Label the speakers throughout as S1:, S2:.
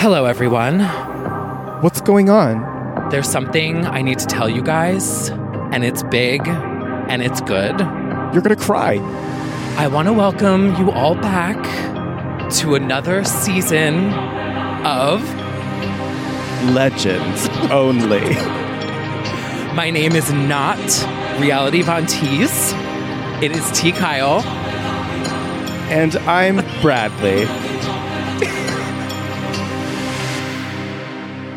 S1: Hello, everyone.
S2: What's going on?
S1: There's something I need to tell you guys, and it's big and it's good.
S2: You're gonna cry.
S1: I want to welcome you all back to another season of
S2: Legends only.
S1: My Name is Not Reality Von Teese. It is T. Kyle.
S2: and I'm Bradley.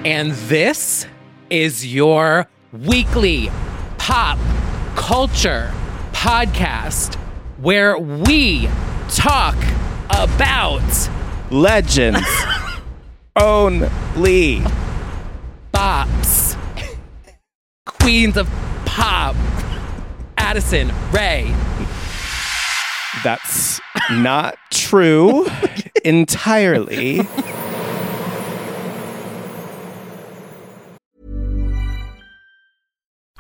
S1: And this is your weekly pop culture podcast where we talk about
S2: Legends only.
S1: bops, queens of pop, Addison, Ray,
S2: That's not true entirely.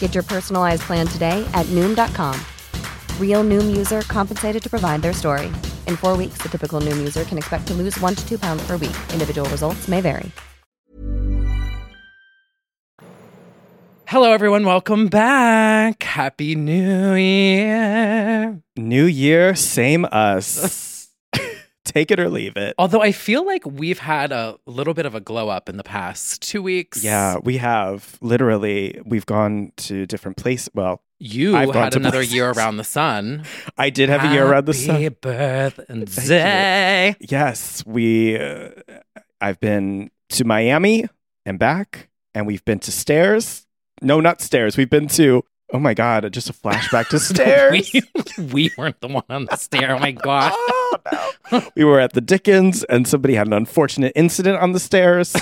S3: Get your personalized plan today at Noom.com. Real Noom user compensated to provide their story. In four weeks, the typical Noom user can expect to lose one to two pounds per week. Individual results may vary.
S1: Hello, everyone. Welcome back. Happy New Year.
S2: New year, same us. Take it or leave it.
S1: Although I feel like we've had a little bit of a glow up in the past two weeks.
S2: Yeah, we have literally we've gone to different places. Well,
S1: You
S2: I've gone
S1: had
S2: to
S1: another
S2: places.
S1: year around the sun.
S2: I did have a year around the sun.
S1: Happy birth and day.
S2: Yes, we. Uh, I've been to Miami and back, and we've been to stairs. No, not stairs. We've been to. Oh my god! Just a flashback to stairs.
S1: We, we weren't the one on the stair. Oh my God.
S2: Oh, no. we were at the Dickens, and somebody had an unfortunate incident on the stairs.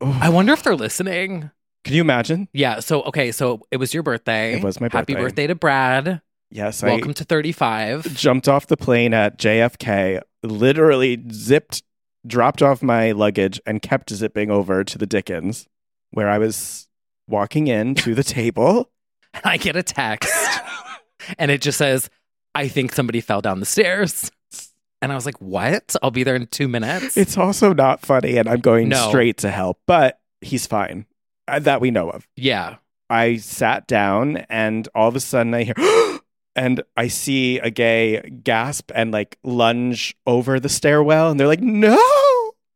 S1: I wonder if they're listening.
S2: Can you imagine?
S1: Yeah. So, okay. So it was your birthday.
S2: It was my
S1: Happy
S2: birthday.
S1: birthday to Brad.
S2: Yes,
S1: Welcome
S2: I
S1: to 35.
S2: jumped off the plane at JFK. Literally zipped, dropped off my luggage, and kept zipping over to the Dickens, where I was walking in to the table.
S1: And I get a text and it just says, I think somebody fell down the stairs. And I was like, what? I'll be there in two minutes.
S2: It's also not funny, and I'm going
S1: No.
S2: straight to help, but he's fine. Uh, that we know of.
S1: yeah.
S2: I sat down, and all of a sudden I hear, and I see a gay gasp and like lunge over the stairwell, and they're like, no.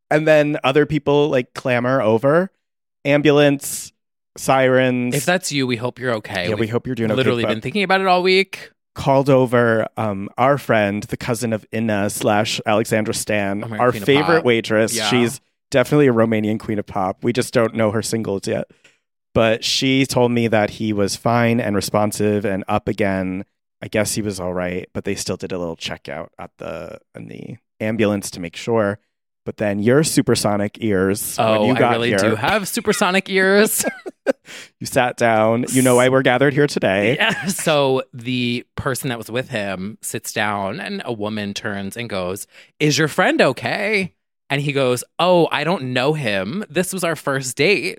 S2: And then other people like clamor over ambulance, sirens.
S1: If that's you, we hope you're okay.
S2: yeah, we hope you're doing okay.
S1: literally
S2: but
S1: been thinking about it all week.
S2: called over um, our friend, the cousin of Inna slash Alexandra Stan,
S1: Oh my God,
S2: our
S1: Queen of
S2: favorite
S1: Pop.
S2: waitress.
S1: Yeah.
S2: She's definitely a Romanian queen of pop. We just don't know her singles yet. But she told me that he was fine and responsive and up again. I guess he was all right, but they still did a little checkout at the in the ambulance to make sure. But then your supersonic ears when
S1: Oh,
S2: you got
S1: I really
S2: here,
S1: do have supersonic ears.
S2: you sat down. You know why we're gathered here today.
S1: Yeah. So the person that was with him sits down and a woman turns and goes, Is your friend okay? And he goes, Oh, I don't know him. This was our first date.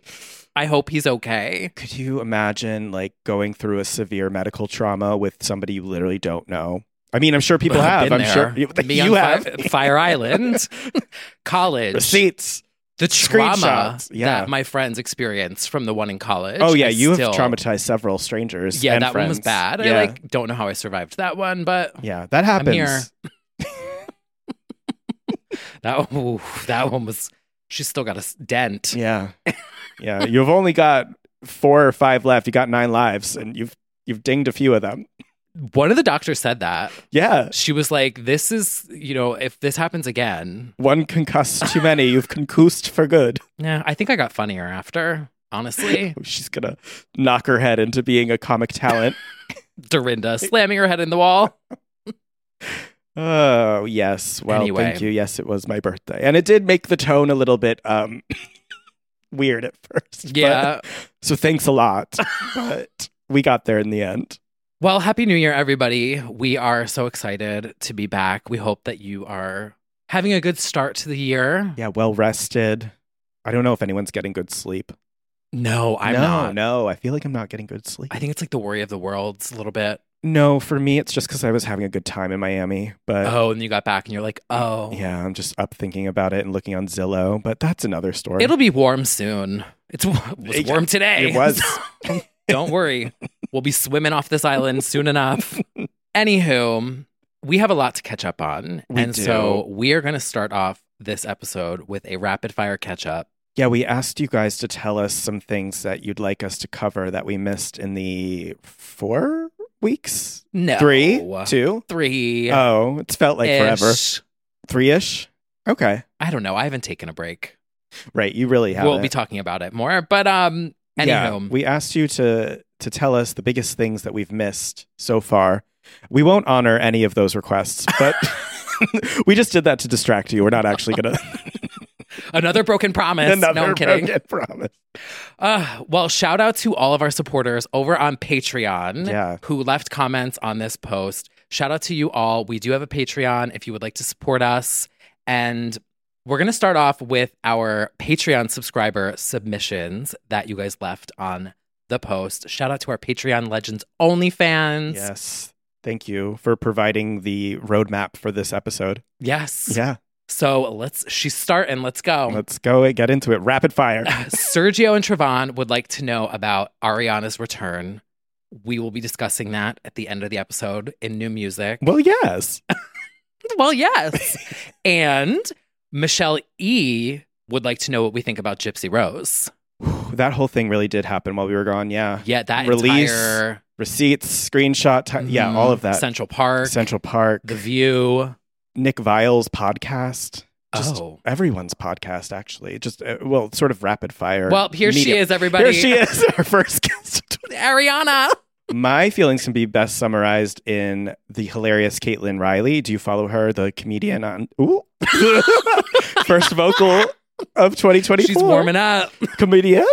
S1: I hope he's okay.
S2: Could you imagine like going through a severe medical trauma with somebody you literally don't know? I mean, I'm sure people have.
S1: Been
S2: I'm
S1: there.
S2: sure you,
S1: Me
S2: you
S1: on
S2: have
S1: Fire, Fire Island, college,
S2: receipts.
S1: the trauma
S2: screenshots, yeah.
S1: that my friends experienced from the one in college.
S2: Oh yeah,
S1: is
S2: you have
S1: still-
S2: traumatized several strangers.
S1: Yeah,
S2: and
S1: that one was
S2: friends.
S1: bad.
S2: Yeah,
S1: I like don't know how I survived that one, but
S2: yeah, that
S1: I'm here.
S2: happens.
S1: that ooh, that one was. She's still got a s- dent.
S2: Yeah, yeah. You've only got four or five left. You got nine lives, and you've you've dinged a few of them.
S1: One of the doctors said that
S2: Yeah,
S1: she was like, "This is you know, if this happens again,
S2: one concussed too many. You've concussed for good.
S1: yeah, I think I got funnier after." Honestly,
S2: She's gonna knock her head into being a comic talent.
S1: Dorinda slamming her head in the wall.
S2: Oh yes. Well,
S1: Anyway.
S2: thank you. Yes, it was my birthday, and it did make the tone a little bit um weird at first. but-
S1: Yeah.
S2: so thanks a lot, but we got there in the end.
S1: Well, happy new year, everybody. We are so excited to be back. We hope that you are having a good start to the year.
S2: Yeah, well rested. I don't know if anyone's getting good sleep.
S1: No, I'm
S2: no,
S1: not.
S2: no. I feel like I'm not getting good sleep.
S1: I think it's like the worry of the world's a little bit.
S2: no, for me, it's just because I was having a good time in Miami. But
S1: oh, and you got back and you're like, oh,
S2: yeah, I'm just up thinking about it and looking on Zillow. But that's another story.
S1: it'll be warm soon. It's it was
S2: It-
S1: warm today.
S2: It was.
S1: Don't worry. We'll be swimming off this island soon enough. Anywho, we have a lot to catch up on.
S2: We
S1: and
S2: do.
S1: so we are going to start off this episode with a rapid fire catch up.
S2: Yeah, we asked you guys to tell us some things that you'd like us to cover that we missed in the four weeks,
S1: No.
S2: three, two.
S1: Three.
S2: Oh, it's felt like forever.
S1: ish.
S2: Three ish. Okay,
S1: I don't know. I haven't taken a break.
S2: right. You really have.
S1: we'll
S2: it.
S1: be talking about it more. But um, anywho,
S2: Yeah, we asked you to to tell us the biggest things that we've missed so far. We won't honor any of those requests, but we just did that to distract you. We're not actually going to
S1: another broken promise. no, I'm kidding.
S2: broken promise.
S1: Uh, well, shout out to all of our supporters over on Patreon
S2: Yeah.
S1: who left comments on this post. Shout out to you all. We do have a Patreon if you would like to support us. And we're going to start off with our Patreon subscriber submissions that you guys left on the post. Shout out to our Patreon Legends Only fans.
S2: Yes. Thank you for providing the roadmap for this episode.
S1: Yes.
S2: Yeah.
S1: So let's, she's starting. Let's go.
S2: Let's go and get into it. Rapid fire.
S1: Sergio and Trevon would like to know about Ariana's return. We will be discussing that at the end of the episode in new music.
S2: well, yes.
S1: Well, yes. and Michelle E would like to know what we think about Gypsy Rose.
S2: That whole thing really did happen while we were gone. Yeah.
S1: Yeah, that
S2: Release,
S1: entire
S2: Receipts, screenshot. ti- Yeah,
S1: Mhm.
S2: all of that.
S1: Central Park,
S2: Central Park.
S1: The View.
S2: Nick Vile's podcast. Just
S1: Oh.
S2: everyone's podcast, actually. Just uh, well, sort of rapid fire.
S1: Well, here she
S2: medium.
S1: is, everybody.
S2: Here she is, our first guest.
S1: Ariana.
S2: My feelings can be best summarized in the hilarious Caitlin Riley. Do you follow her, the comedian on Ooh, first vocal of 2024?
S1: She's warming up.
S2: comedian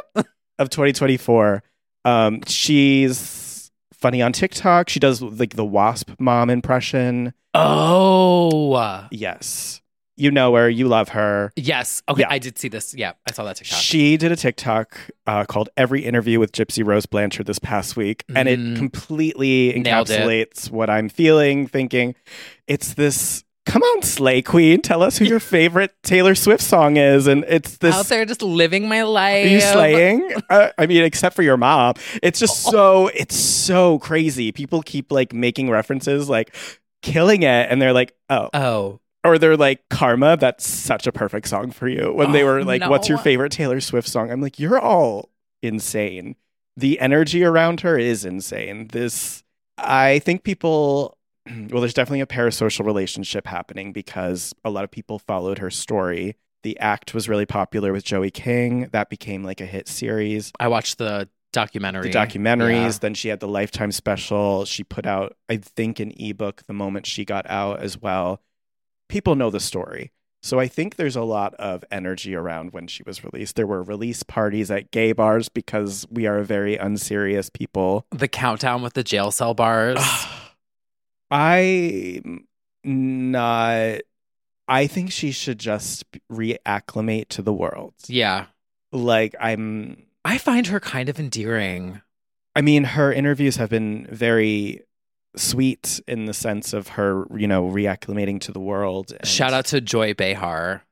S2: of 2024. Um, she's funny on TikTok. She does like the wasp mom impression.
S1: Oh.
S2: Yes, you know her. You love her.
S1: Yes. Okay.
S2: Yeah.
S1: I did see this. Yeah. I saw that TikTok.
S2: She did a TikTok uh, called Every Interview with Gypsy Rose Blanchard this past week, and
S1: Mm.
S2: it completely
S1: Nailed it.
S2: encapsulates what I'm feeling, thinking. It's this come on, Slay Queen, tell us who your favorite Taylor Swift song is. And it's this
S1: Out there just living my
S2: Are
S1: life.
S2: you slaying? Uh, I mean, except for your mom. It's just so, it's so crazy. People keep like making references, like killing it. And they're like, oh,
S1: Oh.
S2: or they're like karma that's such a perfect song for you when they
S1: Oh,
S2: were like what's your
S1: no.
S2: favorite taylor swift song i'm like you're all insane the energy around her is insane this i think people well there's definitely a parasocial relationship happening because a lot of people followed her story the act was really popular with joey king that became like a hit series
S1: I watched the documentary.
S2: the documentaries.
S1: Yeah.
S2: Then she had the Lifetime special. She put out, I think, an ebook the moment she got out as well. People know the story. So I think there's a lot of energy around when she was released. There were release parties at gay bars because we are very unserious people.
S1: The countdown with the jail cell bars.
S2: I'm not. I think she should just reacclimate to the world.
S1: yeah.
S2: Like I'm
S1: I find her kind of endearing.
S2: I mean, her interviews have been very sweet in the sense of her, you know, reacclimating to the world. and-
S1: Shout out to Joy Behar.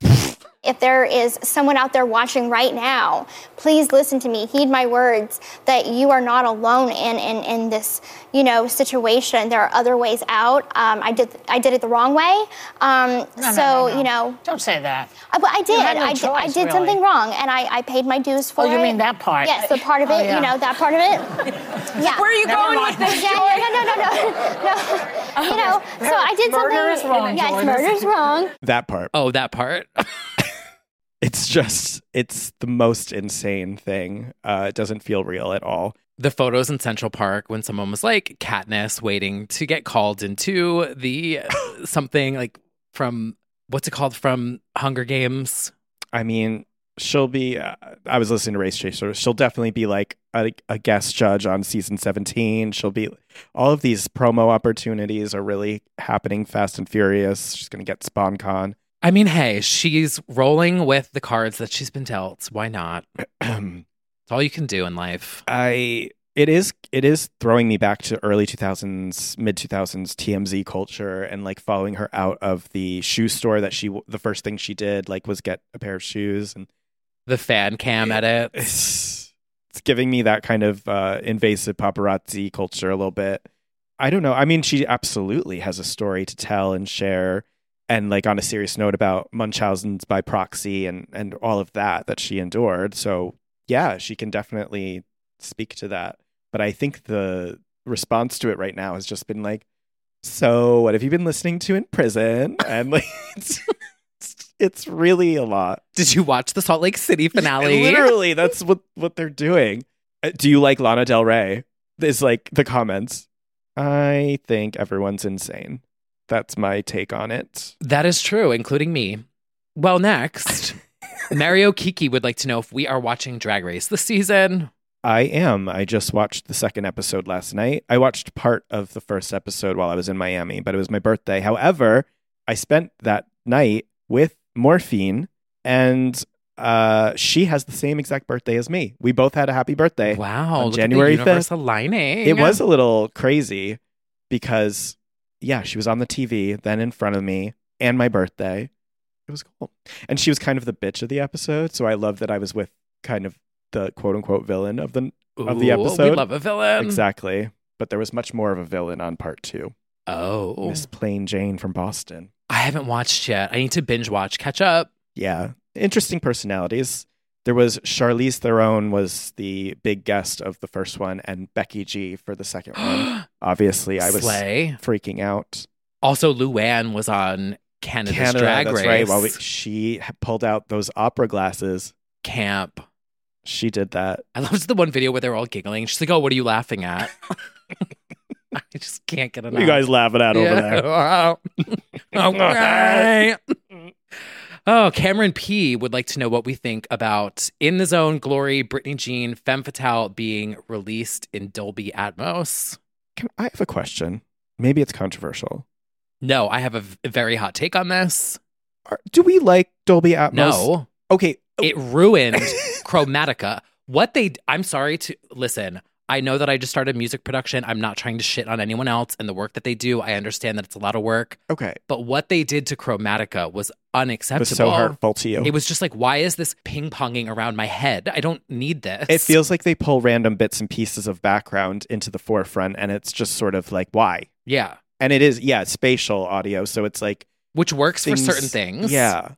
S4: If there is someone out there watching right now, please listen to me. Heed my words that you are not alone in, in, in this, you know, situation. There are other ways out. Um, I did I did it the wrong way. Um,
S5: No, no,
S4: so
S5: no, no.
S4: you know,
S5: Don't say that.
S4: I, but I did.
S5: had no
S4: I, did- I
S5: choice,
S4: did
S5: really.
S4: something wrong, and I, I paid my dues for
S5: Oh,
S4: it.
S5: you mean that part?
S4: Yes, the part of it.
S5: Oh, yeah.
S4: You know, that part of it. yeah.
S6: Where are you
S5: Never
S6: going
S5: mind.
S6: with this?
S4: Yeah, yeah, no, no, no, no, no. You know, so I did something.
S5: Murder is wrong,
S4: Yes,
S5: Joyce.
S4: murder is wrong.
S2: that part.
S1: Oh, that part.
S2: It's just, it's the most insane thing. Uh, it doesn't feel real at all.
S1: the photos in Central Park when someone was like Katniss waiting to get called into the something like from what's it called from Hunger Games.
S2: I mean, she'll be. Uh, I was listening to Race Chaser. She'll definitely be like a, a guest judge on season 17. She'll be. All of these promo opportunities are really happening fast and furious. She's going to get SpawnCon.
S1: I mean, hey, she's rolling with the cards that she's been dealt. Why not? It's all you can do in life.
S2: I. It is it is throwing me back to early 2000s mid 2000s TMZ culture and like following her out of the shoe store that she w- the first thing she did like was get a pair of shoes and
S1: The fan cam edit.
S2: it's it's giving me that kind of uh, invasive paparazzi culture a little bit. I don't know. I mean, she absolutely has a story to tell and share, and like on a serious note about Munchausen's by proxy and and all of that that she endured. So yeah, she can definitely speak to that. But I think the response to it right now has just been like, "So what have you been listening to in prison?" And like, it's, it's really a lot.
S1: Did you watch the Salt Lake City finale?
S2: Literally, that's what what they're doing. Uh, Do you like Lana Del Rey? Is like the comments. I think everyone's insane. That's my take on it.
S1: That is true, including me. Well, next, Mario Kiki would like to know if we are watching Drag Race this season.
S2: I am. I just watched the second episode last night. I watched part of the first episode while I was in Miami, but it was my birthday. However, I spent that night with Morphine, and uh, she has the same exact birthday as me. We both had a happy birthday.
S1: Wow,
S2: on
S1: look
S2: January
S1: at the universe
S2: 5th.
S1: aligning.
S2: It was a little crazy because, yeah, she was on the TV, then in front of me, and my birthday. It was cool. And she was kind of the bitch of the episode. So I love that I was with kind of the quote unquote villain of the. of the
S1: Ooh, We
S2: episode.
S1: love a villain.
S2: exactly. But there was much more of a villain on part two.
S1: Oh,
S2: Miss Plain Jane from Boston.
S1: I haven't watched yet. I need to binge watch, catch up.
S2: Yeah. Interesting personalities. There was Charlize Theron was the big guest of the first one and Becky G for the second one. Obviously, I was
S1: Slay.
S2: freaking out.
S1: Also, Luann was on Canada's Drag
S2: that's
S1: Race
S2: right. While we, she ha- pulled out those opera glasses,
S1: camp.
S2: she did that.
S1: I loved the one video where they're all giggling. She's like, "Oh, what are you laughing at?" I just can't get enough.
S2: What are you guys laughing at over there?
S1: there. okay. Oh, Cameron P would like to know what we think about In the Zone, Glory, Britney Jean, Femme Fatale being released in Dolby Atmos.
S2: Can, I have a question. Maybe it's controversial.
S1: No, I have a v- very hot take on this.
S2: Are, do we like Dolby Atmos? Oh.
S1: No,
S2: Okay. Oh,
S1: it ruined Chromatica. What they, I'm sorry to listen. I know that I just started music production. I'm not trying to shit on anyone else and the work that they do. I understand that it's a lot of work,
S2: Okay.
S1: but what they did to Chromatica was
S2: It
S1: unacceptable.
S2: was so hurtful to you.
S1: It was just like, why is this ping ponging around my head? I don't need this.
S2: It feels like they pull random bits and pieces of background into the forefront, and it's just sort of like, why?
S1: yeah,
S2: And it is, yeah, spatial audio. So it's like,
S1: which works for certain things.
S2: Yeah.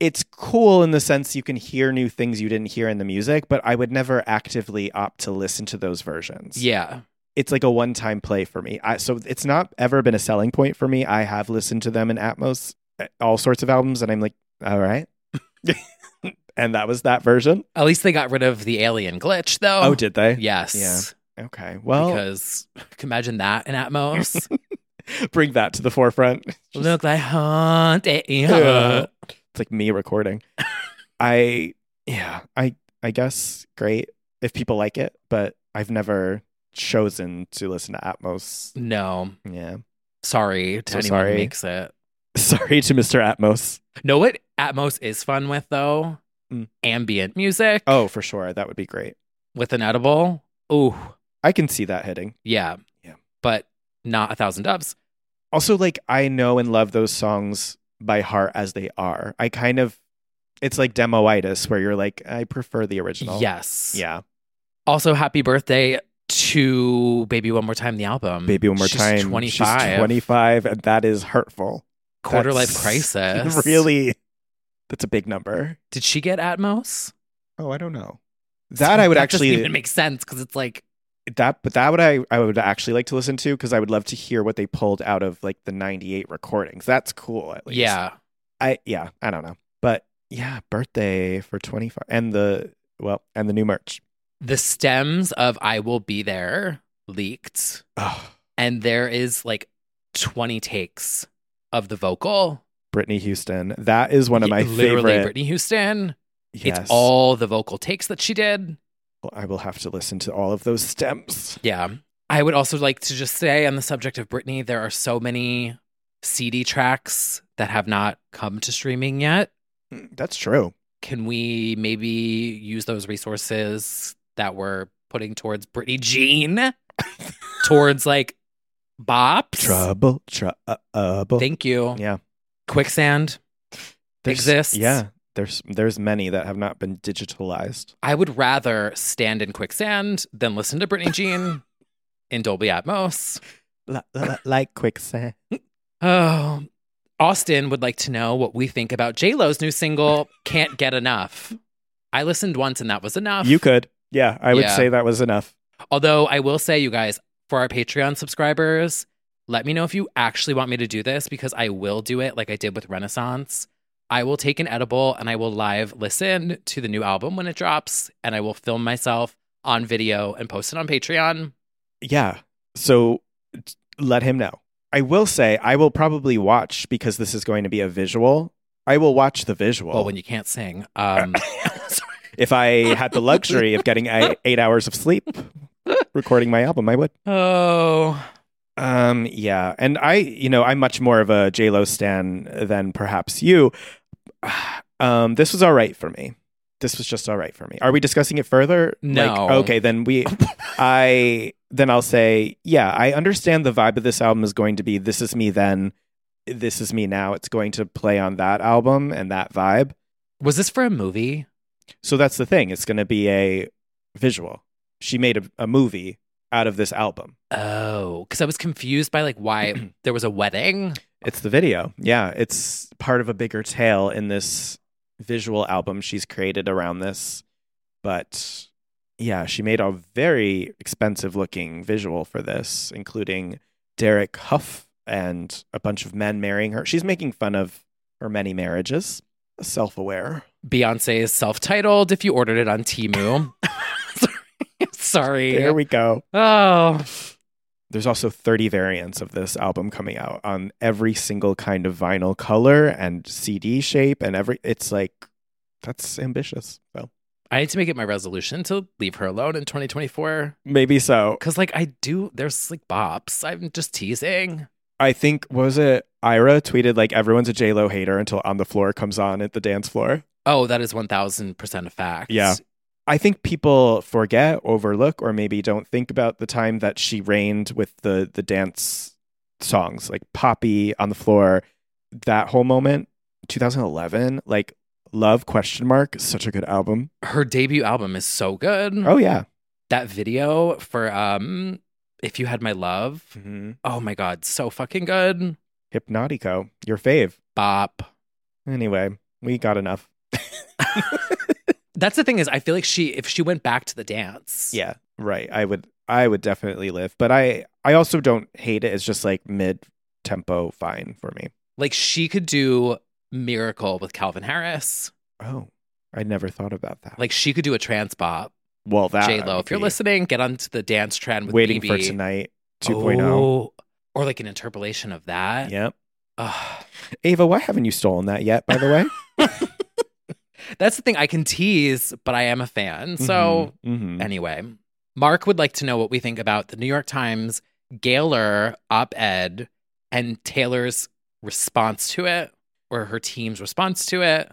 S2: It's cool in the sense you can hear new things you didn't hear in the music, but I would never actively opt to listen to those versions.
S1: yeah.
S2: It's like a one time play for me. I, so it's not ever been a selling point for me. I have listened to them in Atmos, uh, all sorts of albums, and I'm like, all right. and that was that version.
S1: At least they got rid of the alien glitch, though.
S2: Oh, did they?
S1: yes.
S2: Yeah. Oh. Okay. Well,
S1: because imagine that in Atmos.
S2: bring that to the forefront. Just-
S1: Look like haunted.
S2: Ugh. it's like me recording. I yeah, I I guess great if people like it, but I've never chosen to listen to Atmos.
S1: No,
S2: Yeah.
S1: sorry to
S2: So
S1: anyone who
S2: sorry.
S1: makes it.
S2: Sorry to Mr. Atmos.
S1: Know what Atmos is fun with though?
S2: Mm.
S1: Ambient music
S2: Oh, for sure. That would be great.
S1: with an edible. Ooh,
S2: I can see that hitting.
S1: yeah,
S2: Yeah.
S1: But not a thousand doves.
S2: also like I know and love those songs by heart as they are. I kind of it's like demoitis where you're like I prefer the original.
S1: Yes.
S2: Yeah.
S1: Also, happy birthday to Baby One More Time, the album.
S2: Baby one more
S1: She's
S2: time.
S1: 25.
S2: She's 25 and that is hurtful.
S1: Quarter life
S2: That's-
S1: crisis.
S2: really that's a big number.
S1: Did she get Atmos?
S2: Oh, I don't know. That I would
S1: doesn't
S2: actually
S1: even make sense because it's like
S2: that but that would I I would actually like to listen to cuz I would love to hear what they pulled out of like the 98 recordings. That's cool at least.
S1: yeah.
S2: I yeah, I don't know. But yeah, birthday for 25 and the well, and the new merch.
S1: The stems of I Will Be There leaked,
S2: Oh,
S1: and there is like 20 takes of the vocal.
S2: Brittany Houston. That is one of my
S1: Yeah, Literally
S2: favorite.
S1: Whitney Houston.
S2: Yes.
S1: It's all the vocal takes that she did.
S2: I will have to listen to all of those stems.
S1: Yeah. I would also like to just say on the subject of Britney, there are so many CD tracks that have not come to streaming yet.
S2: Mm, That's true.
S1: Can we maybe use those resources that we're putting towards Britney Jean, towards like bops?
S2: Trouble, trouble.
S1: Thank you.
S2: Yeah.
S1: Quicksand.
S2: There's-
S1: exists.
S2: Yeah. There's there's many that have not been digitalized.
S1: I would rather stand in quicksand than listen to Britney Jean in Dolby Atmos.
S2: like quicksand.
S1: Oh, Austin would like to know what we think about J Lo's new single "Can't Get Enough." I listened once and that was enough.
S2: You could. Yeah, I would
S1: Yeah.
S2: say that was enough.
S1: Although I will say, you guys, for our Patreon subscribers, let me know if you actually want me to do this because I will do it like I did with Renaissance. I will take an edible and I will live listen to the new album when it drops, and I will film myself on video and post it on Patreon.
S2: Yeah. So t- let him know. I will say I will probably watch because this is going to be a visual. I will watch the visual.
S1: Well, when you can't sing, um,
S2: if I had the luxury of getting a- eight hours of sleep recording my album, I would.
S1: oh,
S2: Um, yeah, and I, you know, I'm much more of a J Lo stan than perhaps you. Um, this was all right for me. This was just all right for me. Are we discussing it further?
S1: No.
S2: Like, okay, then we, I, then I'll say, yeah, I understand the vibe of this album is going to be this is me then, this is me now. It's going to play on that album and that vibe.
S1: was this for a movie?
S2: So that's the thing. It's going to be a visual. She made a, a movie out of this album.
S1: Oh, because I was confused by like why there was a wedding.
S2: It's the video. Yeah, it's part of a bigger tale in this visual album she's created around this. But yeah, she made a very expensive looking visual for this, including Derek Huff and a bunch of men marrying her. She's making fun of her many marriages. Self aware.
S1: Beyonce is self-titled. If you ordered it on Timu, sorry, sorry.
S2: There we go.
S1: oh,
S2: There's also 30 variants of this album coming out on every single kind of vinyl color and CD shape and every it's like that's ambitious. So
S1: I need to make it my resolution to leave her alone in 2024
S2: maybe so.
S1: because like I do. There's like bops. I'm just teasing.
S2: I think what was it Ira tweeted like everyone's a J Lo hater until On the Floor comes on at the dance floor.
S1: Oh, that is 1,000 percent a fact.
S2: Yeah. I think people forget, overlook, or maybe don't think about the time that she reigned with the the dance songs like Poppy on the floor. That whole moment, 2011, like Love question mark, such a good album.
S1: her debut album is so good.
S2: Oh yeah,
S1: That video for um, if you had my love.
S2: Hmm.
S1: Oh my god, so fucking good.
S2: Hypnotico, your fave.
S1: Bop.
S2: Anyway, we got enough.
S1: That's the thing is, I feel like she, if she went back to the dance,
S2: Yeah, right. I would, I would definitely live, but I, I also don't hate it. It's just like mid tempo, fine for me.
S1: like she could do Miracle with Calvin Harris.
S2: Oh, I never thought about that.
S1: Like she could do a trance bop.
S2: well, that
S1: J Lo,
S2: would
S1: if you're
S2: be-
S1: listening, get onto the dance trend with
S2: waiting
S1: BB.
S2: for tonight 2.0
S1: Oh, or like an interpolation of that.
S2: yep
S1: Ugh.
S2: ava why haven't you stolen that yet by the way
S1: That's the thing I can tease, but I am a fan. So
S2: Mhm. Mhm.
S1: Mm-hmm. Anyway, Mark would like to know what we think about the New York Times Gaylor op ed and Taylor's response to it or her team's response to it.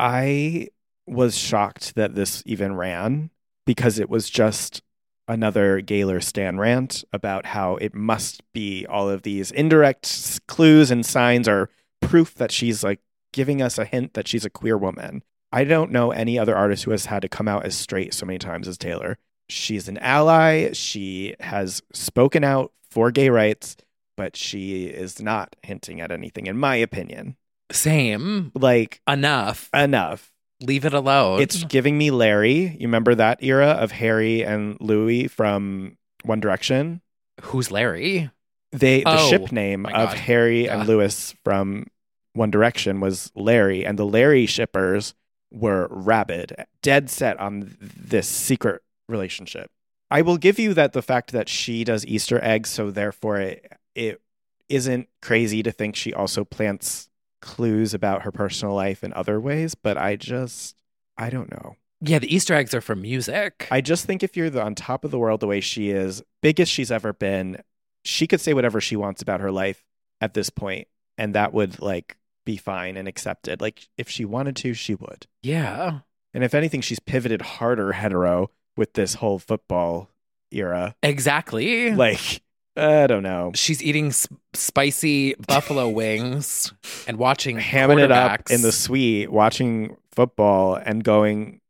S2: i was shocked that this even ran because it was just another Gaylor Stan rant about how it must be all of these indirect s- clues and signs are proof that she's like giving us a hint that she's a queer woman. I don't know any other artist who has had to come out as straight so many times as Taylor. She's an ally. She has spoken out for gay rights, but she is not hinting at anything, in my opinion.
S1: Same.
S2: Like,
S1: Enough.
S2: enough.
S1: Leave it alone.
S2: It's giving me Larry. You remember that era of Harry and Louis from One Direction?
S1: who's Larry?
S2: They the
S1: Oh,
S2: ship name
S1: my
S2: of
S1: God.
S2: Harry
S1: Yeah.
S2: and Louis from One Direction was Larry, and the Larry shippers were rabid, dead set on this secret relationship. I will give you that the fact that she does Easter eggs, so therefore it, it isn't crazy to think she also plants clues about her personal life in other ways, but I just I don't know.
S1: Yeah, the Easter eggs are for music.
S2: I just think if you're the, on top of the world the way she is, biggest she's ever been, she could say whatever she wants about her life at this point, and that would like be fine and accepted. Like if she wanted to, she would.
S1: yeah.
S2: And if anything, she's pivoted harder hetero with this whole football era.
S1: Exactly.
S2: Like I don't know,
S1: She's eating sp- spicy buffalo wings and watching
S2: hamming it up
S1: quarterbacks.
S2: in the suite, watching football, and going,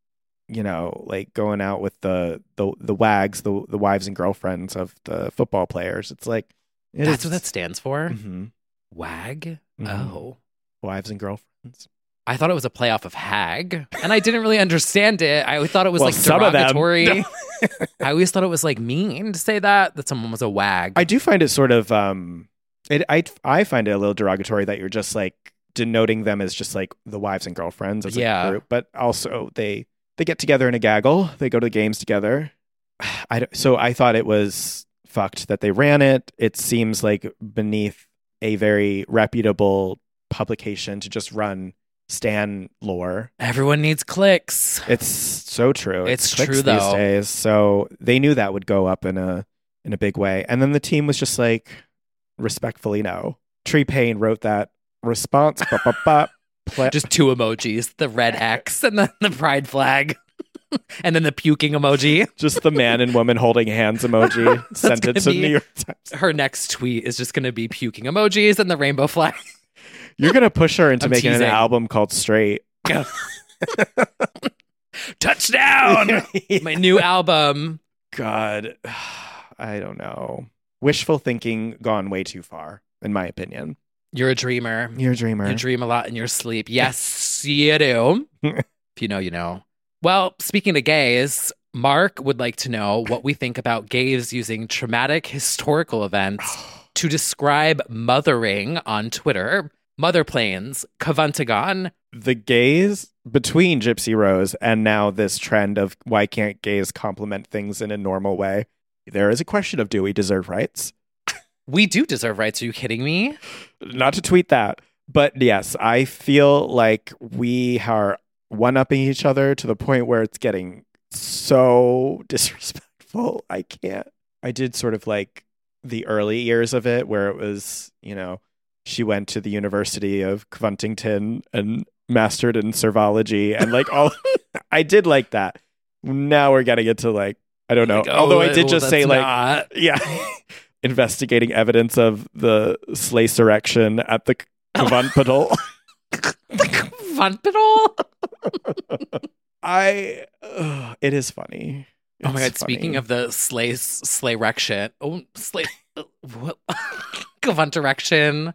S2: you know, like going out with the the the wags, the the wives and girlfriends of the football players. It's like. it
S1: That's
S2: is-
S1: what that stands for.
S2: Mhm.
S1: Wag.
S2: Mhm.
S1: Oh.
S2: Wives and girlfriends.
S1: I thought it was a playoff of hag, and I didn't really understand it. I thought it was
S2: Well,
S1: like
S2: some of them.
S1: derogatory. I always thought it was like mean to say that that someone was a wag.
S2: I do find it sort of um it I I find it a little derogatory that you're just like denoting them as just like the wives and girlfriends as
S1: Yeah.
S2: a group, but also they they get together in a gaggle, they go to games together. I don't- so I thought it was fucked that they ran it. It seems like beneath a very reputable publication to just run Stan lore
S1: Everyone needs clicks.
S2: It's so true.
S1: It's
S2: clicks
S1: true, though.
S2: these days. So they knew that would go up in a in a big way. And then the team was just like, respectfully, no. Tree Payne wrote that response. bop, bop, bop, pla-
S1: Just two emojis: the red X and then the pride flag, and then the puking emoji.
S2: just the man and woman holding hands emoji.
S1: That's
S2: sent it
S1: gonna
S2: to
S1: be-
S2: New York Times.
S1: Her next tweet is just going to be puking emojis and the rainbow flag.
S2: You're gonna push her into
S1: I'm
S2: making
S1: teasing.
S2: an album called Straight.
S1: Touchdown! My new album.
S2: God, I don't know. Wishful thinking gone way too far, in my opinion.
S1: You're a dreamer.
S2: You're a dreamer.
S1: You dream a lot in your sleep. Yes, you do. if you know, you know. Well, speaking of gays, Mark would like to know what we think about gays using traumatic historical events to describe mothering on Twitter. Mother planes, Cavantagon.
S2: the gays between Gypsy Rose and now this trend of why can't gays compliment things in a normal way, there is a question of do we deserve rights?
S1: We do deserve rights. Are you kidding me?
S2: Not to tweet that, but yes, I feel like we are one upping each other to the point where it's getting so disrespectful. I can't. I did sort of like the early years of it where it was, you know, she went to the University of Covington and mastered in servology and like all I did like that. Now we're getting into like I don't know.
S1: Like, oh,
S2: Although I did
S1: well,
S2: just say
S1: that's
S2: like
S1: not-
S2: yeah. Investigating evidence of the Slace erection at the Covington.
S1: Cavantagon?
S2: I ugh, it is funny.
S1: Oh my
S2: It's
S1: god! Speaking
S2: funny.
S1: of the sleigh sleigh rection, oh sleigh what Gavant direction.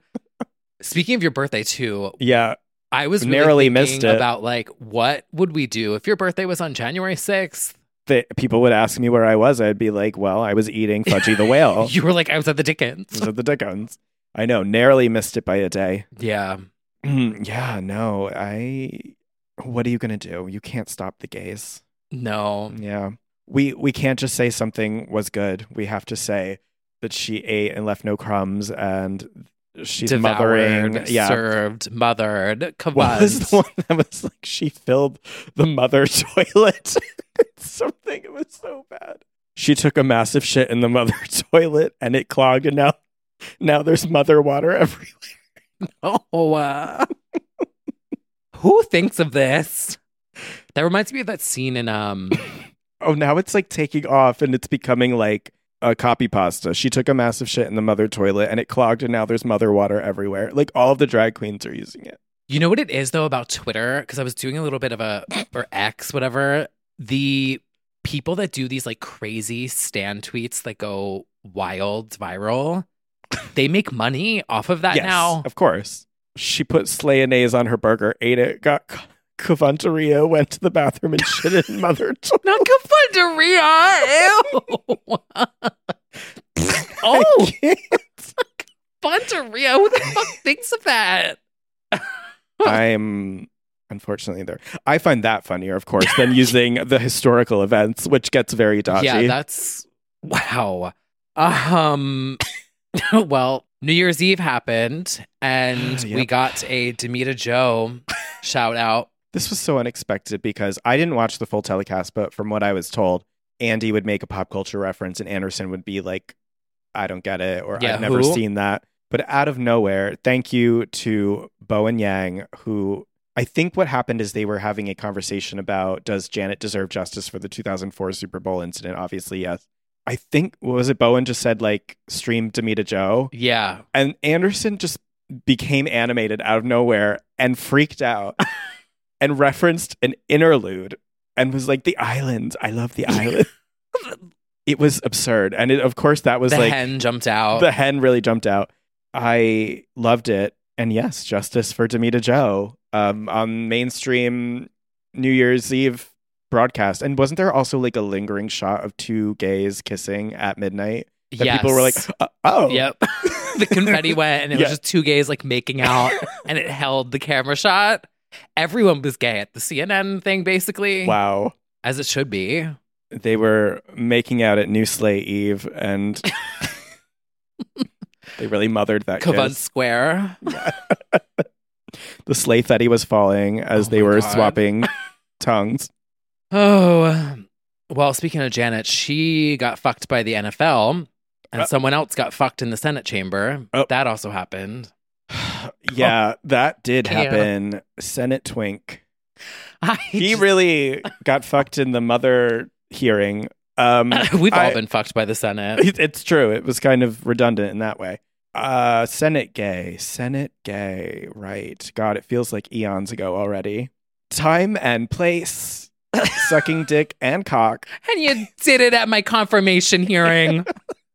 S1: Speaking of your birthday too,
S2: yeah,
S1: I was really
S2: Narrowly
S1: thinking
S2: missed it.
S1: about like what would we do if your birthday was on January sixth?
S2: the, people would ask me where I was. I'd be like, "Well, I was eating Fudgy the Whale."
S1: You were like, I was at the Dickens.
S2: It was at the Dickens. I know, narrowly missed it by a day.
S1: Yeah,
S2: yeah, no, I. What are you gonna do? You can't stop the gays.
S1: no,
S2: Yeah, we we can't just say something was good. We have to say that she ate and left no crumbs, and she's
S1: devoured,
S2: mothering. Yeah,
S1: served, mothered,
S2: What was the
S1: Gavant.
S2: one that was like she filled the mother toilet? Something it was so bad. She took a massive shit in the mother toilet and it clogged and now now there's mother water everywhere.
S1: Oh, uh, who thinks of this? That reminds me of that scene in um
S2: oh, now it's like taking off and it's becoming like a copy pasta. She took a massive shit in the mother toilet and it clogged, and now there's mother water everywhere. Like all of the drag queens are using it.
S1: You know what it is though about Twitter? Because I was doing a little bit of a or X, whatever. The people that do these like crazy stand tweets that go wild viral, they make money off of that
S2: yes,
S1: Uh, now.
S2: of course. She put slayonnaise on her burger, ate it, got c- Cavanteria, went to the bathroom and shit in mother toilet.
S1: Not Cafundaria. Ew.
S2: I
S1: oh,
S2: can't.
S1: Cafundaria. Who the fuck thinks of that?
S2: I'm unfortunately there. I find that funnier, of course, than using the historical events, which gets very dodgy.
S1: Yeah, that's wow. Um well, New Year's Eve happened and we
S2: Yep.
S1: got a Demita Joe shout out.
S2: this was so unexpected because I didn't watch the full telecast, but from what I was told, Andy would make a pop culture reference and Anderson would be like, I don't get it, or
S1: Yeah,
S2: I've never
S1: who?
S2: seen that. But out of nowhere, thank you to Bo and Yang, who I think what happened is they were having a conversation about does Janet deserve justice for the 2004 Super Bowl incident? Obviously, yes. I think, what was it? Bowen just said, like, stream Demita Joe.
S1: Yeah.
S2: And Anderson just became animated out of nowhere and freaked out and referenced an interlude and was like, The island. I love the island. it was absurd. And it, of course, that was
S1: the
S2: like
S1: hen jumped out.
S2: the hen really jumped out. I loved it. And yes, justice for Demita Joe um, on mainstream New Year's Eve broadcast. And wasn't there also like a lingering shot of two gays kissing at midnight? That
S1: yes.
S2: people were like, "Uh, oh.
S1: Yep. the confetti went and it
S2: Yeah.
S1: was just two gays like making out and it held the camera shot. Everyone was gay at the CNN thing basically.
S2: Wow.
S1: As it should be.
S2: they were making out at New Slay Eve and they really mothered that
S1: Cavant
S2: kiss.
S1: Square.
S2: The sleigh Fetty was falling as
S1: Oh
S2: they
S1: my
S2: were
S1: God.
S2: swapping tongues.
S1: Oh, well, speaking of Janet, she got fucked by the NFL and
S2: Uh.
S1: someone else got fucked in the Senate chamber.
S2: Oh.
S1: That also happened.
S2: Yeah,
S1: Oh.
S2: that did
S1: Yeah.
S2: happen. Senate Twink.
S1: I
S2: He
S1: just-
S2: really got fucked in the mother hearing. Um,
S1: We've all
S2: I-
S1: been fucked by the Senate.
S2: it- It's true. It was kind of redundant in that way. Uh, Senate gay, Senate gay, right? God, it feels like eons ago already. Time and place, sucking dick and cock.
S1: And you did it at my confirmation hearing.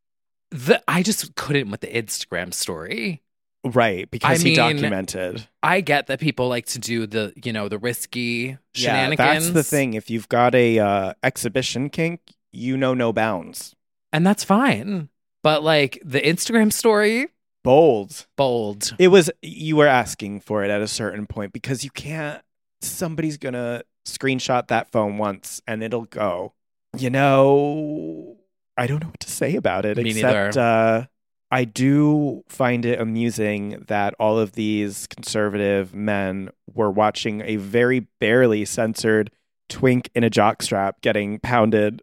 S1: the, I just couldn't with the Instagram story.
S2: Right, because
S1: I
S2: he
S1: mean,
S2: documented.
S1: I get that people like to do the, you know, the risky
S2: Yeah,
S1: shenanigans.
S2: that's the thing. If you've got a uh, exhibition kink, you know no bounds.
S1: And that's fine. But like the Instagram story,
S2: Bold.
S1: bold.
S2: It was you were asking for it at a certain point because you can't. Somebody's gonna screenshot that phone once and it'll go. You know, I don't know what to say about it
S1: Me
S2: except
S1: neither.
S2: uh, I do find it amusing that all of these conservative men were watching a very barely censored twink in a jockstrap getting pounded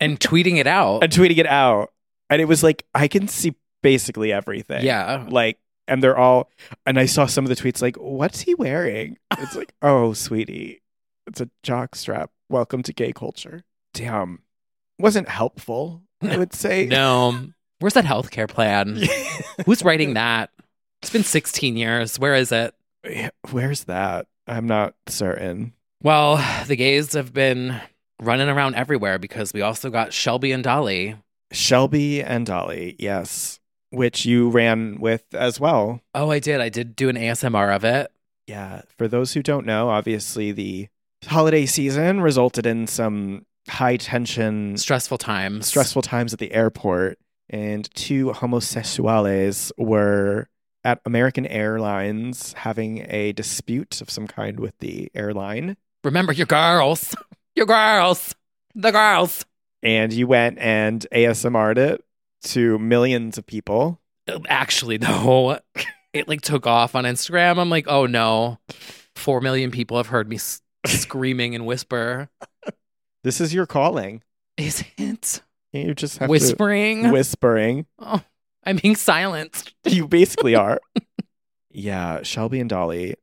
S1: And tweeting it out.
S2: and tweeting it out, and it was like I can see basically everything
S1: Yeah.
S2: like and they're all and i saw some of the tweets like what's he wearing it's like oh sweetie it's a jock strap welcome to gay culture damn wasn't helpful i would say
S1: No. Where's that healthcare plan? Who's writing that? It's been 16 years. Where is it?
S2: Yeah, where's that i'm not certain
S1: Well, the gays have been running around everywhere because we also got Shelby and Dolly.
S2: shelby and dolly yes which you ran with as well
S1: Oh, I did. I did do an ASMR of it.
S2: yeah for those who don't know obviously the holiday season resulted in some high tension
S1: Stressful times.
S2: stressful times at the airport, and two homosexuales were at American Airlines having a dispute of some kind with the airline.
S1: Remember your girls. Your girls. The girls.
S2: And you went and ASMR'd it to millions of people.
S1: Actually, though, it like took off on Instagram. I'm like, oh no. Four million people have heard me s- screaming and whisper.
S2: This is your calling.
S1: Is it
S2: You just have
S1: whispering?
S2: to whispering.
S1: Oh, I'm being silenced.
S2: You basically are. yeah, Shelby and Dolly.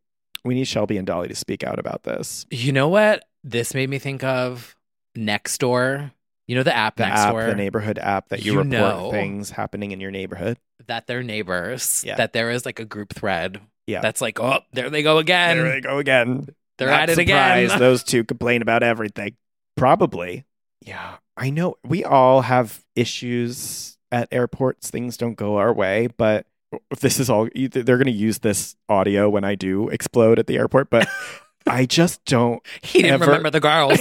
S2: We need Shelby and Dolly to speak out about this.
S1: You know what this made me think of? next door you know the app
S2: The
S1: next
S2: app,
S1: door
S2: the neighborhood app that you,
S1: You
S2: report
S1: know.
S2: things happening in your neighborhood.
S1: that they're neighbors
S2: Yeah.
S1: that there is like a group thread
S2: Yeah.
S1: that's like oh there they go again
S2: there they go again.
S1: they're
S2: Not
S1: at it
S2: surprised
S1: again
S2: Those two complain about everything. Probably. Yeah. I know we all have issues at airports. Things don't go our way, but if this is all you- they're going to use this audio when I do explode at the airport, but I just don't
S1: he didn't
S2: Ever-
S1: remember the girls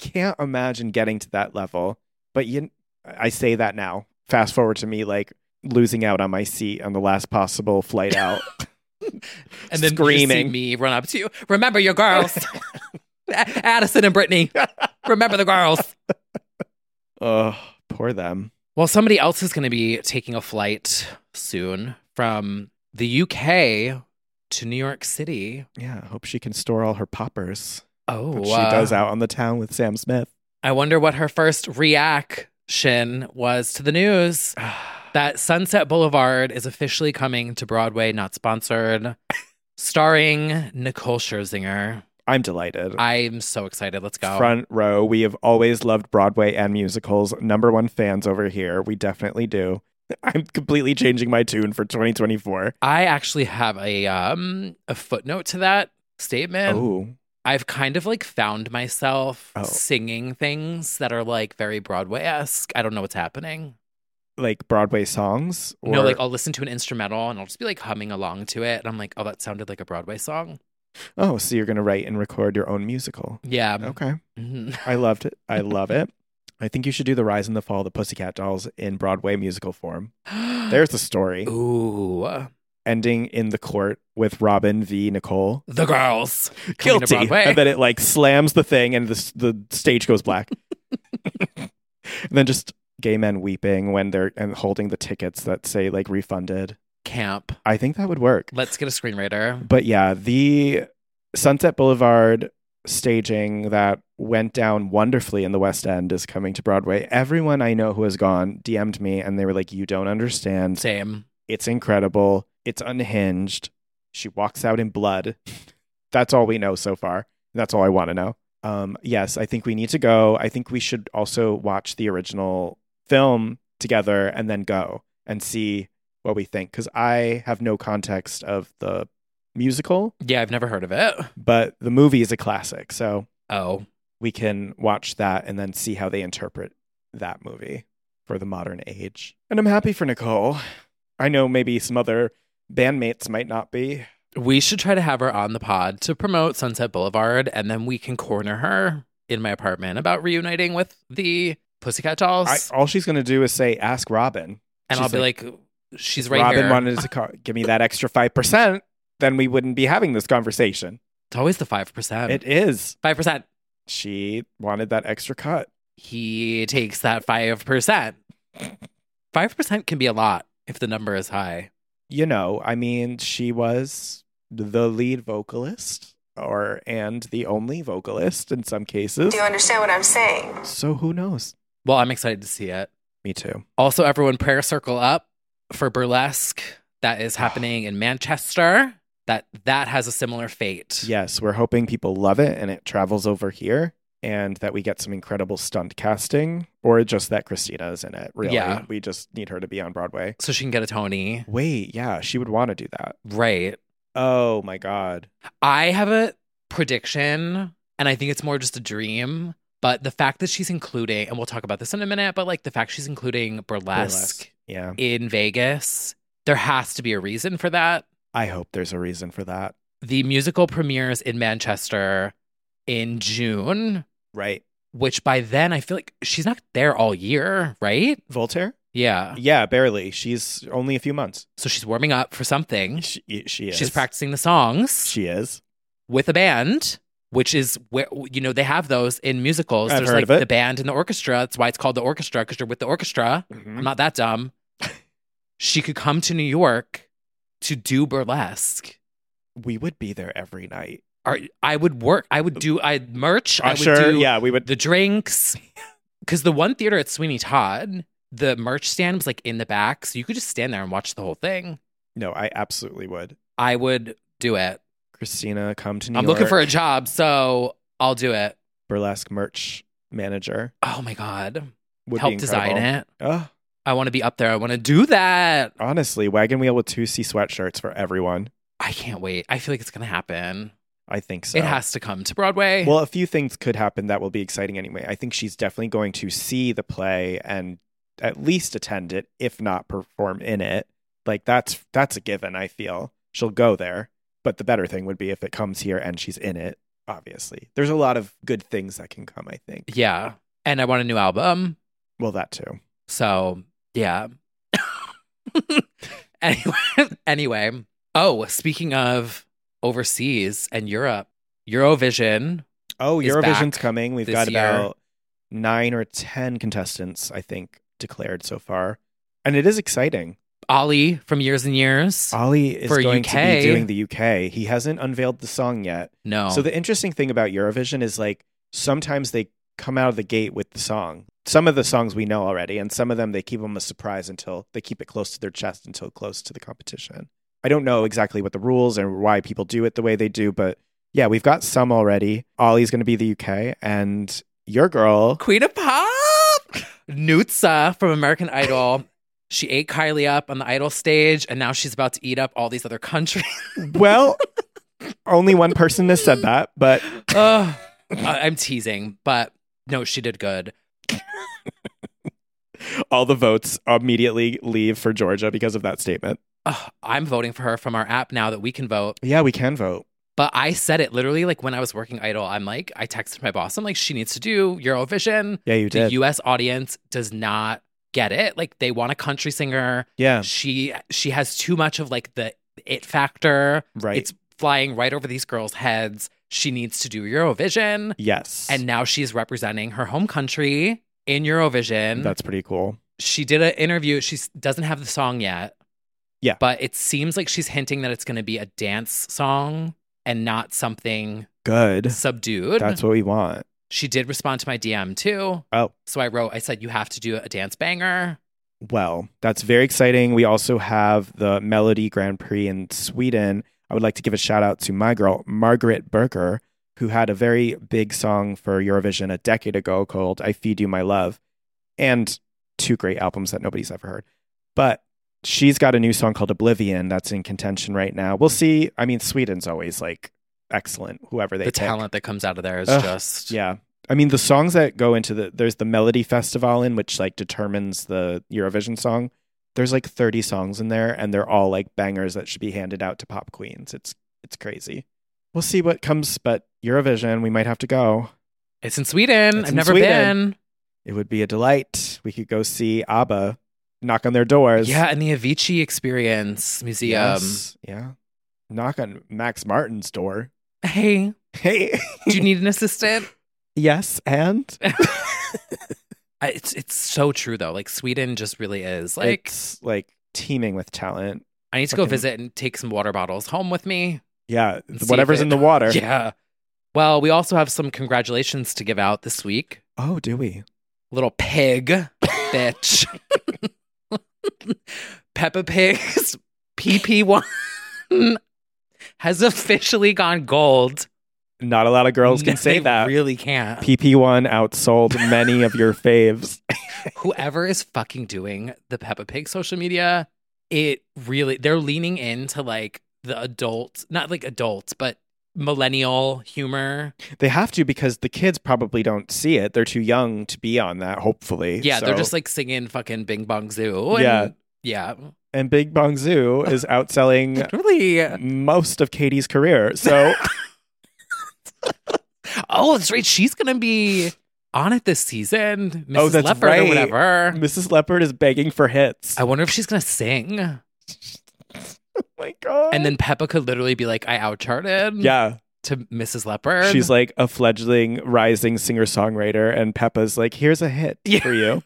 S2: can't imagine getting to that level. But you I say that now. Fast forward to me like losing out on my seat on the last possible flight out.
S1: and then you see
S2: Screaming.
S1: me run up to you remember your girls A- addison and brittany remember the girls
S2: Oh, poor them.
S1: Well, somebody else is going to be taking a flight soon from the UK to New York City.
S2: Yeah, I hope she can store all her poppers.
S1: Oh,
S2: that she
S1: uh,
S2: does out on the town with Sam Smith.
S1: I wonder what her first reaction was to the news that Sunset Boulevard is officially coming to Broadway, not sponsored, starring Nicole Scherzinger.
S2: I'm delighted.
S1: I'm so excited. Let's go.
S2: Front row. We have always loved Broadway and musicals. Number one fans over here. We definitely do. I'm completely changing my tune for 2024.
S1: I actually have a um a footnote to that statement.
S2: Oh,
S1: I've kind of like found myself
S2: Oh.
S1: singing things that are like very Broadway esque. I don't know what's happening.
S2: like Broadway songs? Or,
S1: no, like I'll listen to an instrumental and I'll just be like humming along to it. And I'm like, oh, that sounded like a Broadway song.
S2: oh, so you're going to write and record your own musical.
S1: Yeah.
S2: Okay.
S1: Mhm.
S2: I loved it. I love it. I think you should do The Rise and the Fall of the Pussycat Dolls in Broadway musical form. There's the story.
S1: Mm. Ooh.
S2: Ending in the court with Robin v. Nicole.
S1: The girls. coming to
S2: guilty
S1: Broadway.
S2: and then it like slams the thing and the, s- the stage goes black and then just gay men weeping when they're and holding the tickets that say like refunded
S1: Camp.
S2: i think that would work
S1: Let's get a screenwriter.
S2: but yeah the sunset boulevard staging that went down wonderfully in the west end is coming to broadway everyone i know who has gone dm'd me and they were like you don't understand
S1: Same.
S2: it's incredible it's unhinged she walks out in blood. That's all we know so far. That's all I want to know. Um, yes, I think we need to go. I think we should also watch the original film together and then go and see what we think. Because I have no context of the musical,
S1: Yeah, I've never heard of it.
S2: but the movie is a classic. So
S1: Oh,
S2: we can watch that and then see how they interpret that movie for the modern age. And I'm happy for Nicole. I know maybe some other bandmates might not be.
S1: we should try to have her on the pod to promote Sunset Boulevard and then we can corner her in my apartment about reuniting with the Pussycat Dolls.
S2: I, all she's going to do is say, "Ask Robin,"
S1: and
S2: She's
S1: I'll be like, she's right
S2: Robin
S1: here.
S2: wanted to call, give me that extra five percent. Then we wouldn't be having this conversation.
S1: it's always the five percent.
S2: it is.
S1: five percent.
S2: She wanted that extra cut.
S1: He takes that five percent. Five percent can be a lot if the number is high.
S2: You know, I mean, she was the lead vocalist, or and the only vocalist in some cases.
S5: Do you understand what I'm saying?
S2: So who knows?
S1: Well, I'm excited to see it.
S2: Me too.
S1: Also, everyone, prayer circle up for burlesque that is happening in Manchester. That that has a similar fate.
S2: Yes, we're hoping people love it and it travels over here. And that we get some incredible stunt casting, or just that Christina is in it. Really,
S1: Yeah.
S2: we just need her to be on Broadway.
S1: So she can get a Tony.
S2: Wait, yeah, she would want to do that.
S1: Right.
S2: Oh my god.
S1: I have a prediction, and I think it's more just a dream. But the fact that she's including, and we'll talk about this in a minute, but like the fact she's including burlesque,
S2: Burlesque. Yeah.
S1: in Vegas, there has to be a reason for that.
S2: I hope there's a reason for that.
S1: The musical premieres in Manchester in June,
S2: Right.
S1: which by then I feel like she's not there all year, right?
S2: Voltaire?
S1: Yeah.
S2: Uh, Yeah, barely. She's only a few months.
S1: So she's warming up for something.
S2: She, she is.
S1: Hmm. She's practicing the songs
S2: She is.
S1: with a band, which is where you know they have those in musicals.
S2: I've
S1: There's
S2: heard
S1: like
S2: of it.
S1: the band and the orchestra. That's why it's called the orchestra because you're with the orchestra.
S2: Mm-hmm.
S1: I'm not that dumb. she could come to New York to do burlesque.
S2: We would be there every night.
S1: Or I would work. I would do. I merch. I would
S2: sure.
S1: do
S2: yeah, we would.
S1: the drinks. Because the one theater at Sweeney Todd, the merch stand was like in the back, so you could just stand there and watch the whole thing.
S2: no, I absolutely would.
S1: I would do it.
S2: Christina, come to New
S1: I'm
S2: York.
S1: looking for a job, so I'll do it.
S2: burlesque merch manager
S1: Oh my God.
S2: would
S1: Help
S2: be
S1: design
S2: incredible.
S1: it.
S2: Ugh,
S1: I want to be up there. I want to do that.
S2: honestly, wagon wheel with two C sweatshirts for everyone.
S1: I can't wait. I feel like it's going to happen.
S2: I think so.
S1: It has to come to Broadway.
S2: Well, a few things could happen that will be exciting anyway. I think she's definitely going to see the play and at least attend it, if not perform in it. Like that's that's a given, I feel. She'll go there. But the better thing would be if it comes here and she's in it, obviously. There's a lot of good things that can come, I think.
S1: yeah. And I want a new album.
S2: Well, that too.
S1: So yeah. anyway, anyway. Oh, speaking of overseas and Europe, Eurovision.
S2: Oh,
S1: Is
S2: Eurovision's
S1: back
S2: coming. We've
S1: this
S2: got
S1: year.
S2: about nine or ten contestants, I think, declared so far. And it is exciting.
S1: Ollie from Years and Years.
S2: Ollie is
S1: For
S2: going to
S1: UK.
S2: be doing the UK. He hasn't unveiled the song yet.
S1: no.
S2: So the interesting thing about Eurovision is like sometimes they come out of the gate with the song. Some of the songs we know already, and some of them they keep them a surprise until they keep it close to their chest until close to the competition. I don't know exactly what the rules and why people do it the way they do, but yeah, we've got some already. Ollie's going to be the UK, and your girl,
S1: Queen of Pop. Nutza from American Idol. She ate Kylie up on the Idol stage, and now she's about to eat up all these other countries.
S2: well, only one person has said that, but
S1: Ugh. I- I'm teasing, but no, she did good.
S2: all the votes immediately leave for Georgia because of that statement.
S1: Ugh, I'm voting for her from our app now that we can vote.
S2: Yeah, we can vote.
S1: But I said it literally like when I was working Idol. I'm like, I texted my boss. I'm like, she needs to do Eurovision.
S2: Yeah, you
S1: The
S2: did.
S1: U.S. audience does not get it. Like they want a country singer.
S2: yeah,
S1: She she has too much of like the it factor.
S2: right.
S1: It's flying right over these girls' heads. She needs to do Eurovision,
S2: yes,
S1: and now she's representing her home country in Eurovision.
S2: That's pretty cool.
S1: she did an interview. She s- doesn't have the song yet.
S2: Yeah.
S1: But it seems like she's hinting that it's going to be a dance song and not something
S2: Good.
S1: subdued.
S2: That's what we want.
S1: she did respond to my DM too.
S2: Oh.
S1: So I wrote, I said, you have to do a dance banger.
S2: Well, that's very exciting. We also have the Melody Grand Prix in Sweden. I would like to give a shout out to my girl, Margaret Berger, who had a very big song for Eurovision a decade ago called I Feed You My Love, and two great albums that nobody's ever heard. But she's got a new song called Oblivion that's in contention right now. We'll see. I mean, Sweden's always like excellent, whoever they
S1: the
S2: pick.
S1: talent that comes out of there is
S2: Ugh,
S1: just.
S2: Yeah. I mean, the songs that go into the there's the Melody Festival in which like determines the Eurovision song. There's like 30 songs in there and they're all like bangers that should be handed out to pop queens. It's it's crazy. We'll see what comes, but Eurovision, we might have to go.
S1: It's in Sweden.
S2: It's
S1: I've
S2: in
S1: never
S2: Sweden.
S1: been.
S2: It would be a delight. We could go see ABBA, knock on their doors.
S1: Yeah. um, And the Avicii Experience Museum.
S2: Yes. Yeah. Knock on Max Martin's door.
S1: Hey,
S2: Hey.
S1: do you need an assistant?
S2: yes, and
S1: I- it's, it's so true though. Like Sweden just really is. Like,
S2: it's like teeming with talent.
S1: I need to go
S2: fucking-
S1: visit and take some water bottles home with me.
S2: Yeah,
S1: And see if
S2: whatever's
S1: it-
S2: in the water.
S1: Yeah. Well, we also have some congratulations to give out this week.
S2: Oh, do we?
S1: Little pig, bitch. Peppa Pig's PP1 has officially gone gold.
S2: Not a lot of girls can
S1: No,
S2: say
S1: they
S2: that.
S1: Really can't.
S2: PP1 outsold many of your faves.
S1: Whoever is fucking doing the Peppa Pig social media, it really they're leaning into like the adult, not like adult, but millennial humor.
S2: They have to because the kids probably don't see it. They're too young to be on that, hopefully.
S1: Yeah, they're
S2: So-
S1: just like singing fucking Bing Bong Zoo. and-
S2: Yeah.
S1: Yeah.
S2: And Big Bong Zoo is outselling
S1: Really? uh,
S2: most of Katie's career. So
S1: Oh, that's right. She's going to be on it this season. Mrs.
S2: Oh, that's
S1: Leopard or
S2: right.
S1: whatever.
S2: Mrs. Leopard is begging for hits.
S1: I
S2: Oh
S1: wonder if she's going to sing. And
S2: my God.
S1: then Peppa could literally be like, I outcharted
S2: yeah,
S1: to Mrs. Leopard.
S2: she's like a fledgling rising singer songwriter, and Peppa's like, here's a hit
S1: Yeah.
S2: for you.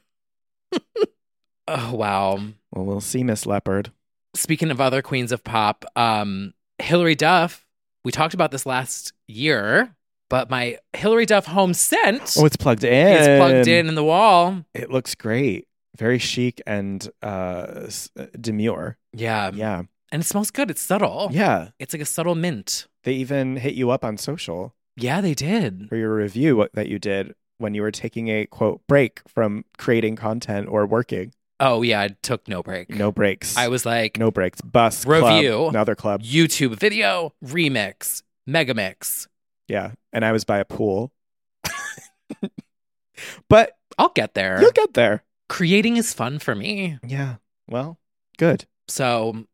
S1: oh, wow.
S2: Well, we'll see, Miss Leopard.
S1: Speaking of other queens of pop, um, Hillary Duff, we talked about this last year, but my Hillary Duff home scent
S2: Oh, it's plugged in.
S1: is plugged in in the wall.
S2: It looks great. Very chic and uh, s- demure.
S1: Yeah.
S2: Yeah.
S1: And it smells good. It's subtle.
S2: Yeah.
S1: It's like a subtle mint.
S2: They even hit you up on social
S1: Yeah, they did.
S2: for your review that you did when you were taking a quote break from creating content or working.
S1: Oh yeah, I took no break.
S2: No breaks.
S1: I was like
S2: no breaks. Bus club,
S1: Review.
S2: another club.
S1: YouTube video remix, mega mix.
S2: Yeah, and I was by a pool. but
S1: I'll get there.
S2: you'll get there.
S1: Creating is fun for me.
S2: Yeah. Well, good.
S1: So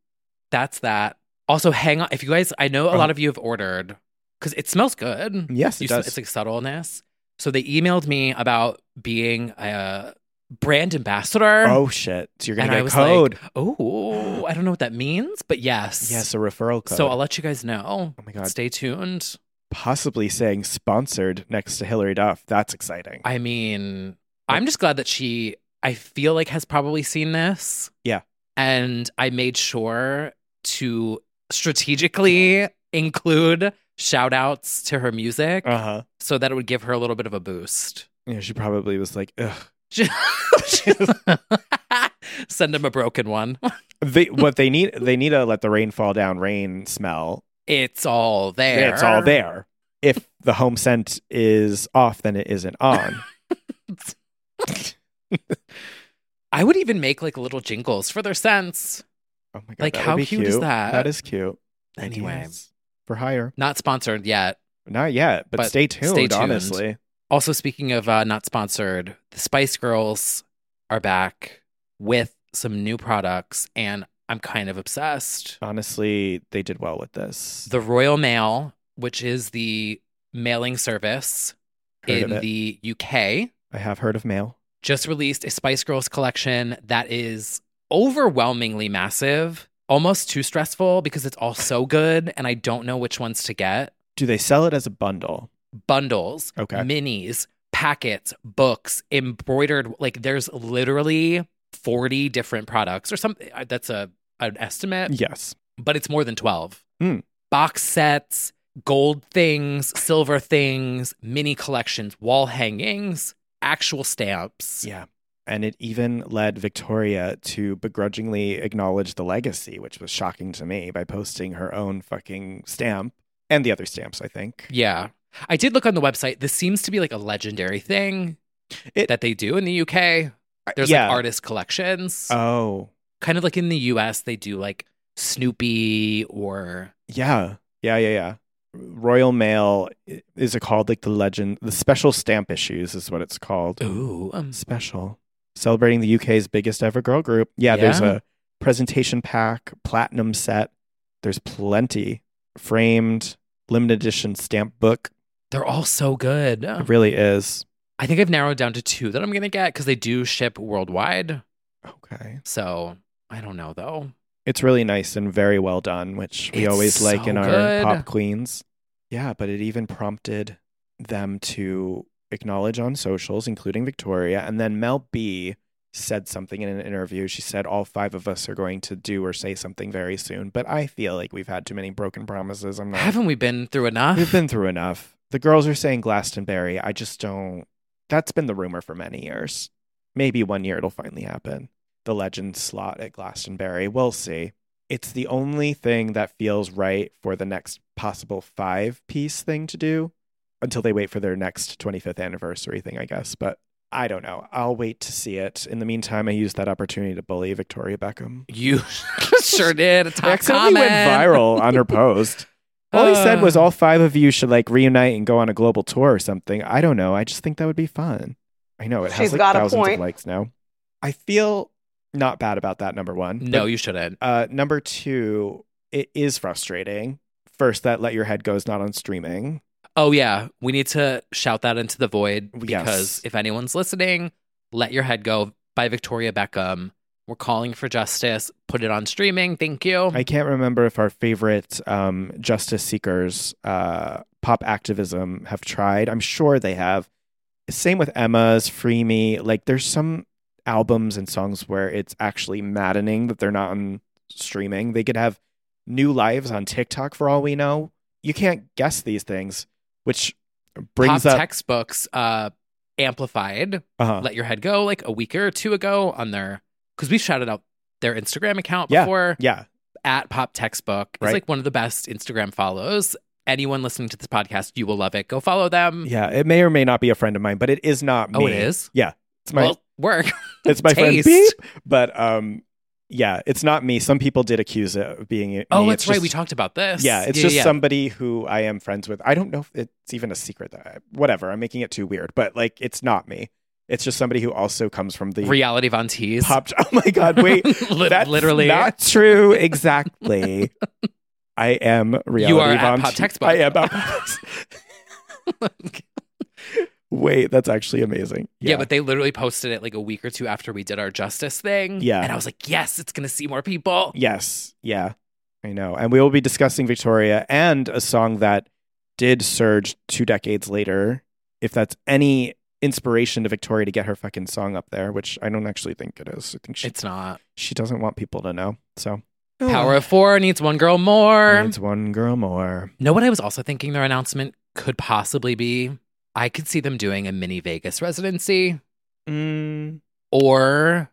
S1: that's that. Also, hang on. If you guys, I know a
S2: Uh-huh.
S1: lot of you have ordered because it smells good.
S2: Yes, it
S1: You sm-
S2: does.
S1: It's like subtleness. So they emailed me about being a brand ambassador.
S2: oh shit! So you're gonna
S1: and I
S2: get a
S1: was
S2: code.
S1: like, oh, I don't know what that means, but yes.
S2: yes, a referral code.
S1: So I'll let you guys know.
S2: Oh my God.
S1: Stay tuned.
S2: possibly saying sponsored next to Hillary Duff. That's exciting.
S1: I mean, I'm just glad that she, I feel like, has probably seen this.
S2: Yeah.
S1: And I made sure to strategically include shout outs to her music
S2: Uh huh.
S1: so that it would give her a little bit of a boost.
S2: Yeah, she probably was like, Ugh.
S1: Send him a broken one.
S2: They, what they need, they need to let the rain fall down. Rain smell.
S1: It's all there.
S2: It's all there. If the home scent is off, then it isn't on.
S1: I would even make like little jingles for their scents.
S2: Oh my god!
S1: Like,
S2: that would
S1: how
S2: be
S1: cute is that?
S2: That is cute.
S1: Anyway.
S2: Ideas for hire.
S1: Not sponsored yet.
S2: Not yet, but,
S1: But
S2: stay, tuned,
S1: stay tuned.
S2: Honestly,
S1: Also, speaking of uh, not sponsored, the Spice Girls are back with some new products, and I'm kind of obsessed.
S2: honestly, they did well with this.
S1: The Royal Mail, which is the mailing service
S2: Heard of
S1: in
S2: it.
S1: the UK,
S2: I have heard of mail.
S1: just released a Spice Girls collection that is overwhelmingly massive, almost too stressful because it's all so good, and I don't know which ones to get.
S2: Do they sell it as a bundle?
S1: bundles,
S2: Okay.
S1: minis, packets, books, embroidered. Like there's literally 40 different products or something. uh, That's a an estimate,
S2: Yes.
S1: but it's more than 12.
S2: Hmm.
S1: Box sets, gold things, silver things, mini collections, wall hangings, actual stamps.
S2: Yeah. And it even led Victoria to begrudgingly acknowledge the legacy, which was shocking to me by posting her own fucking stamp and the other stamps, I think.
S1: Yeah. I did look on the website. This seems to be like a legendary thing
S2: It-
S1: that they do in the UK. There's
S2: Uh, yeah.
S1: like artist collections.
S2: Oh,
S1: kind of like in the US, they do like Snoopy or
S2: yeah. Yeah, yeah, yeah. Royal Mail i- is it called like the legend, the special stamp issues is what it's called.
S1: ooh, um,
S2: Special. Celebrating the UK's biggest ever girl group. Yeah, there's
S1: Yeah.
S2: a presentation pack, platinum set. There's plenty. Framed, limited edition stamp book.
S1: they're all so good.
S2: It really is.
S1: I think I've narrowed down to two that I'm gonna get because they do ship worldwide.
S2: Okay.
S1: So I don't know though.
S2: It's really nice and very well done, which we
S1: It's
S2: always like in
S1: so
S2: our
S1: good.
S2: pop queens. Yeah, but it even prompted them to acknowledge on socials, including Victoria. And then Mel B said something in an interview. She said, All five of us are going to do or say something very soon. But I feel like we've had too many broken promises. I'm not.
S1: Haven't we been through enough?
S2: We've been through enough. The girls are saying Glastonbury. I just don't. That's been the rumor for many years. Maybe one year it'll finally happen. The legend slot at Glastonbury. We'll see. It's the only thing that feels right for the next possible five piece thing to do until they wait for their next 25th anniversary thing, I guess. But I don't know. I'll wait to see it. In the meantime, I used that opportunity to bully Victoria Beckham.
S1: you sure did. A
S2: I
S1: top
S2: accidentally
S1: comment.
S2: went viral on her post. All he said
S1: Uh,
S2: was all five of you should like reunite and go on a global tour or something. I don't know. I just think that would be fun. I know it has
S5: She's
S2: like
S5: got a
S2: thousands of
S5: point.
S2: likes now. I feel not bad about that number one.
S1: No, you shouldn't.
S2: But, uh, number two, it is frustrating. First, that let your head go's not on streaming.
S1: Oh yeah, we need to shout that into the void
S2: Yes.
S1: because if anyone's listening, let your head go by Victoria Beckham. We're calling for justice. Put it on streaming. Thank you.
S2: I can't remember if our favorite um, justice seekers, uh, pop activism, have tried. I'm sure they have. Same with Emma's Free Me. Like, there's some albums and songs where it's actually maddening that they're not on streaming. They could have new lives on TikTok for all we know. You can't guess these things, which brings
S1: pop
S2: up.
S1: textbooks uh amplified
S2: uh-huh.
S1: let your head go like a week or two ago on their because we shouted out their instagram account
S2: Yeah.
S1: before
S2: yeah,
S1: at pop textbook it's
S2: Right.
S1: like one of the best instagram follows anyone listening to this podcast, you will love it. Go follow them.
S2: Yeah, it may or may not be a friend of mine, but it is not me.
S1: Oh, it is?
S2: Yeah, it's my
S1: Well, work.
S2: it's my friend.
S1: taste.
S2: Beep. But um, yeah, it's not me. Some people did accuse it of being. me.
S1: Oh,
S2: It's
S1: that's right.
S2: just-
S1: we talked about this.
S2: Yeah, it's just somebody who I am friends with. I don't know if it's even a secret that I, whatever. I'm making it too weird, but like it's not me. It's just somebody who also comes from the
S1: reality Von Teese.
S2: popped. Oh my god, wait.
S1: Li-
S2: that's
S1: literally.
S2: not true exactly. I am reality
S1: are at
S2: Von
S1: Pop
S2: T-
S1: Textbook.
S2: I am at Pop Text- Wait, that's actually amazing.
S1: Yeah. but they literally posted it like a week or two after we did our justice thing.
S2: Yeah.
S1: And I was like, yes, it's going to see more people.
S2: Yes. Yeah. I know. And we will be discussing Victoria and a song that did surge two decades later. If that's any inspiration to Victoria to get her fucking song up there, which I don't actually think it is. I think she,
S1: It's not.
S2: she doesn't want people to know. So
S1: Power of Four needs one girl more.
S2: Needs one girl more.
S1: Know what I was also thinking their announcement could possibly be? I could see them doing a mini Vegas residency
S2: Mm,
S1: or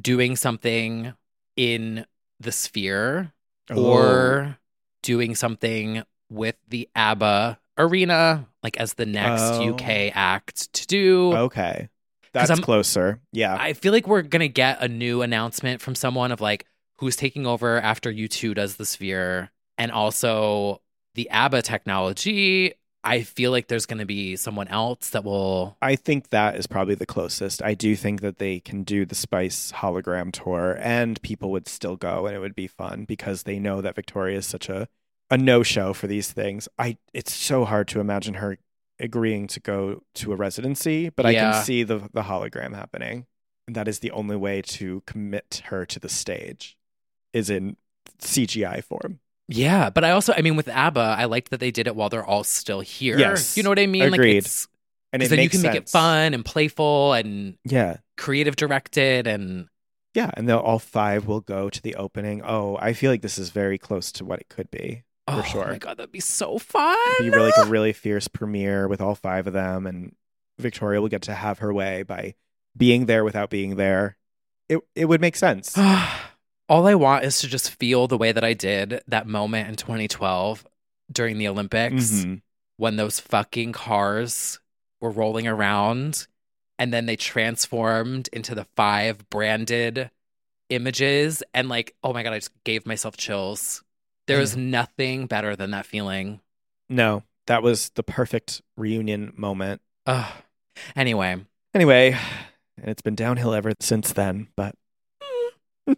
S1: doing something in the sphere
S2: Oh.
S1: or doing something with the ABBA arena, like as the next
S2: Oh.
S1: UK act to do.
S2: Oh, okay. That's
S1: I'm-
S2: closer. Yeah.
S1: I feel like we're going to get a new announcement from someone of like who's taking over after U2 does the sphere and also the ABBA technology. I feel like there's going to be someone else that will.
S2: I think that is probably the closest. I do think that they can do the Spice hologram tour and people would still go and it would be fun because they know that Victoria is such a, a no show for these things. I it's so hard to imagine her agreeing to go to a residency, but I
S1: Yeah.
S2: can see the the hologram happening. And that is the only way to commit her to the stage is in CGI form.
S1: Yeah. But I also, I mean, with ABBA, I liked that they did it while they're all still here.
S2: Yes.
S1: You know what I mean?
S2: Agreed.
S1: Like it's,
S2: And
S1: 'cause
S2: it
S1: then you
S2: makes
S1: can make it
S2: sense.
S1: fun and playful and
S2: Yeah.
S1: creative directed and
S2: Yeah, and they'll all five will go to the opening. Oh, I feel like this is very close to what it could be. For
S1: oh
S2: sure.
S1: my god, that'd be so fun.
S2: be really like a really fierce premiere with all five of them and Victoria will get to have her way by being there without being there. It it would make sense.
S1: All I want is to just feel the way that I did that moment in 2012 during the Olympics
S2: Mhm.
S1: when those fucking cars were rolling around and then they transformed into the five branded images and like oh my god I just gave myself chills. There is
S2: Mm.
S1: nothing better than that feeling.
S2: No, that was the perfect reunion moment.
S1: Ugh. Anyway,
S2: Anyway, and it's been downhill ever since then, but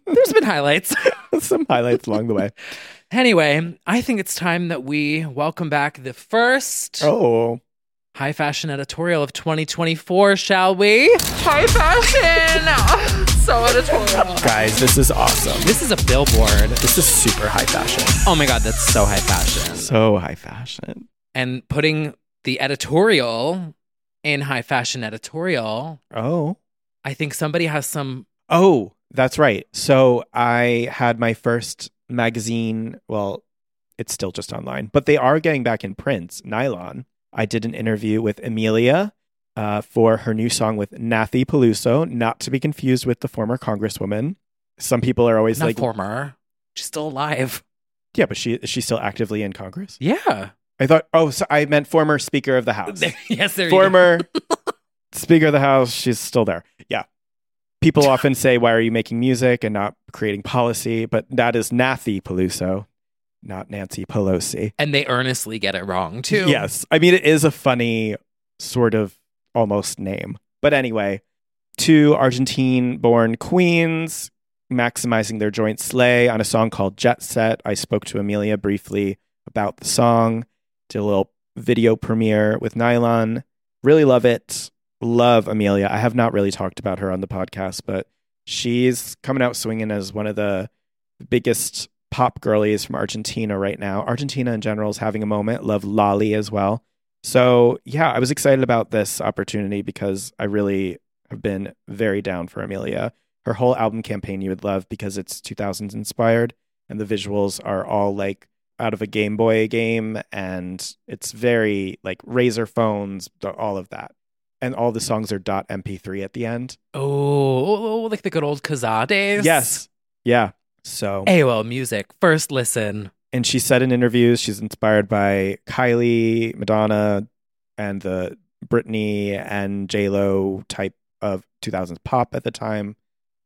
S1: there's been highlights.
S2: some highlights along the way.
S1: Anyway, I think it's time that we welcome back the first
S2: Oh,
S1: High fashion editorial of 2024, shall we? High fashion! so editorial.
S2: guys, this is awesome.
S1: This is a billboard.
S2: This is super high fashion.
S1: Oh my God, that's so high fashion.
S2: So high fashion.
S1: And putting the editorial in high fashion editorial,
S2: Oh.
S1: I think somebody has some.
S2: Oh, that's right. So I had my first magazine. Well, it's still just online, but they are getting back in print, Nylon. I did an interview with Amelia uh, for her new song with Nathy Peluso, not to be confused with the former Congresswoman. Some people are always
S1: not
S2: like,
S1: former. She's still alive.
S2: yeah, but she is she still actively in Congress?
S1: Yeah.
S2: I thought, oh, so I meant former Speaker of the House.
S1: yes, there you go.
S2: former Speaker of the House. She's still there. Yeah. People often say, why are you making music and not creating policy? But that is Nathy Peluso, not Nancy Pelosi.
S1: And they earnestly get it wrong, too.
S2: Yes. I mean, it is a funny sort of almost name. But anyway, two Argentine born queens maximizing their joint sleigh on a song called Jet Set. I spoke to Amelia briefly about the song, did a little video premiere with Nylon. Really love it. Love Amelia. I have not really talked about her on the podcast, but she's coming out swinging as one of the biggest pop girlies from Argentina right now. Argentina in general is having a moment. Love Lolly as well. So yeah, I was excited about this opportunity because I really have been very down for Amelia. Her whole album campaign you would love because it's 2000s inspired and the visuals are all like out of a Game Boy game and it's very like razor phones, all of that. And all the songs are .mp3 at the end.
S1: Oh, like the good old Kazades.
S2: Yes. Yeah. So
S1: AOL Music, first listen.
S2: And she said in interviews she's inspired by Kylie, Madonna, and the Britney and J Lo type of 2000s pop at the time.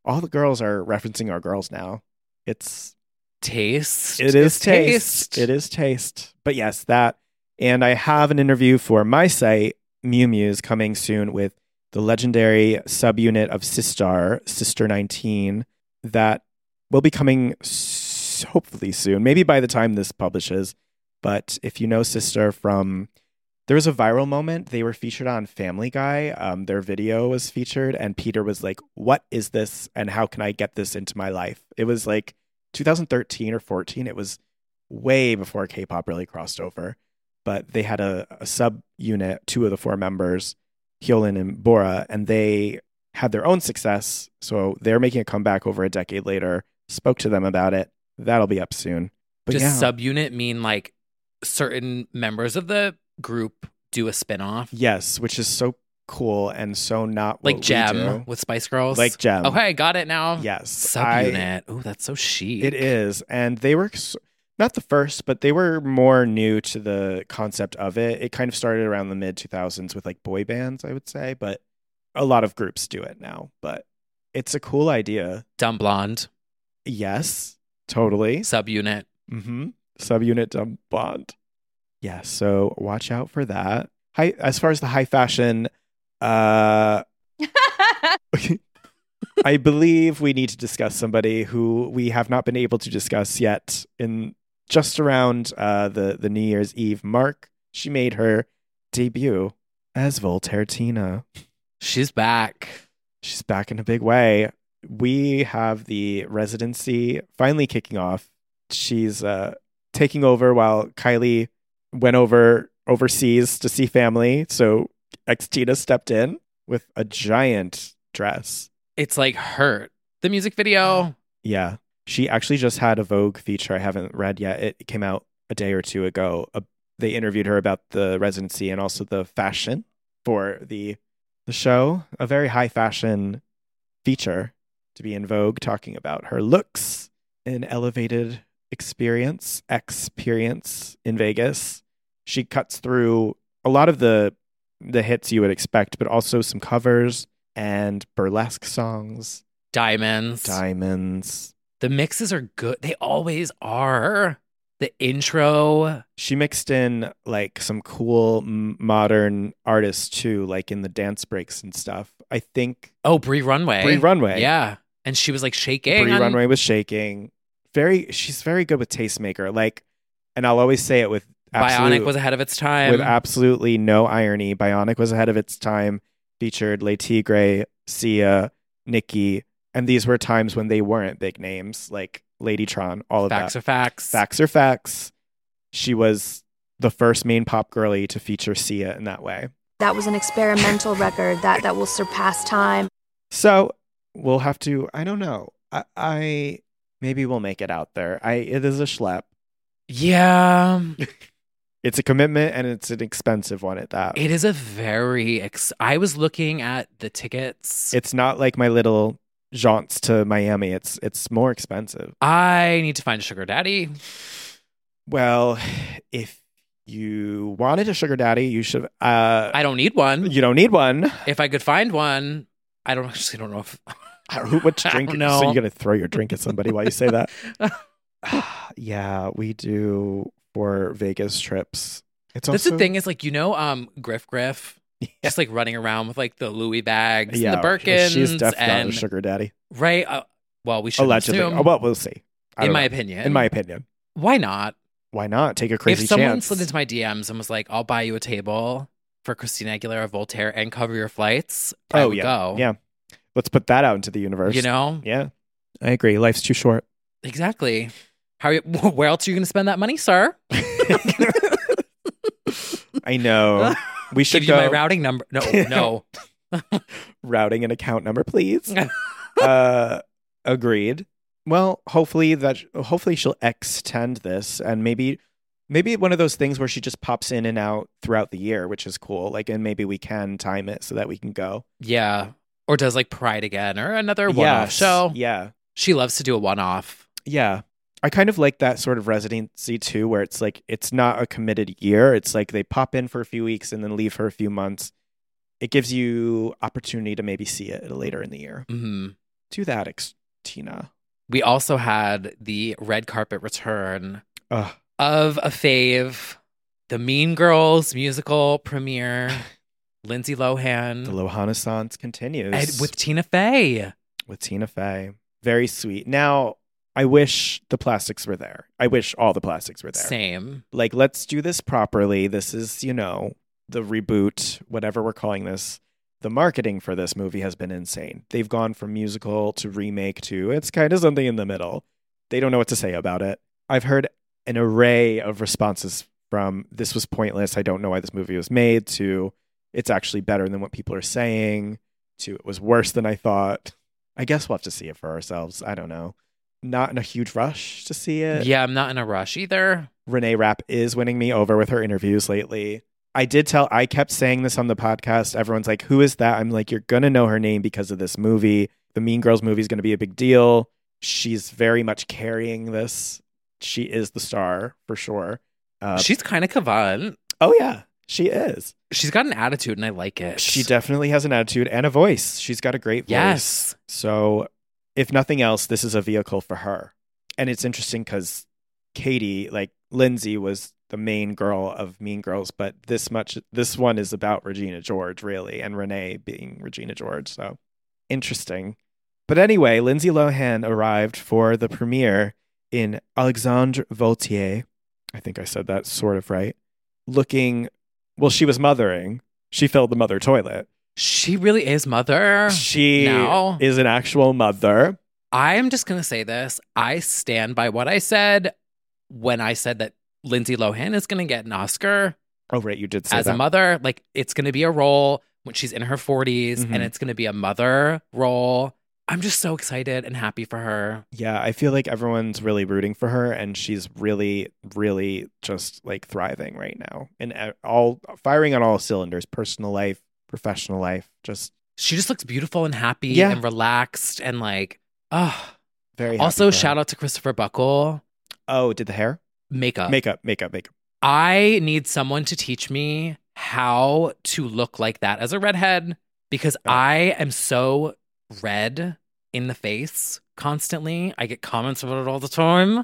S2: All the girls are referencing our girls now. It's
S1: Taste.
S2: it is taste. It is taste. But yes, that. And I have an interview for my site, Mew Mew's, coming soon with the legendary subunit of Sistar, Sister 19, that will be coming s- hopefully soon, maybe by the time this publishes. But if you know Sister from. There was a viral moment. They were featured on Family Guy. Um, their video was featured, and Peter was like, What is this? And how can I get this into my life? It was like 2013 or 14. It was way before K-pop really crossed over, but they had a, a sub unit, two of the four members, Hyolyn and Bora, and they had their own success. So they're making a comeback over a decade later. Spoke to them about it. That'll be up soon. But
S1: Does
S2: yeah,
S1: subunit mean like certain members of the group do a spinoff?
S2: yes, which is so cool and so not what
S1: Like
S2: we
S1: Gem
S2: do.
S1: with Spice Girls?
S2: like Gem.
S1: Okay, got it now.
S2: Yes, I-
S1: Subunit. Oh, that's so chic.
S2: It is. And they were s- not the first, but they were more new to the concept of it. It kind of started around the mid 2000s with like boy bands, I would say, but a lot of groups do it now. But it's a cool idea.
S1: Dumb blonde.
S2: Yes, totally.
S1: Subunit.
S2: Mm-hmm. Subunit dumb bond. Yeah, so watch out for that. Hi, as far as the high fashion, uh, I believe we need to discuss somebody who we have not been able to discuss yet. In just around uh, the the New Year's Eve mark, she made her debut as Voltaire Tina.
S1: She's back.
S2: She's back in a big way. We have the residency finally kicking off. She's uh, taking over while Kylie went over overseas to see family. So ex Tina stepped in with a giant dress.
S1: It's like Hurt, the music video.
S2: Yeah. She actually just had a Vogue feature I haven't read yet. It came out a day or two ago. Uh, they interviewed her about the residency and also the fashion for the the show. A very high fashion feature to be in Vogue talking about her looks, an elevated experience, experience in Vegas. She cuts through a lot of the the hits you would expect, but also some covers and burlesque songs,
S1: Diamonds.
S2: diamonds,
S1: the mixes are good. They always are. The intro.
S2: she mixed in like some cool m- modern artists too, like in the dance breaks and stuff. I think
S1: Oh, Brie Runway.
S2: Bree Runway.
S1: Yeah. And she was like shaking.
S2: Bree
S1: on-
S2: Runway was shaking. Very, she's very good with tastemaker. Like, and I'll always say it with absolute,
S1: Bionic was ahead of its time.
S2: with absolutely no irony. Bionic was ahead of its time. Featured Le Tigre, Sia, Nikki, and these were times when they weren't big names like Ladytron. All of that.
S1: facts are facts.
S2: Facts are facts. She was the first main pop girly to feature Sia in that way.
S5: That was an experimental record that, that will surpass time.
S2: So we'll have to. I don't know. I, I maybe we'll make it out there. I it is a schlep.
S1: Yeah.
S2: It's a commitment and it's an expensive one at that.
S1: It is a very. Ex- I was looking at the tickets.
S2: it's not like my little jaunts to Miami. It's it's more expensive.
S1: I need to find a sugar daddy.
S2: Well, if you wanted a sugar daddy, you should. Uh,
S1: I don't need one.
S2: you don't need one.
S1: If I could find one, I don't actually don't know if
S2: Who- What
S1: I
S2: drink?
S1: don't
S2: So
S1: know.
S2: you're gonna throw your drink at somebody while you say that? yeah, we do for Vegas trips. It's
S1: That's
S2: also,
S1: the thing is like you know um Griff Griff just like running around with like the Louis bags
S2: Yeah,
S1: and the Birkins
S2: she's definitely
S1: and
S2: not a sugar daddy.
S1: right. Uh, well, we should
S2: Allegedly,
S1: assume.
S2: oh, well, we'll see. I
S1: in
S2: don't
S1: my
S2: know.
S1: opinion,
S2: in my opinion,
S1: why not?
S2: why not take a crazy
S1: if someone
S2: chance?
S1: slid into my DMs and was like, "I'll buy you a table for Christina Aguilera, Voltaire, and cover your flights," I
S2: oh
S1: would
S2: yeah,
S1: go.
S2: yeah. Let's put that out into the universe.
S1: you know
S2: yeah, I agree. Life's too short.
S1: exactly. How are you, where else are you going to spend that money, sir?
S2: I know. We should
S1: Give you
S2: go
S1: my routing number. No, no.
S2: routing and account number, please. uh, agreed. Well, hopefully that hopefully she'll extend this and maybe maybe one of those things where she just pops in and out throughout the year, which is cool. Like, and maybe we can time it so that we can go.
S1: yeah, or does like Pride again or another one-off
S2: Yes.
S1: show?
S2: Yeah,
S1: She loves to do a one-off.
S2: yeah. I kind of like that sort of residency too, where it's like it's not a committed year. It's like they pop in for a few weeks and then leave for a few months. It gives you opportunity to maybe see it later in the year.
S1: hmm
S2: Do that, ex- Tina.
S1: We also had the red carpet return
S2: Ugh.
S1: of a fave, the Mean Girls musical premiere, Lindsay Lohan
S2: The Lohanessance continues
S1: Mm-hmm. and with Tina Fey.
S2: with Tina Fey. Very sweet. Now, I wish the plastics were there. I wish all the plastics were there.
S1: Same.
S2: Like, let's do this properly. This is, you know, the reboot, whatever we're calling this. The marketing for this movie has been insane. They've gone from musical to remake to it's kind of something in the middle. They don't know what to say about it. I've heard an array of responses from this was pointless. I don't know why this movie was made to it's actually better than what people are saying to it was worse than I thought. I guess we'll have to see it for ourselves. I don't know. Not in a huge rush to see it.
S1: Yeah, I'm not in a rush either.
S2: Renee Rapp is winning me over with her interviews lately. I did tell, I kept saying this on the podcast. Everyone's like, who is that? I'm like, you're going to know her name because of this movie. The Mean Girls movie is going to be a big deal. She's very much carrying this. She is the star for sure. Uh,
S1: She's kind of cavant.
S2: oh, yeah, she is.
S1: She's got an attitude, and I like it.
S2: She definitely has an attitude and a voice. She's got a great voice.
S1: Yes.
S2: So, if nothing else, this is a vehicle for her. And it's interesting because Katie, like Lindsay, was the main girl of Mean Girls, but this much, this one is about Regina George, really, and Renee being Regina George. So, interesting. But anyway, Lindsay Lohan arrived for the premiere in Alexandre Voltier. I think I said that sort of right. Looking, well, she was mothering. She filled the mother toilet.
S1: She really is mother.
S2: She
S1: now.
S2: is an actual mother.
S1: I am just going to say this. I stand by what I said when I said that Lindsay Lohan is going to get an Oscar
S2: Oh, right. You did say
S1: as
S2: that.
S1: a mother. Like, it's going to be a role when she's in her 40s
S2: Mhm.
S1: and it's going to be a mother role. I'm just so excited and happy for her.
S2: Yeah, I feel like everyone's really rooting for her, and she's really, really just like thriving right now and uh, all firing on all cylinders personal life, professional life, just
S1: She just looks beautiful and happy
S2: Yeah.
S1: and relaxed and like, oh.
S2: very. happy
S1: Also,
S2: for her.
S1: shout out to Christopher Buckle.
S2: Oh, did the hair?
S1: Makeup.
S2: Makeup, makeup, makeup.
S1: I need someone to teach me how to look like that as a redhead because
S2: Yeah.
S1: I am so red in the face constantly. I get comments about it all the time.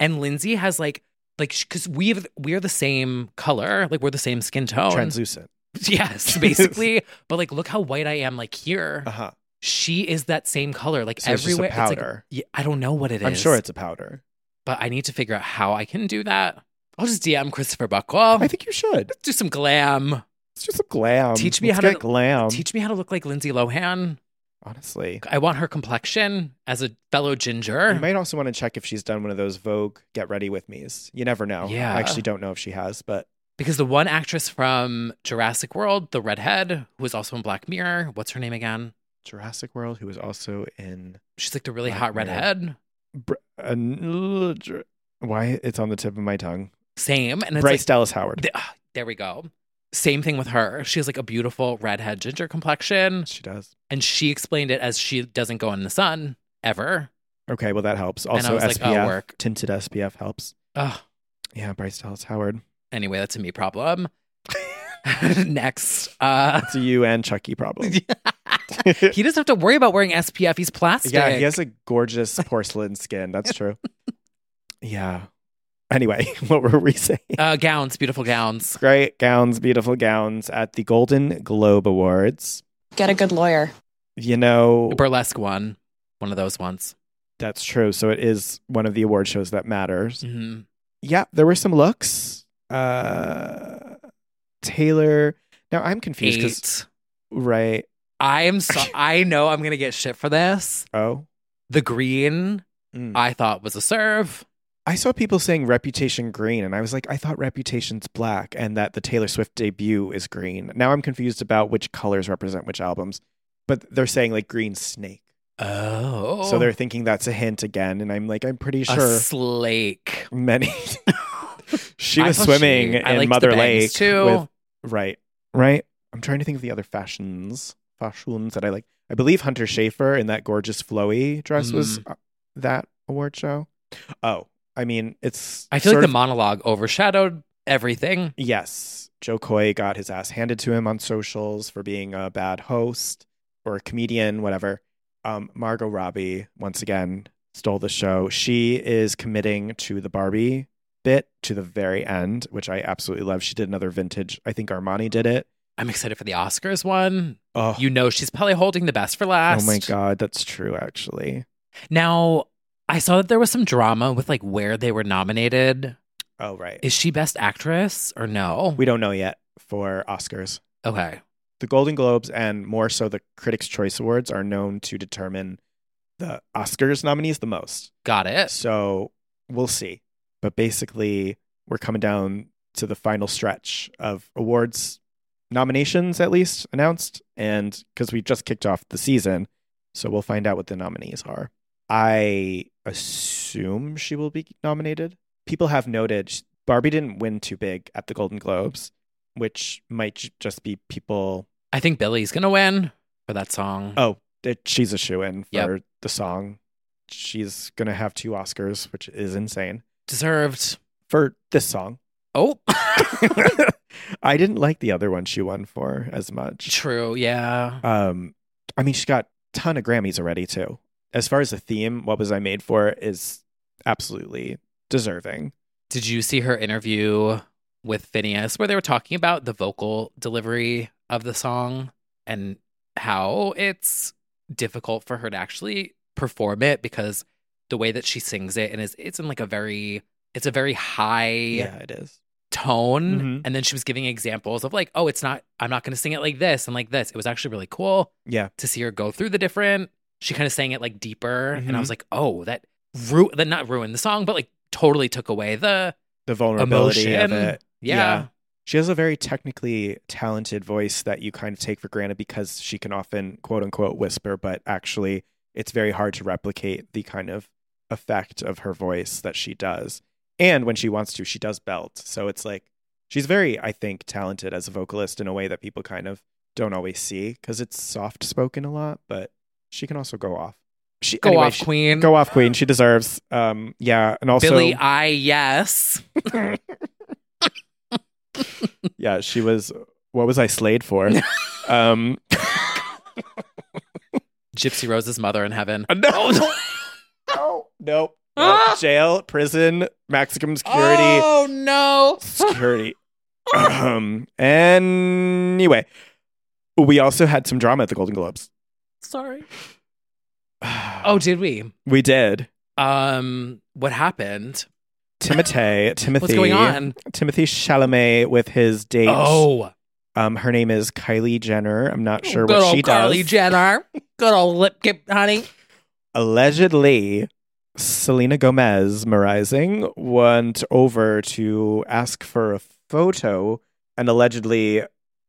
S1: And Lindsay has like like cuz we have we're the same color, like we're the same skin tone.
S2: Translucent.
S1: yes, basically. but like look how white I am like here.
S2: Uh huh.
S1: She is that same color like
S2: So it's just a
S1: everywhere. like-
S2: powder.
S1: yeah, I don't know what it is.
S2: I'm sure it's a powder.
S1: but I need to figure out how I can do that. I'll just DM Christopher Buckwell
S2: I think you should.
S1: do some glam.
S2: It's just a glam.
S1: Teach me
S2: Let's
S1: how to-
S2: get glam.
S1: Teach me how to look like Lindsay Lohan.
S2: Honestly,
S1: I want her complexion as a fellow ginger.
S2: you might also want to check if she's done one of those Vogue "Get Ready with Me's." You never know.
S1: Yeah.
S2: I actually don't know if she has, but
S1: because the one actress from Jurassic World, the redhead, who was also in Black Mirror, what's her name again?
S2: Jurassic World, who was also in
S1: She's like the really
S2: Black
S1: hot
S2: Mirror.
S1: redhead.
S2: Br- an- dr- why it's on the tip of my tongue.
S1: Same. And it's
S2: Bryce
S1: like,
S2: Dallas Howard.
S1: th- ah, there we go. Same thing with her. She has like a beautiful redhead ginger complexion.
S2: she does.
S1: And she explained it as she doesn't go in the sun ever.
S2: Okay, well that helps.
S1: And I
S2: Also,
S1: was like,
S2: SPF
S1: oh, work.
S2: tinted SPF helps.
S1: Ugh.
S2: Yeah, Bryce Dallas Howard.
S1: Anyway, that's a me problem. Next. Uh,
S2: It's a you and Chucky problem.
S1: he doesn't have to worry about wearing SPF. He's plastic.
S2: yeah, he has a gorgeous porcelain skin. That's true. yeah. Anyway, what were we saying?
S1: uh, gowns, beautiful gowns.
S2: Great gowns, beautiful gowns at the Golden Globe Awards.
S6: Get a good lawyer.
S2: You know,
S1: A burlesque one, one of those ones.
S2: that's true. So it is one of the award shows that matters.
S1: hmm
S2: yeah, there were some looks. Uh Taylor. Now I'm confused because
S1: Eight.
S2: right.
S1: I am. So- I know I'm gonna get shit for this.
S2: Oh,
S1: The green
S2: Mm.
S1: I thought was a serve.
S2: I saw people saying Reputation green, and I was like, I thought Reputation's black, and that the Taylor Swift debut is green. Now I'm confused about which colors represent which albums, but they're saying like Green Snake,
S1: Oh,
S2: so they're thinking that's a hint again, and I'm like, I'm pretty
S1: a
S2: sure
S1: slake.
S2: many. she
S1: I
S2: was
S1: thought
S2: swimming
S1: she- I liked
S2: in
S1: the
S2: Mother
S1: bangs,
S2: Lake
S1: too.
S2: with Right. Right. I'm trying to think of the other fashions, fashions that I
S1: Mm-hmm.
S2: like. I believe Hunter Schafer in that gorgeous flowy dress was uh, that award show. Oh, I mean, it's.
S1: I feel like
S2: sort
S1: the
S2: of-
S1: monologue overshadowed everything.
S2: Yes. Joe Coy got his ass handed to him on socials for being a bad host or a comedian, whatever. Um, Margot Robbie, once again, stole the show. She is committing to the Barbie bit to the very end, which I absolutely love. She did another vintage. I think Armani did it.
S1: I'm excited for the Oscars one.
S2: Oh,
S1: You know, she's probably holding the best for last.
S2: oh my God. That's true, actually.
S1: Now, I saw that there was some drama with like where they were nominated.
S2: Oh, right.
S1: Is she best actress or no?
S2: we don't know yet for Oscars.
S1: okay.
S2: the Golden Globes and more so the Critics' Choice Awards are known to determine the Oscars nominees the most.
S1: Got it.
S2: So we'll see. But basically, we're coming down to the final stretch of awards nominations, at least announced. And because we just kicked off the season, so we'll find out what the nominees are. I assume she will be nominated. People have noted sh- Barbie didn't win too big at the Golden Globes, which might j- just be people
S1: I think Billy's gonna win for that song.
S2: Oh, it, she's a shoe in for
S1: Yep.
S2: the song. She's gonna have two Oscars, which is insane
S1: Deserved.
S2: for this song.
S1: Oh,
S2: I didn't like the other one she won for as much.
S1: true. Yeah.
S2: Um, I mean, she's got a ton of Grammys already too. As far as the theme, "What Was I Made For" is absolutely deserving.
S1: Did you see her interview with Phineas where they were talking about the vocal delivery of the song and how it's difficult for her to actually perform it because the way that she sings it and is it's in like a very it's a very high
S2: it is.
S1: tone
S2: Mhm.
S1: and then she was giving examples of like oh it's not i'm not going to sing it like this and like this it was actually really cool
S2: Yeah,
S1: to see her go through the different she kind of sang it like deeper and i
S2: Mhm.
S1: was like oh that ru- that not ruined the song but like totally took away the
S2: the vulnerability
S1: emotion
S2: of it.
S1: yeah.
S2: Yeah. She has a very technically talented voice that you kind of take for granted because she can often quote unquote whisper, but actually it's very hard to replicate the kind of effect of her voice that she does. And when she wants to, she does belt. So it's like she's very, I think, talented as a vocalist in a way that people kind of don't always see because it's soft spoken a lot, but she can also go off. She
S1: go
S2: anyway,
S1: off
S2: she-
S1: queen
S2: Go off, Queen. She deserves. Um, yeah, and also
S1: billy i yes
S2: Yeah, she was. What was I slayed for? um,
S1: gypsy rose's mother in heaven
S2: no, no, no, nope. Nope. Jail, prison, maximum security,
S1: oh no
S2: security. um, anyway, we also had some drama at the Golden Globes.
S1: sorry oh did we
S2: we did.
S1: um what happened
S2: Timothy, Timothy,
S1: what's going on
S2: Timothy Chalamet with his date.
S1: oh
S2: um, her name is Kylie Jenner. I'm not sure
S1: good
S2: what
S1: old
S2: she
S1: Carly
S2: does.
S1: Jenner. Good old lip kip, honey.
S2: allegedly Selena Gomez Marising went over to ask for a photo and allegedly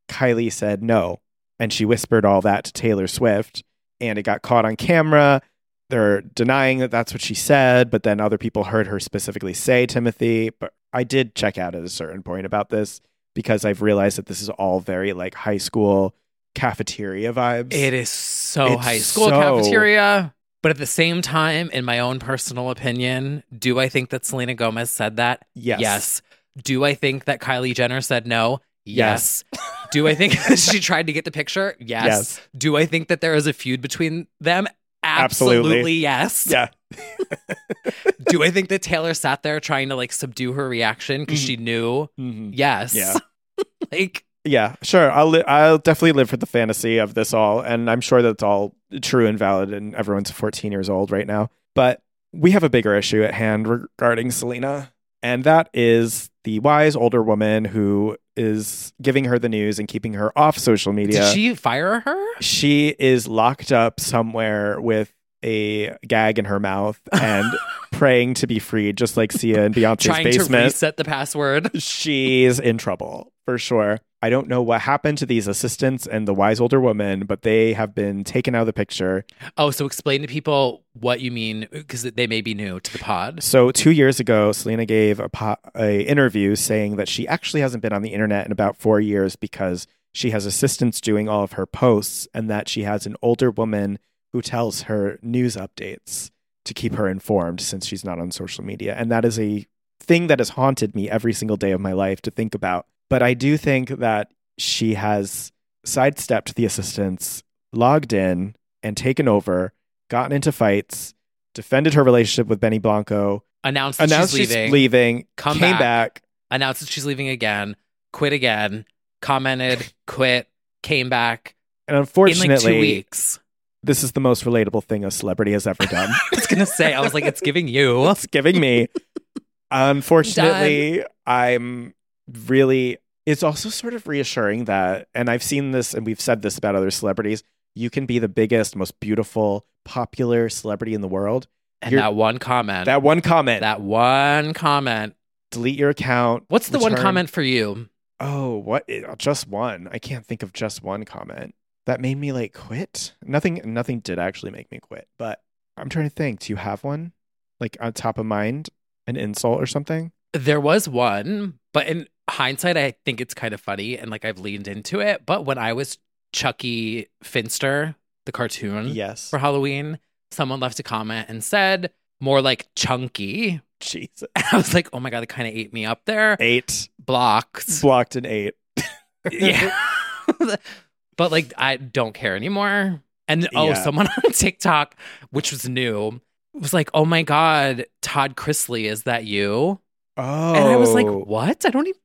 S2: Kylie said no and she whispered all that to Taylor Swift and it got caught on camera they're denying that that's what she said but then other people heard her specifically say Timothy but I did check out at a certain point about this because I've realized that this is all very like high school cafeteria vibes
S1: It is so
S2: It's
S1: high school
S2: so-
S1: cafeteria. But at the same time, in my own personal opinion, do I think that Selena Gomez said that?
S2: Yes.
S1: Do I think that Kylie Jenner said no? Yes.
S2: Yes.
S1: do I think that she tried to get the picture? Yes.
S2: Yes.
S1: Do I think that there is a feud between them?
S2: Absolutely.
S1: Absolutely yes.
S2: yeah
S1: Do I think that Taylor sat there trying to like subdue her reaction because
S2: Mhm.
S1: she knew?
S2: Mhm.
S1: Yes.
S2: Yeah.
S1: like
S2: Yeah, sure. I'll li- I'll definitely live for the fantasy of this all, and I'm sure that's all true and valid. And everyone's 14 years old right now, but we have a bigger issue at hand regarding Selena, and that is the wise older woman who is giving her the news and keeping her off social media.
S1: Did she fire her?
S2: she is locked up somewhere with a gag in her mouth and praying to be freed, just like Sia in Beyonce's
S1: Trying to
S2: basement
S1: reset the password.
S2: she's in trouble for sure. I don't know what happened to these assistants and the wise older woman, but they have been taken out of the picture.
S1: Oh, so explain to people what you mean because they may be new to the pod.
S2: So two years ago, Selena gave a, po- a interview saying that she actually hasn't been on the internet in about four years because she has assistants doing all of her posts, and that she has an older woman who tells her news updates to keep her informed since she's not on social media. And that is a thing that has haunted me every single day of my life to think about. But I do think that she has sidestepped the assistants, logged in and taken over, gotten into fights, defended her relationship with Benny Blanco,
S1: announced that
S2: announced
S1: she's leaving, Come
S2: came
S1: back.
S2: back.
S1: announced that she's leaving again, quit again, commented, quit, came back
S2: And
S1: in like two
S2: unfortunately,
S1: weeks.
S2: this is the most relatable thing a celebrity has ever done.
S1: I was gonna say, I was like, it's giving you.
S2: it's giving me. Unfortunately, I'm really. It's also sort of reassuring that, and I've seen this and we've said this about other celebrities you can be the biggest, most beautiful, popular celebrity in the world.
S1: And
S2: You're-
S1: that one comment.
S2: That one comment,
S1: that one comment.
S2: delete your account.
S1: What's the one
S2: return-
S1: comment for you?
S2: Oh, what? it- Just one. I can't think of just one comment that made me like quit. Nothing. Nothing did actually make me quit. But I'm trying to think. Do you have one like on top of mind, an insult or something?
S1: There was one, but in hindsight, I think it's kind of funny and like I've leaned into it. But when I was Chucky Finster, the cartoon
S2: Yes.
S1: for Halloween, someone left a comment and said more like chunky.
S2: Jesus.
S1: I was like, oh my God, that kind of ate me up there.
S2: Eight
S1: Blocked.
S2: blocked an eight.
S1: yeah. but like, I don't care anymore. And oh,
S2: Yeah.
S1: someone on TikTok, which was new, was like, oh my God, Todd Chrisley, is that you?
S2: Oh.
S1: And I was like, what? I don't even,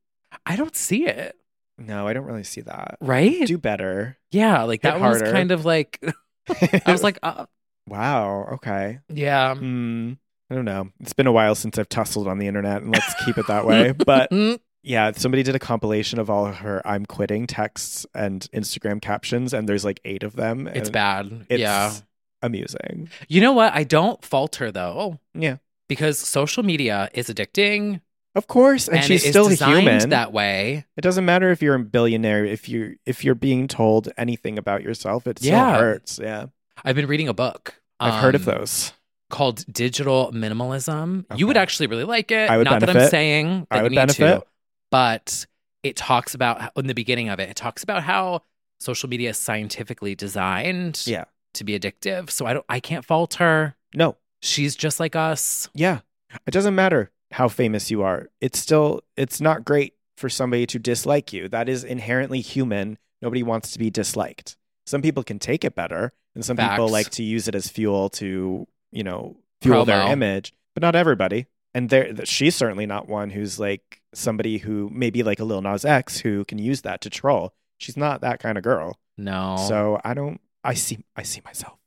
S1: I don't see it.
S2: no, I don't really see that.
S1: Right?
S2: Do better.
S1: yeah, like
S2: Hit
S1: that one was
S2: harder.
S1: kind of like I was like, uh,
S2: wow. Okay.
S1: yeah.
S2: Hmm. I don't know. It's been a while since I've tussled on the internet, and let's keep it that way. But
S1: Mm.
S2: yeah, somebody did a compilation of all her "I'm quitting" texts and Instagram captions, and there's like eight of them.
S1: it's
S2: and
S1: bad.
S2: It's
S1: yeah.
S2: amusing.
S1: You know what? I don't falter though
S2: Yeah,
S1: because social media is addicting
S2: of course. And, she's
S1: it is
S2: still a
S1: designed
S2: human.
S1: that way.
S2: it doesn't matter if you're a billionaire. If you if you're being told anything about yourself, it still
S1: Yeah.
S2: hurts. Yeah,
S1: I've been reading a book.
S2: I've heard of
S1: um,
S2: those.
S1: Called Digital Minimalism. You would
S2: Okay.
S1: actually really like it.
S2: I would
S1: Not that I'm
S2: benefit.
S1: saying that
S2: I
S1: you
S2: would
S1: need
S2: benefit.
S1: to, but it talks about in the beginning of it, it talks about how social media is scientifically designed
S2: Yeah.
S1: to be addictive. So I don't I can't falter.
S2: No,
S1: She's just like us.
S2: Yeah. It doesn't matter how famous you are. It's still it's not great for somebody to dislike you. That is inherently human. Nobody wants to be disliked. Some people can take it better, and some people
S1: Facts.
S2: like to use it as fuel to, you know, fuel their
S1: Promo.
S2: image, but not everybody. And there th- she's certainly not one who's like somebody who maybe like a Lil Nas X who can use that to troll. She's not that kind of girl.
S1: No.
S2: So I don't. I see. I see myself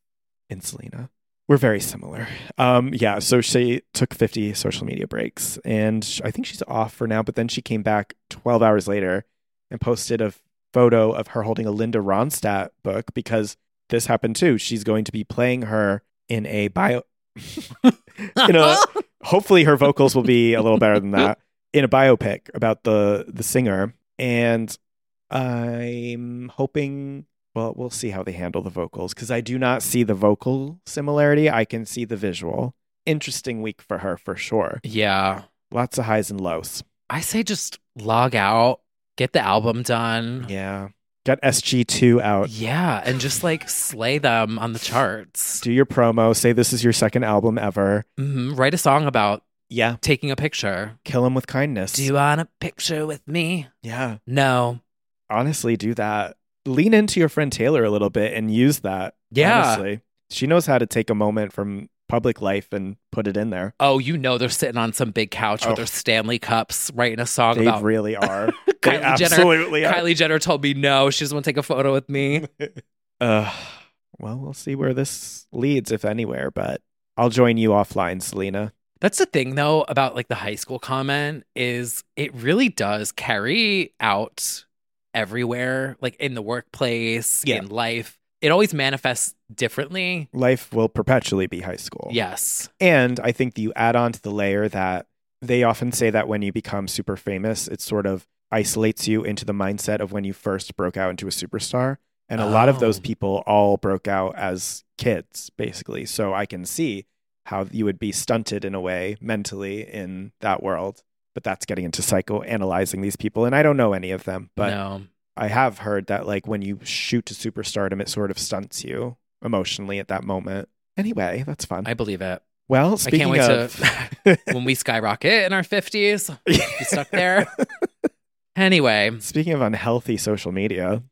S2: in Selena. We're very similar. Um, yeah. So she took fifty social media breaks, and sh- I think she's off for now. But then she came back twelve hours later and posted a photo of her holding a Linda Ronstadt book because this happened too. She's going to be playing her in a bio. you know, hopefully her vocals will be a little better than that in a biopic about the the singer. And I'm hoping. Well, we'll see how they handle the vocals because I do not see the vocal similarity. I can see the visual. Interesting week for her for sure.
S1: yeah.
S2: Lots of highs and lows.
S1: I say just log out, get the album done.
S2: Yeah. Got SG2 out.
S1: Yeah, and just like slay them on the charts.
S2: Do your promo. Say this is your second album ever.
S1: hmm Write a song about
S2: Yeah.
S1: taking a picture.
S2: Kill him with kindness.
S1: Do you want a picture with me?
S2: yeah.
S1: No.
S2: Honestly, do that. Lean into your friend Taylor a little bit and use that.
S1: Yeah.
S2: Honestly. She knows how to take a moment from public life and put it in there.
S1: Oh, you know they're sitting on some big couch
S2: Oh.
S1: with their Stanley cups writing a song
S2: They
S1: about
S2: really are. they
S1: Kylie Jenner.
S2: absolutely are.
S1: Kylie Jenner told me no, she doesn't want to take a photo with me.
S2: Uh, well, we'll see where this leads, if anywhere, but I'll join you offline, Selena.
S1: That's the thing though about like the high school comment is it really does carry out everywhere, like in the workplace,
S2: Yeah.
S1: in life. It always manifests differently.
S2: Life will perpetually be high school.
S1: Yes.
S2: And I think you add on to the layer that they often say that when you become super famous, it sort of isolates you into the mindset of when you first broke out into a superstar. And a lot of
S1: Oh.
S2: those people all broke out as kids, basically. So I can see how you would be stunted in a way mentally in that world. But that's getting into psychoanalyzing these people. And I don't know any of them, but
S1: no.
S2: I have heard that like when you shoot to superstardom, it sort of stunts you emotionally at that moment. Anyway, that's fun.
S1: I believe it.
S2: Well,
S1: I can't
S2: speaking
S1: wait
S2: of,
S1: to when we skyrocket in our fifties. Be stuck there. anyway,
S2: speaking of unhealthy social media,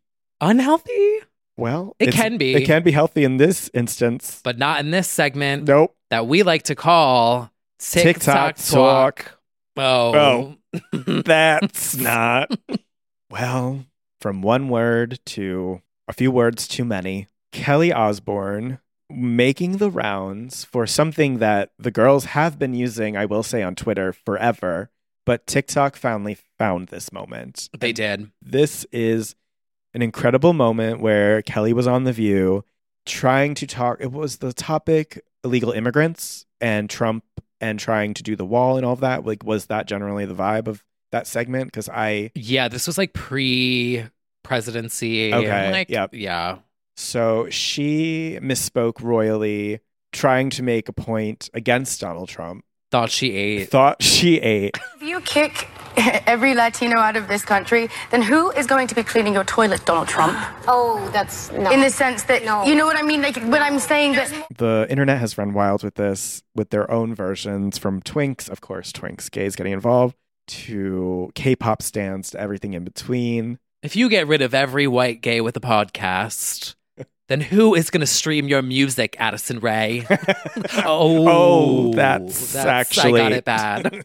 S1: unhealthy,
S2: well,
S1: It
S2: it's-
S1: can be.
S2: It can be healthy in this instance.
S1: but not in this segment
S2: Nope.
S1: that we like to call TikTok,
S2: TikTok
S1: talk. Oh,
S2: That's not. well, from one word to a few words too many, Kelly Osborne making the rounds for something that the girls have been using, I will say, on Twitter forever. But TikTok finally found this moment.
S1: they did.
S2: This is an incredible moment where Kelly was on The View trying to talk. It was the topic illegal immigrants and Trump and trying to do the wall and all of that. Like, was that generally the vibe of that segment? Because I,
S1: Yeah, this was like pre presidency.
S2: Okay,
S1: Like,
S2: yep.
S1: Yeah.
S2: so she misspoke royally, trying to make a point against Donald Trump.
S1: Thought she ate.
S2: Thought she ate.
S6: If you kick every Latino out of this country, then who is going to be cleaning your toilet, Donald Trump?
S7: Oh, that's not.
S6: In the sense that,
S7: No.
S6: you know what I mean? Like, when I'm saying that,
S2: The internet has run wild with this, with their own versions from Twinks, of course, Twinks, gays getting involved, to K pop stands, to everything in between.
S1: If you get rid of every white gay with a podcast, then who is going to stream your music, Addison Ray? oh,
S2: Oh, that's
S1: I got
S2: actually-
S1: it bad.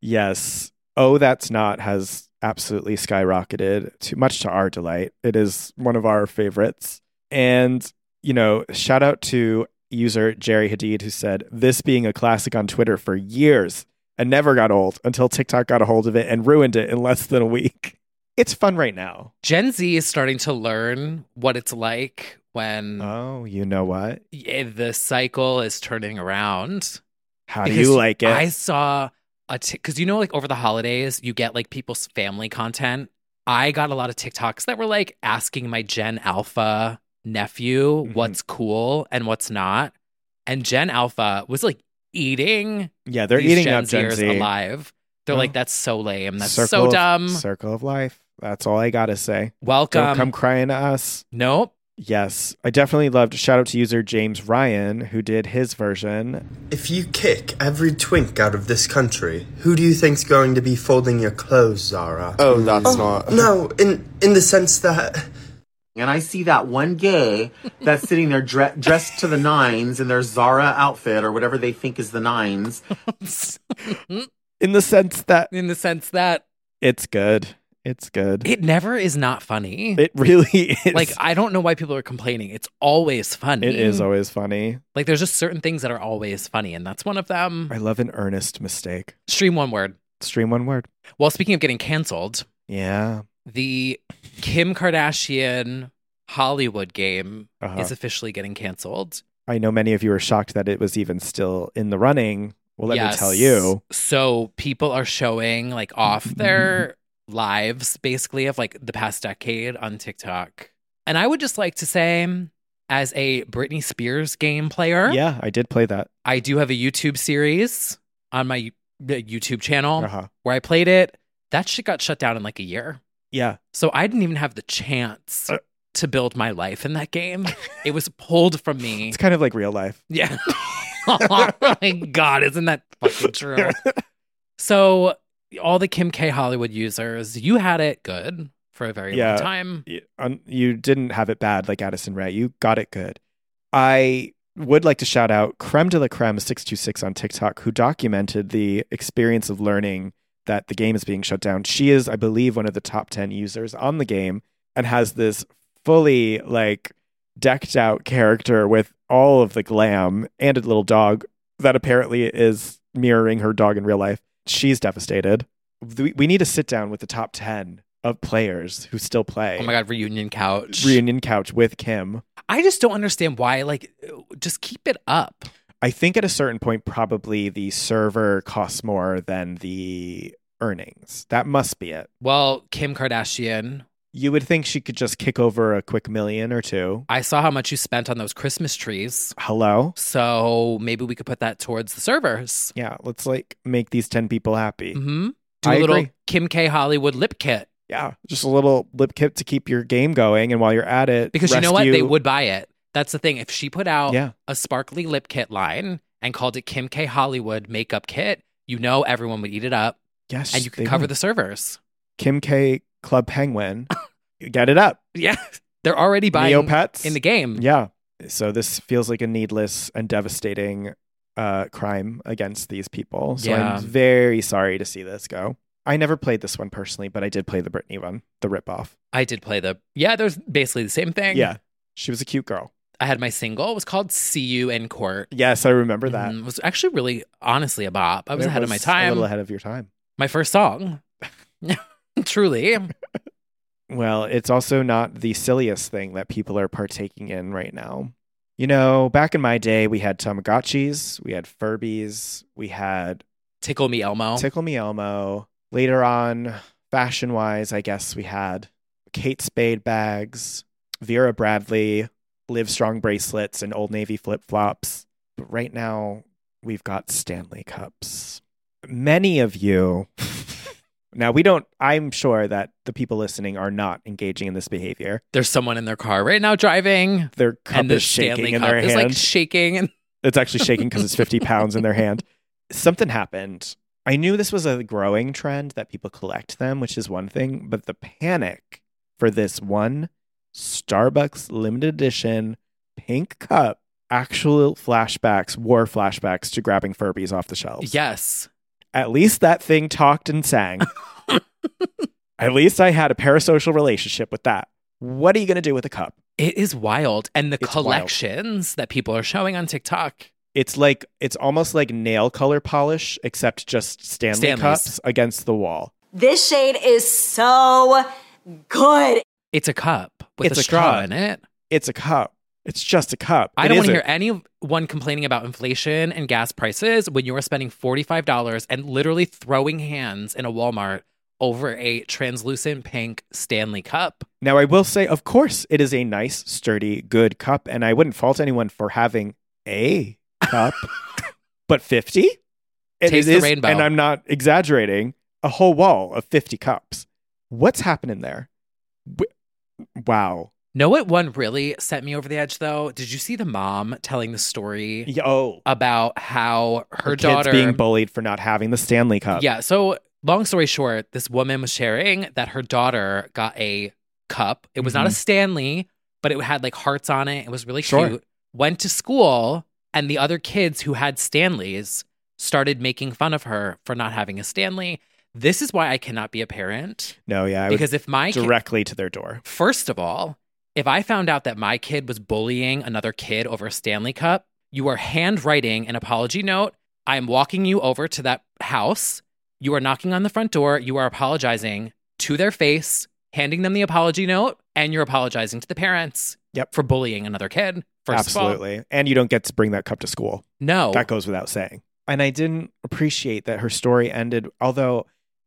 S2: Yes. Oh, that's not has absolutely skyrocketed, to, much to our delight. It is one of our favorites. And, you know, shout out to user Jerry Hadid, who said, This being a classic on Twitter for years and never got old until TikTok got a hold of it and ruined it in less than a week. It's fun right now.
S1: Gen Z is starting to learn what it's like when
S2: Oh, you know what?
S1: y- the cycle is turning around.
S2: How do
S1: Because
S2: you like it?
S1: I saw a because you know, like over the holidays, you get like people's family content. I got a lot of TikToks that were like asking my Gen Alpha nephew
S2: Mhm.
S1: what's cool and what's not, and Gen Alpha was like eating
S2: yeah, they're
S1: these
S2: eating
S1: Gen
S2: up Gen
S1: Zers
S2: Z.
S1: alive. They're like,
S2: Well,
S1: that's so lame. That's
S2: Circle
S1: so
S2: of-
S1: dumb.
S2: circle of life. That's all I got to say.
S1: Welcome.
S2: Don't come crying to us.
S1: nope.
S2: Yes, I definitely loved. Shout out to user James Ryan who did his version.
S8: If you kick every twink out of this country, who do you think's going to be folding your clothes, Zara? Oh, that's not. No, in in the sense that. And I see that one gay that's sitting there dre- dressed to the nines in their Zara outfit or whatever they think is the nines.
S2: In the sense that
S1: In the sense that
S2: it's good, it's good. It,
S1: it never is not funny.
S2: really is.
S1: like mm. I don't know why people are complaining. It's always funny.
S2: it is always funny.
S1: Like there's just certain things that are always funny, and that's one of them.
S2: I love an earnest mistake.
S1: Stream one word.
S2: Stream one word.
S1: Well, speaking of getting canceled,
S2: Yeah.
S1: the Kim Kardashian Hollywood game
S2: Uh-huh.
S1: is officially getting canceled.
S2: I know many of you are shocked that it was even still in the running. Well, let me tell you.
S1: So people are showing like off their lives basically of like the past decade on TikTok. And I would just like to say, as a Britney Spears game player,
S2: Yeah, I did play that.
S1: I do have a YouTube series on my y- YouTube channel
S2: Uh-huh.
S1: where I played it. That shit got shut down in like a year.
S2: Yeah.
S1: So I didn't even have the chance
S2: Uh.
S1: to build my life in that game. it was pulled from me.
S2: It's kind of like real life.
S1: Yeah. oh my God, isn't that fucking true? So all the Kim K Hollywood users, you had it good for a very
S2: Yeah.
S1: long time.
S2: y- un- you didn't have it bad like Addison Ray. You got it good. I would like to shout out Creme de la Creme 626 on TikTok, who documented the experience of learning that the game is being shut down. She is, I believe, one of the top 10 users on the game and has this fully like decked out character with all of the glam and a little dog that apparently is mirroring her dog in real life. She's devastated. We we need to sit down with the top 10 of players who still play
S1: Oh my God, reunion couch.
S2: reunion couch with Kim.
S1: I just don't understand why, like, just keep it up.
S2: I think at a certain point, probably the server costs more than the earnings. That must be it.
S1: Well, Kim Kardashian,
S2: You would think she could just kick over a quick million or two.
S1: I saw how much you spent on those Christmas trees.
S2: Hello?
S1: So maybe we could put that towards the servers.
S2: Yeah, let's like make these 10 people happy.
S1: hmm Do a
S2: I
S1: little
S2: agree.
S1: Kim K Hollywood lip kit
S2: Yeah, just a little lip kit to keep your game going. And while you're at it,
S1: because you know what? They
S2: rescue-
S1: would buy it. That's the thing. If she put out
S2: Yeah.
S1: a sparkly lip kit line and called it Kim K Hollywood makeup kit, you know everyone would eat it up
S2: Yes.
S1: and you could
S2: they
S1: cover
S2: would.
S1: the servers.
S2: Kim K Club Penguin. Get it up.
S1: Yeah. They're already buying
S2: Neopets.
S1: in the game.
S2: Yeah. So this feels like a needless and devastating uh, crime against these people. So
S1: Yeah.
S2: I'm very sorry to see this go. I never played this one personally, but I did play the Britney one, the ripoff.
S1: I did play the Yeah, there's basically the same thing.
S2: Yeah. She was a cute girl.
S1: I had my single. It was called See You in Court.
S2: Yes, I remember that.
S1: Mhm. It was actually really honestly a bop. I was
S2: It
S1: ahead of my
S2: A
S1: time.
S2: little ahead of your time.
S1: My first song. Truly.
S2: Well, it's also not the silliest thing that people are partaking in right now. You know, back in my day, we had Tamagotchis, we had Furbies, we had
S1: Tickle Me Elmo.
S2: Tickle Me Elmo. Later on, fashion wise, I guess we had Kate Spade bags, Vera Bradley, Live Strong bracelets, and Old Navy flip flops. But right now, we've got Stanley Cups. Many of you. Now, we don't, I'm sure that the people listening are not engaging in this behavior.
S1: There's someone in their car right now driving.
S2: Their cup
S1: and the
S2: is shaking
S1: Stanley
S2: in
S1: Cup
S2: their
S1: is
S2: hand.
S1: like shaking and
S2: It's actually shaking because it's 50 pounds in their hand. Something happened. I knew this was a growing trend that people collect them, which is one thing, but the panic for this one Starbucks limited edition pink cup, actual flashbacks, war flashbacks to grabbing Furbies off the shelves.
S1: yes.
S2: At least that thing talked and sang. At least I had a parasocial relationship with that. What are you going to do with a cup?
S1: It is wild. And the
S2: It's wild.
S1: collections that people are showing on TikTok.
S2: It's like it's almost like nail color polish, except just Stanley
S1: Stanley's.
S2: cups against the wall.
S7: This shade is so good.
S1: It's a cup with
S2: It's
S1: a
S2: a
S1: straw
S2: cup.
S1: in it.
S2: It's a cup. It's just a cup.
S1: I
S2: It
S1: don't want to
S2: isn't.
S1: hear anyone complaining about inflation and gas prices when you are spending $45 and literally throwing hands in a Walmart over a translucent pink Stanley cup.
S2: Now I will say, of course, it is a nice, sturdy, good cup, and I wouldn't fault anyone for having a cup. but fifty?
S1: Taste the rainbow.
S2: and I'm not exaggerating. A whole wall of fifty cups. What's happening there? W- wow.
S1: Know what one really sent me over the edge though? Did you see the mom telling the story
S2: Yeah, Oh,
S1: about how her,
S2: her
S1: daughter
S2: kids being bullied for not having the Stanley Cup.
S1: Yeah. So, long story short, this woman was sharing that her daughter got a cup. It was not a
S2: Mhm.
S1: Stanley, but it had like hearts on it. It was really
S2: Sure.
S1: cute. Went to school, and the other kids who had Stanleys started making fun of her for not having a Stanley. This is why I cannot be a parent
S2: No, yeah. I would
S1: because if my kid,
S2: directly to their door.
S1: first of all, if I found out that my kid was bullying another kid over a Stanley Cup, you are handwriting an apology note. I am walking you over to that house. You are knocking on the front door. You are apologizing to their face, handing them the apology note, and you're apologizing to the parents
S2: Yep.
S1: for bullying another kid. First of all,
S2: Absolutely. And you don't get to bring that cup to school.
S1: no.
S2: That goes without saying. Oh. And I didn't appreciate that her story ended, although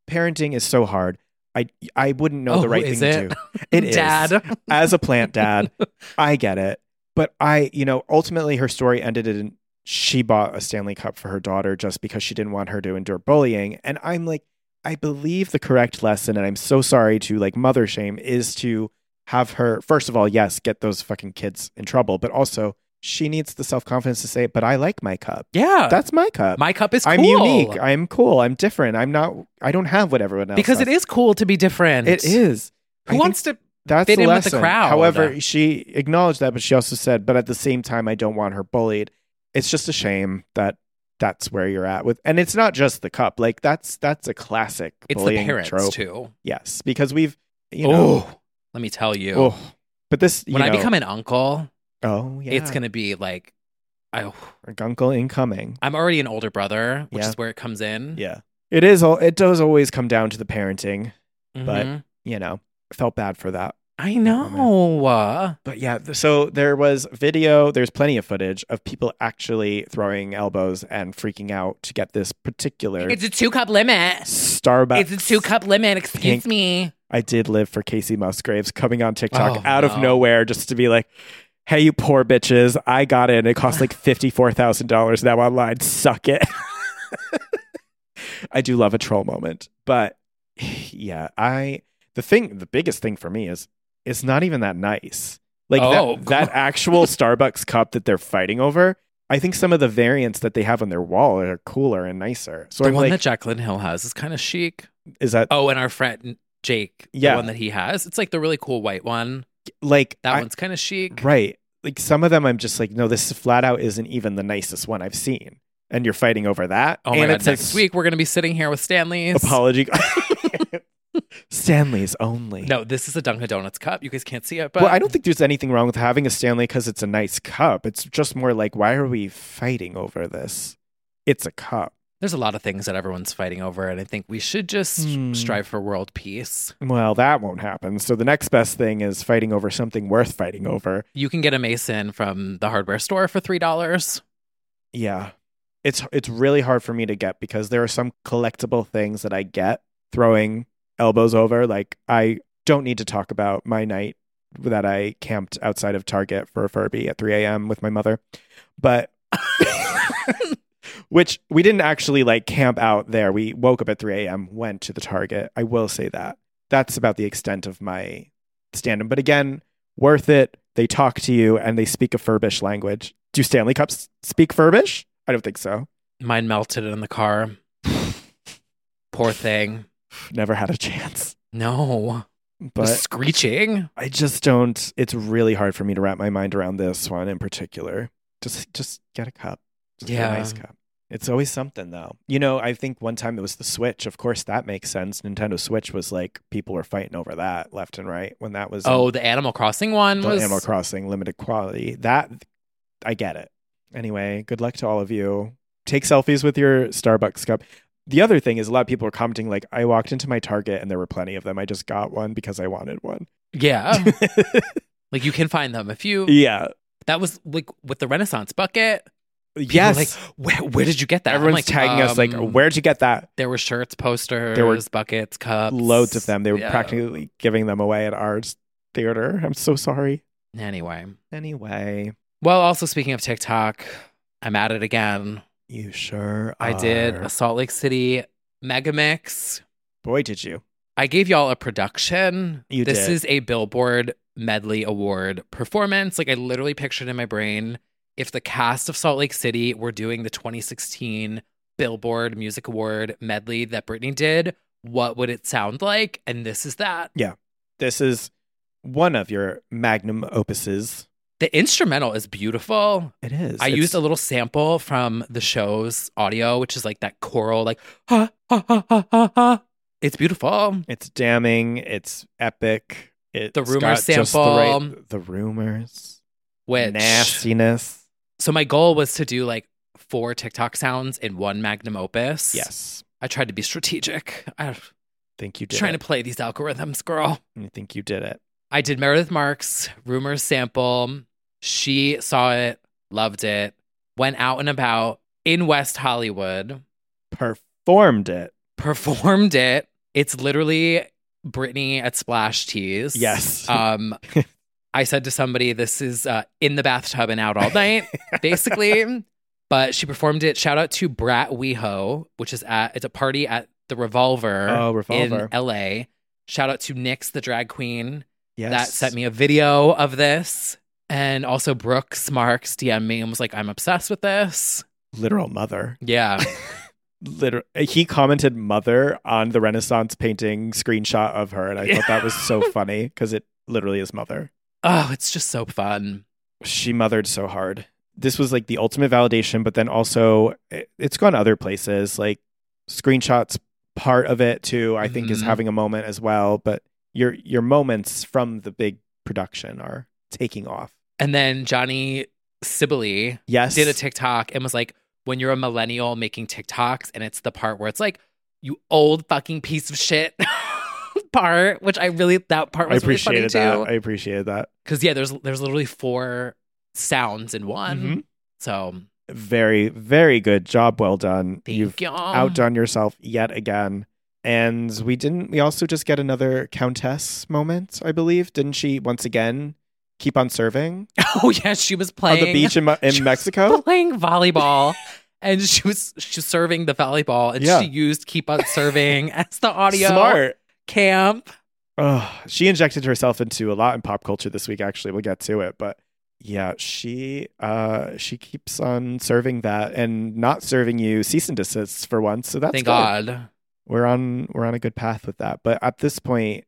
S2: parenting is so hard. I, I wouldn't know
S1: Oh,
S2: the right
S1: is
S2: thing
S1: it?
S2: to do. It is.
S1: Dad.
S2: As a plant dad, I get it. But I, you know, ultimately her story ended in she bought a Stanley Cup for her daughter just because she didn't want her to endure bullying. And I'm like, I believe the correct lesson, and I'm so sorry to like mother shame, is to have her, first of all, yes, get those fucking kids in trouble, but also she needs the self confidence to say, but I like my cup.
S1: Yeah.
S2: That's my cup.
S1: my cup is Uh, cool.
S2: I'm unique. I'm cool. I'm different. I'm not, I don't have what everyone else
S1: because
S2: has.
S1: it is cool to be different.
S2: It is. I
S1: Who
S2: think
S1: wants to?
S2: that's
S1: fit
S2: the
S1: in with the
S2: lesson.
S1: crowd.
S2: However, she acknowledged that, but she also said, "But at the same time, I don't want her bullied." It's just a shame that that's where you're at with, and it's not just the cup. Like that's that's a classic
S1: It's the
S2: bullying
S1: parents
S2: trope.
S1: too.
S2: Yes, because we've you know.
S1: oh, let me tell you.
S2: oh. But this you
S1: when I
S2: know-
S1: become an uncle,
S2: oh yeah,
S1: it's gonna be like I,
S2: gunkle incoming.
S1: i'm already an older brother which
S2: Yeah.
S1: is where it comes in
S2: Yeah, it is. al- It does always come down to the parenting. but-
S1: Mhm.
S2: You know, felt bad for that.
S1: i know uh,
S2: But yeah, th- so there was video, there's plenty of footage of people actually throwing elbows and freaking out to get this particular
S1: it's a two cup limit
S2: Starbucks.
S1: it's a two cup limit excuse
S2: Pink.
S1: me
S2: I did live for Casey Musgraves coming on TikTok
S1: Oh,
S2: out of
S1: no.
S2: nowhere just to be like, hey, you poor bitches, I got it. And it cost like $54,000 now online. Suck it. I do love a troll moment. But yeah, I, the thing, the biggest thing for me is it's not even that nice. Like
S1: Oh,
S2: that, that actual Starbucks cup that they're fighting over I think some of the variants that they have on their wall are cooler and nicer. So
S1: the
S2: I'm
S1: one
S2: like,
S1: that Jacqueline Hill has is kind of chic.
S2: is that
S1: Oh, and our friend Jake,
S2: Yeah.
S1: the one that he has, it's like the really cool white one.
S2: like
S1: That
S2: I-
S1: one's kind of chic.
S2: right? Like some of them, I'm just like, no, this flat out isn't even the nicest one I've seen, and you're fighting over that.
S1: Oh
S2: and
S1: my
S2: it's
S1: god!
S2: a
S1: Next week we're gonna be sitting here with Stanley's.
S2: apology. Stanley's only.
S1: No, this is a Dunkin' Donuts cup. You guys can't see it, but
S2: well, I don't think there's anything wrong with having a Stanley because it's a nice cup. It's just more like, why are we fighting over this? It's a cup.
S1: there's a lot of things that everyone's fighting over, and I think we should just
S2: Hmm.
S1: strive for world peace.
S2: Well, that won't happen. So the next best thing is fighting over something worth fighting over.
S1: You can get a mason from the hardware store for three dollars.
S2: Yeah. It's it's really hard for me to get because there are some collectible things that I get throwing elbows over like I don't need to talk about my night that I camped outside of Target for a Furby at 3 a.m. with my mother. But which we didn't actually like camp out there. We woke up at 3 a.m., went to the Target. I will say that. That's about the extent of my stand But again, worth it. They talk to you and they speak a Furbish language. Do Stanley Cups speak Furbish? I don't think so.
S1: Mine melted in the car. Poor thing.
S2: Never had a chance.
S1: No, The
S2: But
S1: screeching.
S2: I just don't. It's really hard for me to wrap my mind around this one in particular. Just, just get a cup. Just get
S1: Yeah.
S2: a nice cup. It's always something though. You know, I think one time it was the Switch. Of course, that makes sense. Nintendo Switch was like people were fighting over that left and right when that was in
S1: Oh, the Animal Crossing one
S2: the
S1: was
S2: Animal Crossing limited quality. That I get it. Anyway, good luck to all of you. Take selfies with your Starbucks cup. The other thing is a lot of people are commenting like I walked into my Target and there were plenty of them. I just got one because I wanted one.
S1: Yeah, like you can find them if you.
S2: yeah.
S1: That was like with the Renaissance bucket. People were
S2: Yes.
S1: like where, where did you get that? I'm
S2: Everyone's
S1: like,
S2: tagging us like,
S1: um,
S2: where'd you get that?
S1: There were shirts, posters,
S2: There were
S1: buckets, cups,
S2: Loads of them. They were
S1: Yeah.
S2: practically giving them away at our s- theater. I'm so sorry.
S1: Anyway,
S2: Anyway,
S1: well, also speaking of TikTok, I'm at it again.
S2: you sure
S1: I did
S2: are.
S1: a Salt Lake City mega mix.
S2: Boy, did you.
S1: I gave y'all a production.
S2: You
S1: this
S2: did.
S1: is a Billboard Medley Award performance. Like I literally pictured in my brain if the cast of Salt Lake City were doing the 2016 Billboard Music Award medley that Britney did, what would it sound like? And this is that.
S2: This is one of your magnum opuses.
S1: The instrumental is beautiful.
S2: It is.
S1: I
S2: It's-
S1: used a little sample from the show's audio, which is like that choral, like ha ha ha ha ha. ha. It's beautiful.
S2: It's damning. It's epic. It's
S1: The rumor
S2: got just the, right-
S1: sample.
S2: the rumors.
S1: Which
S2: Nastiness.
S1: So my goal was to do like four TikTok sounds in one magnum opus.
S2: Yes.
S1: I tried to be strategic. I'm
S2: Think you did
S1: trying
S2: it.
S1: to play these algorithms, girl.
S2: I think you did it.
S1: I did Meredith Marks, rumors sample. She saw it, loved it, went out and about in West Hollywood,
S2: Performed it.
S1: performed it. It's literally Britney at Splash Tees.
S2: Yes.
S1: Um, I said to somebody, this is uh, in the bathtub and out all night, basically. But she performed it. Shout out to Brat WeHo, which is at it's a party at the Revolver,
S2: Oh, Revolver.
S1: in L.A. Shout out to Nyx, the drag queen,
S2: Yes.
S1: that sent me a video of this, and also Brooks Marks DM me and was like, "I'm obsessed with this."
S2: literal mother.
S1: Yeah,
S2: Literal. He commented mother on the Renaissance painting screenshot of her, and I thought that was so funny because it literally is mother.
S1: oh, it's just so fun.
S2: She mothered so hard. This was like the ultimate validation, but then also it, it's gone other places. Like screenshots, part of it too. I think is
S1: Mhm.
S2: having a moment as well. But your your moments from the big production are taking off.
S1: And then Johnny Sibley,
S2: Yes,
S1: did a TikTok and was like, when you're a millennial making TikToks, and it's the part where it's like, you old fucking piece of shit part, which I really that part
S2: I
S1: was really funny
S2: appreciated that. I
S1: too.
S2: appreciated that.
S1: Because yeah, there's there's literally four sounds in one.
S2: Mhm.
S1: So
S2: Very very good job. Well done.
S1: thank
S2: You've
S1: y'all.
S2: outdone yourself yet again. And we didn't we also just get another countess moment, I believe. Didn't she once again keep on serving
S1: Oh yeah, she was playing
S2: on the beach in, Mo-
S1: she
S2: in
S1: was
S2: Mexico?
S1: playing volleyball. And she was she was serving the volleyball, and
S2: Yeah.
S1: she used "Keep on Serving" as the audio
S2: Smart.
S1: camp.
S2: Ugh, she injected herself into a lot in pop culture this week actually. We'll get to it, but Yeah, she uh she keeps on serving that and not serving you cease and desist for once. So that's
S1: Thank
S2: good.
S1: God.
S2: We're on we're on a good path with that. But at this point,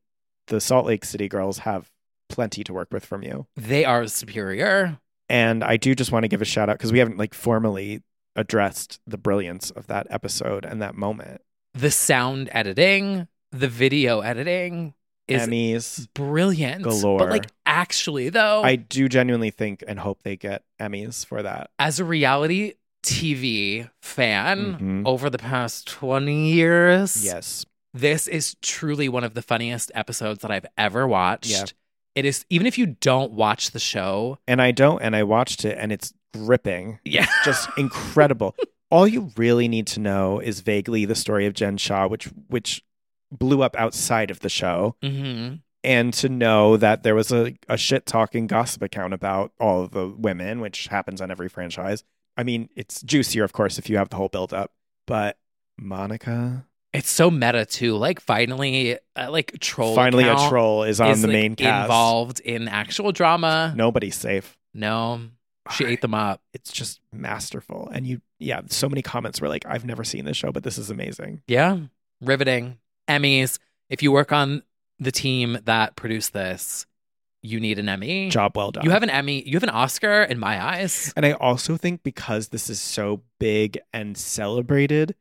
S2: the Salt Lake City girls have plenty to work with from you.
S1: They are superior.
S2: And I do just want to give a shout out because we haven't like formally addressed the brilliance of that episode and that moment.
S1: The sound editing, the video editing is
S2: Emmys
S1: brilliant.
S2: galore.
S1: But like actually though,
S2: I do genuinely think and hope they get Emmys for that.
S1: as a reality TV fan
S2: Mhm.
S1: over the past 20 years,
S2: Yes.
S1: this is truly one of the funniest episodes that I've ever watched.
S2: Yeah.
S1: It is even if you don't watch the show,
S2: And I don't and I watched it and it's gripping.
S1: yeah.
S2: just incredible. All you really need to know is vaguely the story of Jen Shaw, which which blew up outside of the show,
S1: hmm
S2: and to know that there was a, a shit talking gossip account about all of the women, which happens on every franchise. I mean, it's juicier, of course, if you have the whole build up, but Monica
S1: It's so meta too. Like finally, uh, like troll.
S2: finally a
S1: account
S2: troll is on
S1: is,
S2: the
S1: like,
S2: main cast.
S1: involved in actual drama.
S2: Nobody's safe.
S1: No, she ate them up.
S2: It's just masterful. And you yeah, so many comments were like, I've never seen this show, but this is amazing.
S1: Yeah, riveting Emmys. If you work on the team that produced this, you need an Emmy.
S2: Job well done.
S1: Mm. You have an Emmy. You have an Oscar in my eyes.
S2: And I also think because this is so big and celebrated,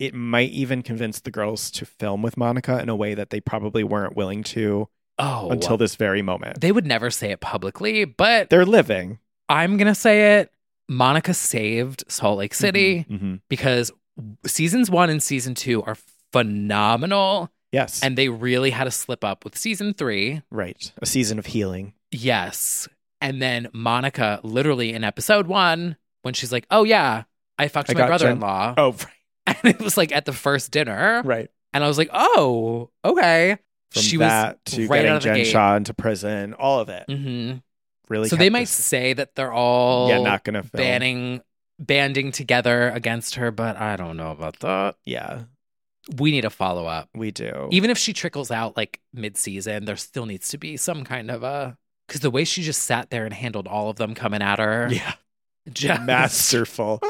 S2: it might even convince the girls to film with Monica in a way that they probably weren't willing to
S1: Oh,
S2: until this very moment.
S1: they would never say it publicly, but
S2: They're living.
S1: I'm gonna say it. Monica saved Salt Lake City
S2: Mhm.
S1: because seasons one and season two are phenomenal,
S2: Yes.
S1: and they really had a slip up with season three.
S2: right. A season of healing.
S1: Yes. And then Monica, literally in episode one, when she's like, oh, yeah, I fucked
S2: I
S1: my
S2: got Jen-
S1: brother in law.
S2: Oh, right.
S1: And it was like at the first dinner.
S2: right.
S1: And I was like, oh, okay.
S2: From
S1: she
S2: that
S1: was
S2: to
S1: right out
S2: getting
S1: of the
S2: Jen
S1: gate.
S2: Shaw into prison, all of it.
S1: hmm
S2: Really.
S1: so
S2: kept
S1: they might
S2: this-
S1: say that they're all
S2: yeah, not gonna film.
S1: banning, banding together against her, but I don't know about that.
S2: Yeah,
S1: We need a follow up.
S2: we do.
S1: Even if she trickles out like mid season, there still needs to be some kind of a. Because the way she just sat there and handled all of them coming at her.
S2: yeah,
S1: just-
S2: masterful.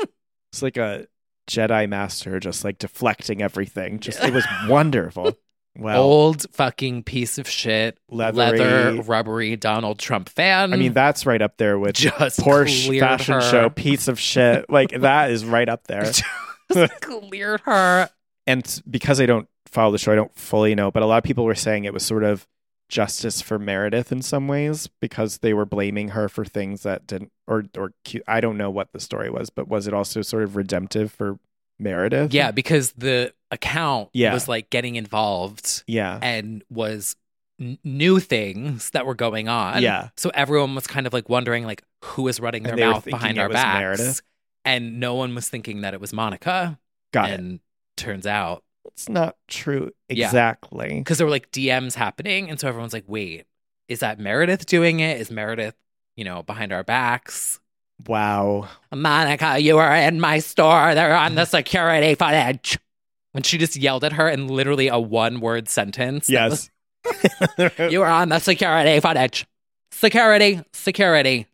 S2: it's like a Jedi master, just like deflecting everything. Just it was wonderful. Well,
S1: old fucking piece of shit,
S2: Leathery.
S1: leather, rubbery Donald Trump fan.
S2: I mean, that's right up there with
S1: Just
S2: Porsche
S1: cleared
S2: fashion
S1: her.
S2: show piece of shit. Like that is right up there.
S1: Just cleared her.
S2: And s- because I don't follow the show, I don't fully know. But a lot of people were saying it was sort of justice for Meredith in some ways because they were blaming her for things that didn't or or cu- I don't know what the story was, but was it also sort of redemptive for Meredith?
S1: Yeah, because the account
S2: Yeah.
S1: was like getting involved
S2: Yeah.
S1: and was n- new things that were going on.
S2: Yeah.
S1: So everyone was kind of like wondering like who is running their
S2: And they were
S1: mouth
S2: thinking
S1: behind
S2: it
S1: our
S2: was
S1: backs.
S2: Meredith.
S1: And no one was thinking that it was Monica.
S2: Got it.
S1: and turns out
S2: It's not true
S1: Yeah.
S2: exactly.
S1: because there were like DMs happening, and so everyone's like, "Wait, is that Meredith doing it? Is Meredith, you know, behind our backs?"
S2: Wow.
S1: Monica, you were in my store. They're on the security footage. When she just yelled at her in literally a one word sentence. that
S2: Yes.
S1: was, you were on the security footage. Security, security.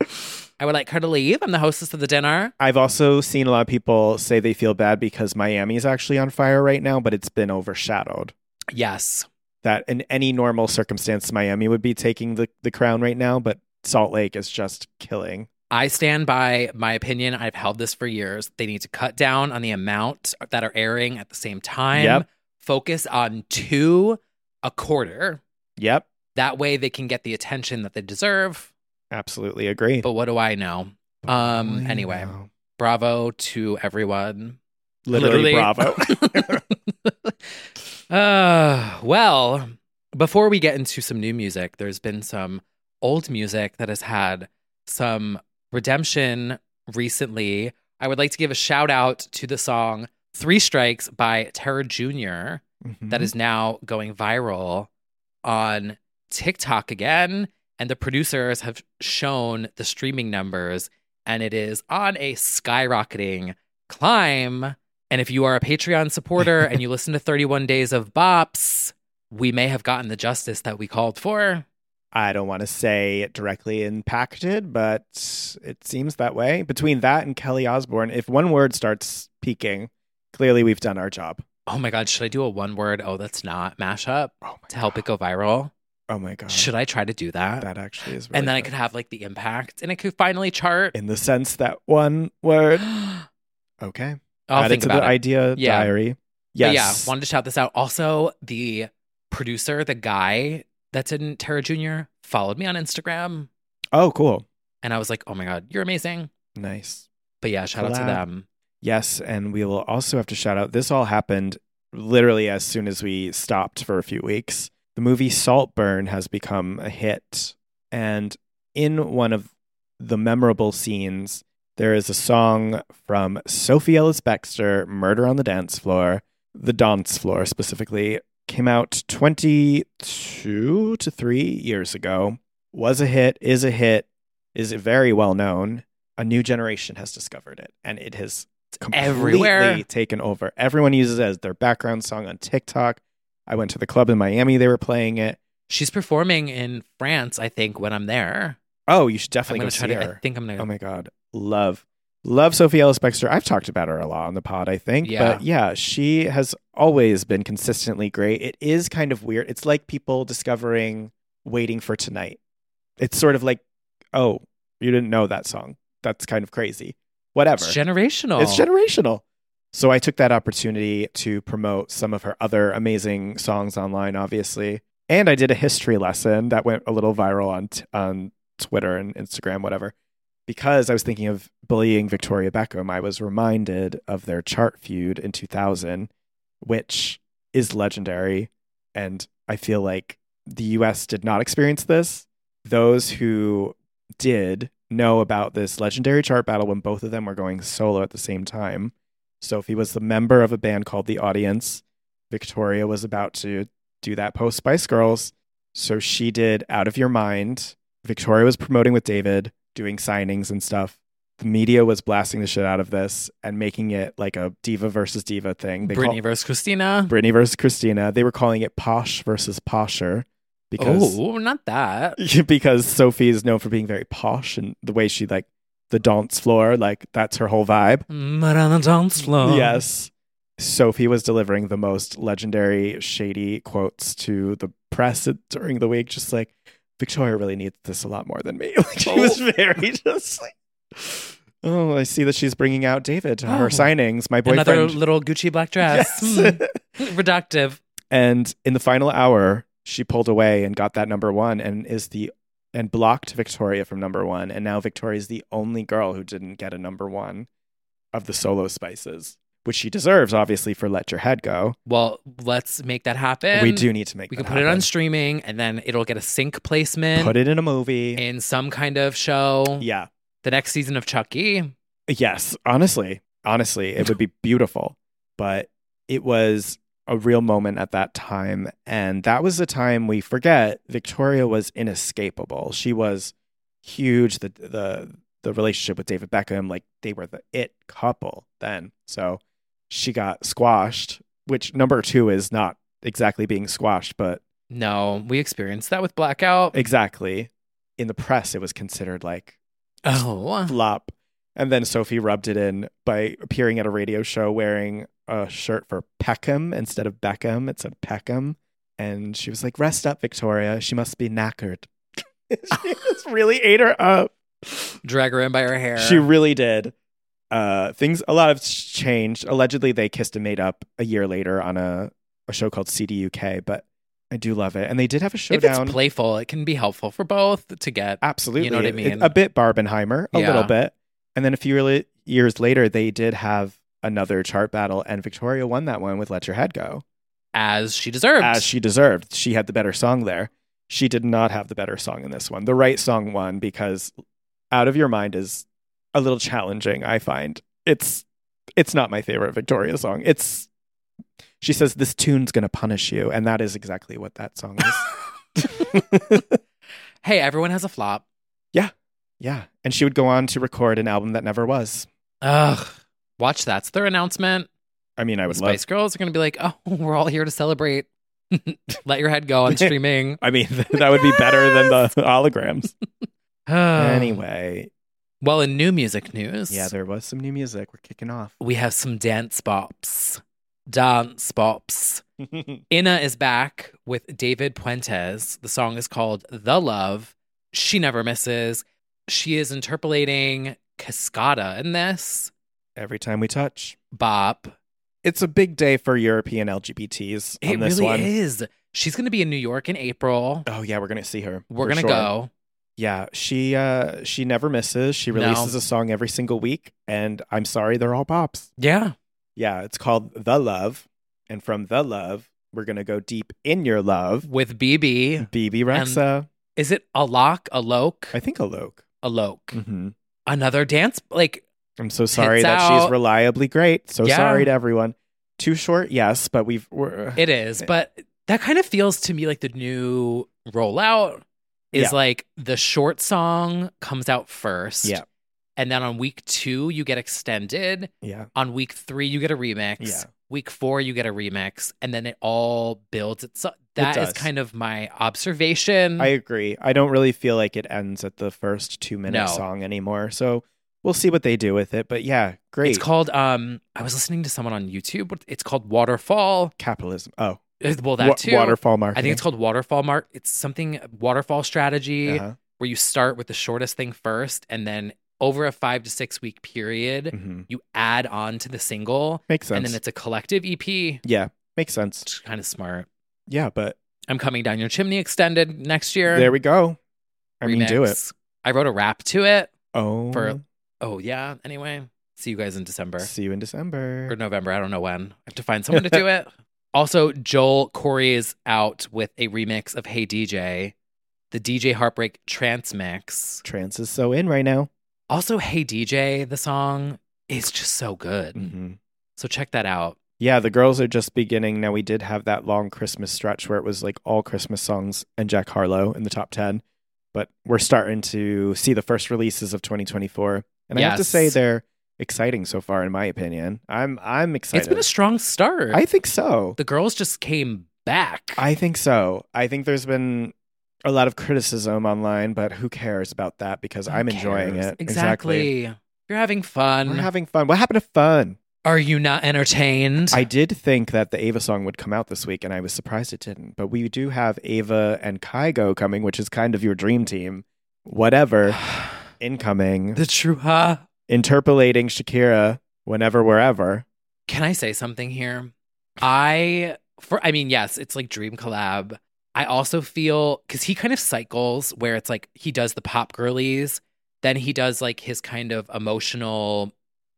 S1: I would like her to leave. I'm the hostess of the dinner.
S2: I've also seen a lot of people say they feel bad because Miami is actually on fire right now, but it's been overshadowed.
S1: Yes.
S2: That in any normal circumstance, Miami would be taking the, the crown right now, but Salt Lake is just killing.
S1: I stand by my opinion. I've held this for years. They need to cut down on the amount that are airing at the same time.
S2: Yep.
S1: Focus on two a quarter.
S2: Yep,
S1: That way they can get the attention that they deserve.
S2: absolutely agree.
S1: But what do I know? um, anyway.
S2: Wow.
S1: Bravo to everyone.
S2: literally, bravo.
S1: uh, well, before we get into some new music, there's been some old music that has had some redemption recently. I would like to give a shout out to the song Three Strikes by Tara Jr
S2: Mm-hmm.
S1: that is now going viral on TikTok again. And the producers have shown the streaming numbers, and it is on a skyrocketing climb. And if you are a Patreon supporter and you listen to 31 Days of Bops, we may have gotten the justice that we called for.
S2: Mhm. I don't want to say it directly impacted, but it seems that way. Between that and Kelly Osborne, if one word starts peaking, clearly we've done our job.
S1: Oh my God, should I do a one word, oh, that's not mashup Oh to help it go viral?
S2: Oh my God.
S1: Should I try to do that?
S2: That actually is
S1: and then I could have like the impact and it could finally chart.
S2: in the sense that one word. Okay.
S1: I'll
S2: Add
S1: think
S2: it to
S1: about
S2: the
S1: it.
S2: idea
S1: Yeah.
S2: diary.
S1: But
S2: Yes.
S1: yeah, wanted to shout this out. Also, the producer, the guy that's in Tara Jr., followed me on Instagram.
S2: Oh, cool.
S1: And I was like, oh my God, you're amazing.
S2: Nice.
S1: But yeah, shout out to
S2: Collab.
S1: them.
S2: Yes, and we will also have to shout out this all happened literally as soon as we stopped for a few weeks. The movie Saltburn has become a hit, and in one of the memorable scenes, there is a song from Sophie Ellis Bextor, Murder on the Dance Floor. The dance floor specifically came out 22 to 3 years ago. Was a hit, is a hit, is very well known. A new generation has discovered it, and it has completely
S1: everywhere.
S2: taken over. Everyone uses it as their background song on TikTok. I went to the club in Miami, they were playing it.
S1: She's performing in France, I think, when I'm there.
S2: Oh, you should definitely
S1: I'm
S2: go
S1: gonna try
S2: see
S1: to- I
S2: her.
S1: think I'm gonna-
S2: Oh my god, love, love Sophie Ellis Bextor. I've talked about her a lot on the pod, I think.
S1: Yeah.
S2: But yeah, she has always been consistently great. It is kind of weird. It's like people discovering "Waiting for Tonight." It's sort of like, oh, you didn't know that song. That's kind of crazy. Whatever.
S1: It's generational.
S2: It's generational. So I took that opportunity to promote some of her other amazing songs online, obviously. And I did a history lesson that went a little viral on t- on Twitter and Instagram, whatever. Because I was thinking of bullying Victoria Beckham, I was reminded of their chart feud in 2000, which is legendary. And I feel like the US did not experience this. Those who did know about this legendary chart battle when both of them were going solo at the same time. Sophie was the member of a band called The Audience. Victoria was about to do that post Spice Girls. So she did Out of Your Mind. Victoria was promoting with David, doing signings and stuff. The media was blasting the shit out of this and making it like a diva versus diva thing. They call-
S1: Brittany versus Christina.
S2: Britney versus Christina. They were calling it Posh versus Posher because
S1: Oh, not that.
S2: because Sophie is known for being very posh and the way she like the dance floor, like that's her whole vibe.
S1: But on the dance floor.
S2: Yes. Sophie was delivering the most legendary shady quotes to the press during the week, just like Victoria really needs this a lot more than me. Like she was
S1: Oh.
S2: very just like, oh, I see that she's bringing out David to
S1: Oh.
S2: her signings. My boyfriend,
S1: Another little Gucci black dress.
S2: Yes.
S1: Hmm. Reductive.
S2: And in the final hour, she pulled away and got that number one and is the and blocked Victoria from number one. And now Victoria is the only girl who didn't get a number one of the solo spices, which she deserves, obviously, for Let Your Head Go.
S1: Well, let's make that happen.
S2: we do need to make
S1: We
S2: that
S1: can put it on
S2: happen.
S1: streaming and then it'll get a sync placement
S2: put it in a movie.
S1: in some kind of show.
S2: yeah.
S1: The next season of E? Chucky.
S2: Yes. Honestly. Honestly, it would be beautiful. But it was a real moment at that time. And that was the time we forget Victoria was inescapable. She was huge. The the the relationship with David Beckham, like they were the it couple then. So she got squashed, which number two is not exactly being squashed, but
S1: No, we experienced that with Blackout.
S2: exactly in the press it was considered like
S1: Oh,
S2: flop. And then Sophie rubbed it in by appearing at a radio show wearing a shirt for Peckham instead of Beckham. It said Peckham. And she was like, Rest up, Victoria. She must be knackered. she just really ate her up.
S1: drag her in by her hair.
S2: She really did. Uh, things, a lot have changed. Allegedly, they kissed and made up a year later on a, a show called CDUK, but I do love it. And they did have a
S1: if
S2: showdown.
S1: it's playful, it can be helpful for both to get.
S2: Absolutely.
S1: You know what I
S2: It-
S1: mean?
S2: A bit Barbenheimer, a
S1: Yeah.
S2: little bit. And then a few early- years later, they did have another chart battle, and Victoria won that one with Let Your Head Go,
S1: as she deserves.
S2: as she deserved. She had the better song there. She did not have the better song in this one. The right song won because Out of Your Mind is a little challenging, I find. It's it's not my favorite Victoria song. It's she says this tune's going to punish you, and that is exactly what that song is.
S1: hey, everyone has a flop.
S2: yeah, and she would go on to record an album that never was.
S1: Ugh. Watch that's their announcement.
S2: I mean, I would
S1: Spice
S2: love.
S1: Girls are going to be like, oh, we're all here to celebrate Let your head go on streaming.
S2: I mean, that would be better than the holograms.
S1: Oh. anyway. Well, in new music news,
S2: yeah, there was some new music. We're kicking off.
S1: we have some dance bops. Dance bops. Inna is back with David Puentes. The song is called The Love. She never misses. She is interpolating Cascada in this
S2: Every time we touch.
S1: bop.
S2: It's a big day for European LGBTs on
S1: It
S2: this
S1: really
S2: one.
S1: is. She's going to be in New York in April.
S2: Oh yeah, we're gonna see her.
S1: We're
S2: for
S1: going to
S2: sure.
S1: go.
S2: Yeah, she uh she never misses. She
S1: No.
S2: releases a song every single week, and I'm sorry, they're all bops.
S1: Yeah.
S2: Yeah, it's called The Love, and from The Love, we're gonna go deep in your love.
S1: With BB.
S2: BB Rexa,
S1: Is it Alok? Alok?
S2: I think Alok.
S1: Alok.
S2: Mm-hmm.
S1: Another dance. Like,
S2: I'm so sorry
S1: Hits
S2: that
S1: out.
S2: she's reliably great. So
S1: Yeah.
S2: sorry to everyone. Too short, yes, but we've we're,
S1: It is, but that kind of feels to me like the new rollout is
S2: Yeah.
S1: like the short song comes out first.
S2: Yeah.
S1: And then on week two, you get extended.
S2: yeah.
S1: On week three, you get a remix.
S2: Yeah.
S1: Week four, you get a remix. And then it all builds itself. That is
S2: does.
S1: kind of my observation.
S2: I agree. I don't really feel like it ends at the first two minute
S1: No.
S2: song anymore. So we'll see what they do with it. But yeah, great.
S1: It's called, um, I was listening to someone on YouTube. but It's called Waterfall.
S2: capitalism. Oh,
S1: Well, that
S2: wa-
S1: too.
S2: waterfall marketing.
S1: I think it's called Waterfall Mark. It's something, waterfall strategy.
S2: Uh-huh.
S1: where you start with the shortest thing first and then over a five to six week period
S2: hmm
S1: you add on to the single
S2: Makes sense.
S1: and then it's a collective ep which
S2: yeah, makes sense.
S1: is kind of smart
S2: Yeah, but
S1: i'm coming down your chimney extended next year
S2: there we go. I mean, do it.
S1: Remix. i wrote a rap to it
S2: Oh,
S1: For- oh yeah anyway see you guys in december
S2: see you in December.
S1: or november i don't know when i have to find someone to do it also joel corey is out with a remix of hey dj the dj heartbreak trance mix
S2: Trance is so in right now.
S1: also hey dj the song is just so good
S2: hmm
S1: So check that out.
S2: Yeah, the girls are just beginning. Now we did have that long Christmas stretch where it was like all Christmas songs and Jack Harlow in the top 10, but we're starting to see the first releases of 2024. And I have to say
S1: Yes.
S2: they're exciting so far in my opinion. I'm I'm excited.
S1: It's been a strong start.
S2: I think so.
S1: the girls just came back.
S2: I think so. I think there's been a lot of criticism online, but who cares about that because
S1: Who
S2: I'm enjoying
S1: cares?
S2: it.
S1: Exactly. You're having fun.
S2: We're having fun. What happened to fun?
S1: Are you not entertained?
S2: I did think that the Ava song would come out this week, and I was surprised it didn't. But we do have Ava and Kygo coming, which is kind of your dream team. Whatever. Incoming.
S1: the true huh?
S2: interpolating Shakira whenever, wherever.
S1: Can I say something here? I for I mean, yes, it's like dream collab. I also feel because he kind of cycles where it's like he does the pop girlies, then he does like his kind of emotional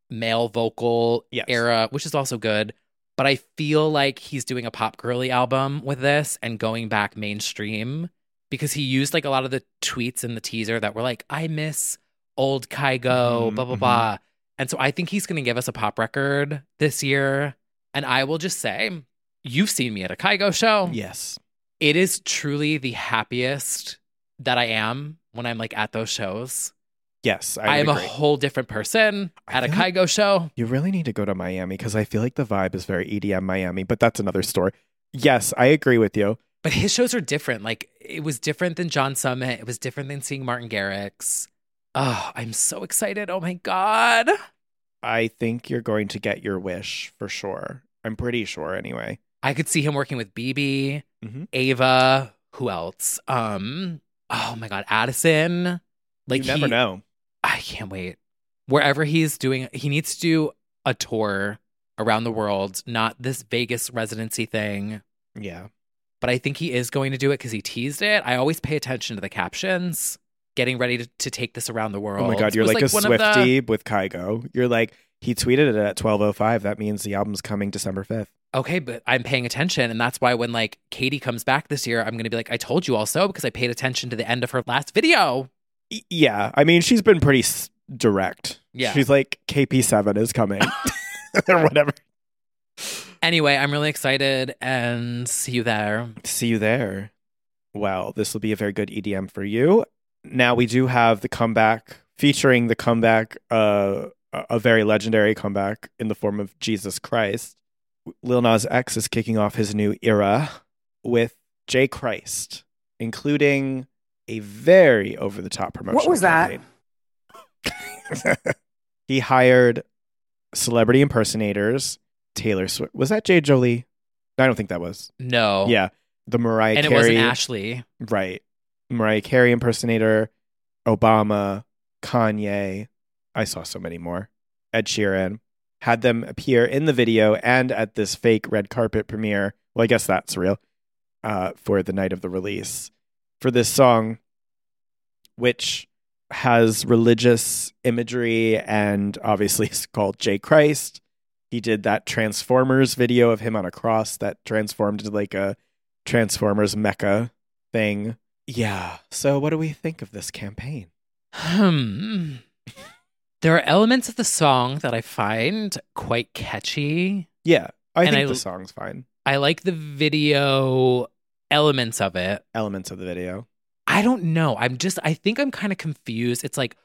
S1: male vocal
S2: Yes.
S1: era, which is also good. But I feel like he's doing a pop girly album with this and going back mainstream because he used like a lot of the tweets in the teaser that were like, I miss old Kygo,
S2: Mhm,
S1: blah, blah,
S2: mhm.
S1: blah. And so I think he's going to give us a pop record this year. And I will just say, you've seen me at a Kygo show.
S2: Yes.
S1: It is truly the happiest that I am when I'm like at those shows.
S2: Yes. I,
S1: I, am
S2: would
S1: a
S2: agree.
S1: whole different person
S2: I
S1: at a
S2: feel like-
S1: Kygo show.
S2: You really need to go to Miami because I feel like the vibe is very EDM Miami, but that's another story. Yes, I agree with you.
S1: But his shows are different. Like it was different than John Summit. It was different than seeing Martin Garrix. Oh, I'm so excited. Oh my God.
S2: I think you're going to get your wish for sure. I'm pretty sure anyway.
S1: I could see him working with BB,
S2: Mhm.
S1: Ava, who else? Um, oh my God, Addison. Like
S2: you never
S1: he-
S2: know.
S1: I can't wait. Wherever he's doing, he needs to do a tour around the world, not this Vegas residency thing.
S2: Yeah.
S1: But I think he is going to do it because he teased it. I always pay attention to the captions. Getting ready to, to take this around the world.
S2: Oh my god,
S1: It
S2: you're
S1: was,
S2: like, a
S1: one of the-
S2: Swifty with Kygo. You're like he tweeted it at 12:05. That means the album's coming December 5th.
S1: okay, but I'm paying attention, and that's why when like Katie comes back this year, I'm gonna be like, I told you also because I paid attention to the end of her last video.
S2: Y- yeah, I mean she's been pretty s- direct.
S1: Yeah.
S2: She's like KP7 is coming or whatever.
S1: Anyway, I'm really excited, and see you there.
S2: See you there. Well, this will be a very good EDM for you. Now we do have the comeback featuring the comeback, uh, a a very legendary comeback in the form of Jesus Christ. Lil Nas X is kicking off his new era with Jay Christ, including a very over the top promotion.
S9: What was that?
S2: He hired celebrity impersonators. Taylor Swift. Was that Jay Jolie? I don't think that was.
S1: No.
S2: Yeah. The Mariah
S1: And it
S2: Carey.
S1: wasn't Ashley.
S2: Right. Mariah Carey impersonator, Obama, Kanye. I saw so many more. Ed Sheeran had them appear in the video and at this fake red carpet premiere. Well, I guess that's real uh, for the night of the release for this song, which has religious imagery and obviously is called J. Christ. He did that Transformers video of him on a cross that transformed into like a Transformers mecha thing. Yeah. So, what do we think of this campaign?
S1: Hmm. There are elements of the song that I find quite catchy.
S2: Yeah. I
S1: And
S2: think
S1: I-
S2: the song's fine.
S1: I like the video elements of it.
S2: Elements of the video.
S1: I don't know. I'm just I think I'm kind of confused. It's like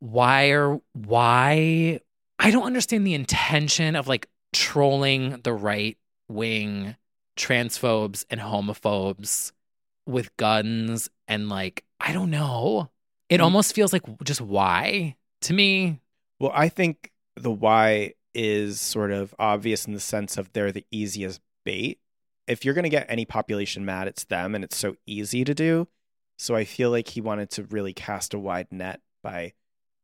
S1: why are why I don't understand the intention of like trolling the right wing transphobes and homophobes with guns and like I don't know. It
S2: Mm.
S1: almost feels like just why to me.
S2: Well, I think the why is sort of obvious in the sense of they're the easiest bait. If you're going to get any population mad, it's them, and it's so easy to do. So I feel like he wanted to really cast a wide net by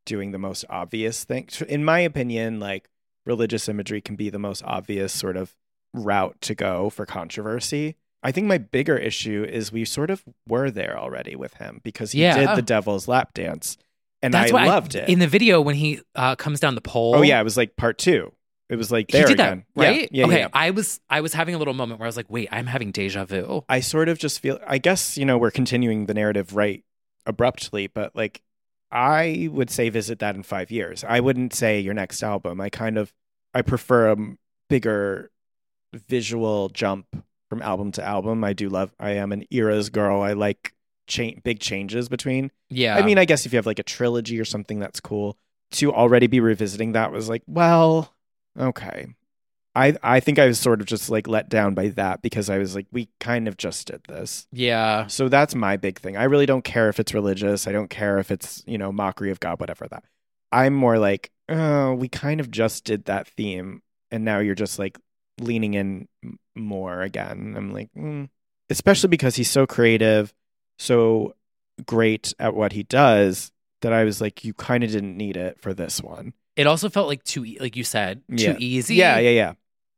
S2: doing the most obvious thing. In my opinion, like religious imagery can be the most obvious sort of route to go for controversy. I think my bigger issue is we sort of were there already with him because he
S1: Yeah. Oh.
S2: did the devil's lap dance. And
S1: That's
S2: I
S1: why
S2: loved it.
S1: In the video when he uh, comes down the pole.
S2: Oh yeah, it was like part two. It was like
S1: He
S2: there
S1: did
S2: again,
S1: that, right?
S2: Yeah, yeah,
S1: okay,
S2: yeah.
S1: I was I was having a little moment where I was like, wait, I'm having deja vu.
S2: I sort of just feel. I guess you know we're continuing the narrative right abruptly, but like I would say visit that in five years. I wouldn't say your next album. I kind of I prefer a m- bigger visual jump from album to album. I do love. I am an eras girl. I like cha- big changes between.
S1: Yeah.
S2: I mean, I guess if you have like a trilogy or something, that's cool. To already be revisiting that was like, well, okay. I I think I was sort of just like let down by that because I was like, we kind of just did this.
S1: Yeah.
S2: So that's my big thing. I really don't care if it's religious. I don't care if it's you know mockery of God, whatever that. I'm more like, oh, we kind of just did that theme, and now you're just like leaning in m- more again. I'm like, mm. especially because he's so creative, so great at what he does that I was like, you kind of didn't need it for this one.
S1: It also felt like too, e- like you said, too
S2: Yeah.
S1: easy.
S2: Yeah, yeah, yeah.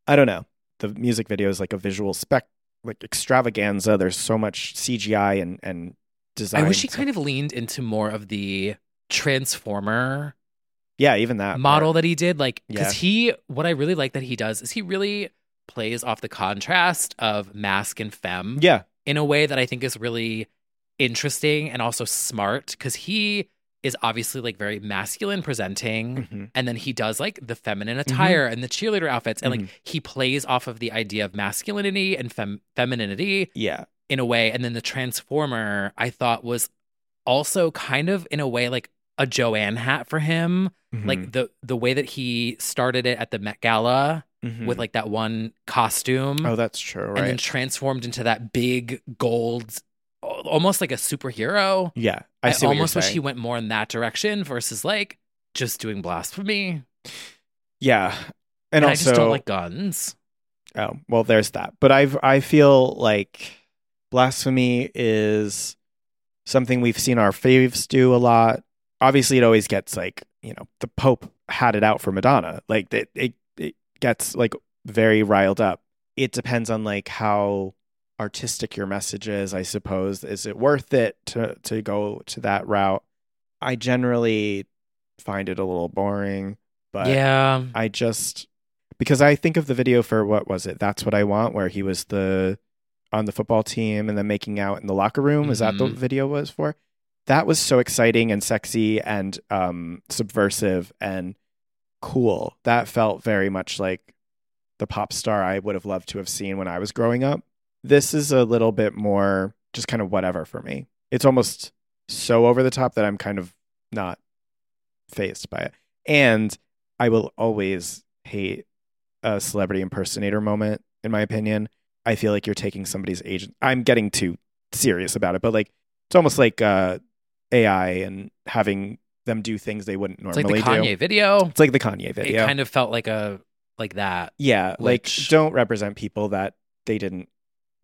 S2: I don't know. The music video is like a visual spec, like extravaganza. There's so much CGI and and design.
S1: I wish he kind of leaned into more of the transformer
S2: yeah, even that
S1: model
S2: part.
S1: that he did, like because
S2: Yeah.
S1: he, what I really like that he does is he really plays off the contrast of mask and femme
S2: Yeah,
S1: in a way that I think is really interesting and also smart because he is obviously like very masculine presenting
S2: Mhm.
S1: and then he does like the feminine
S2: Mm-hmm.
S1: attire and the cheerleader outfits and
S2: Mhm.
S1: like he plays off of the idea of masculinity and fem- femininity
S2: yeah,
S1: in a way and then the transformer i thought was also kind of in a way like a joanne hat for him
S2: Mm-hmm.
S1: like the the way that he started it at the met gala
S2: Mhm.
S1: with like that one costume
S2: oh, that's true, right?
S1: Mm-hmm. and then transformed into that big gold al- almost like a superhero
S2: yeah, I, see what you're
S1: almost wish
S2: saying.
S1: he went more in that direction versus like just doing blasphemy and,
S2: Yeah, and, also
S1: i just don't like guns
S2: Oh, well, there's that. But I've I feel like blasphemy is something we've seen our faves do a lot. Obviously, it always gets like you know the Pope had it out for Madonna. Like it it, it gets like very riled up. It depends on like how artistic your message is, I suppose. Is it worth it to to go to that route? I generally find it a little boring, but
S1: yeah
S2: I just because I think of the video for what was it? That's what I want, where he was the on the football team and then making out in the locker room. Is that the
S1: Mhm.
S2: video was for? That was so exciting and sexy and um, subversive and cool. That felt very much like the pop star I would have loved to have seen when I was growing up. This is a little bit more just kind of whatever for me. It's almost so over the top that I'm kind of not phased by it. And I will always hate a celebrity impersonator moment, in my opinion. I feel like you're taking somebody's agent. I'm getting too serious about it, but like it's almost like uh, AI and having them do things they wouldn't
S1: It's
S2: normally
S1: like the
S2: do.
S1: Kanye video.
S2: It's like the Kanye
S1: It
S2: video.
S1: kind of felt like a like that.
S2: yeah,
S1: which-
S2: like don't represent people that they didn't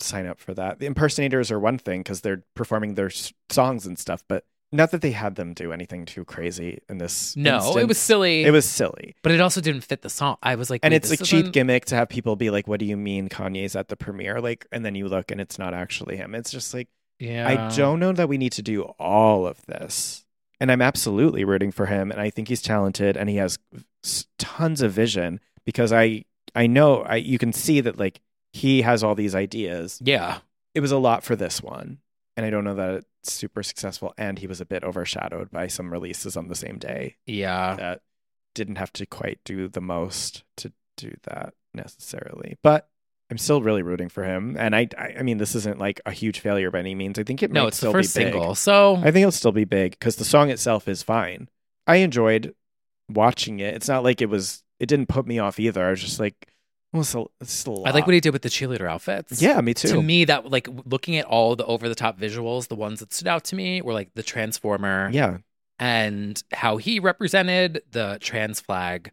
S2: sign up for that. The impersonators are one thing because they're performing their s- songs and stuff, but not that they had them do anything too crazy in this.
S1: No, it was
S2: instance.
S1: silly.
S2: It was silly.
S1: but it also didn't fit the song. I was like,
S2: and
S1: wait,
S2: it's
S1: this
S2: like cheap
S1: isn't-
S2: gimmick to have people be like, "What do you mean Kanye's at the premiere?" Like, and then you look and it's not actually him. It's just like
S1: Yeah,
S2: I don't know that we need to do all of this. And I'm absolutely rooting for him, and I think he's talented, and he has s- tons of vision because I I know I you can see that like he has all these ideas.
S1: Yeah,
S2: It was a lot for this one, and I don't know that it's super successful. And he was a bit overshadowed by some releases on the same day
S1: yeah.
S2: that didn't have to quite do the most to do that necessarily. But I'm still really rooting for him, and I I, I mean this isn't like a huge failure by any means. I think it
S1: No,
S2: might
S1: it's the
S2: still
S1: first
S2: be big.
S1: single. So
S2: I think it'll still be big because the song itself is fine. I enjoyed watching it. It's not like it was. It didn't put me off either. I was just like, well, it's a, it's a lot.
S1: I like what he did with the cheerleader outfits.
S2: Yeah, me too.
S1: To me, that like w- looking at all the over the top visuals, the ones that stood out to me were like the transformer
S2: Yeah,
S1: and how he represented the trans flag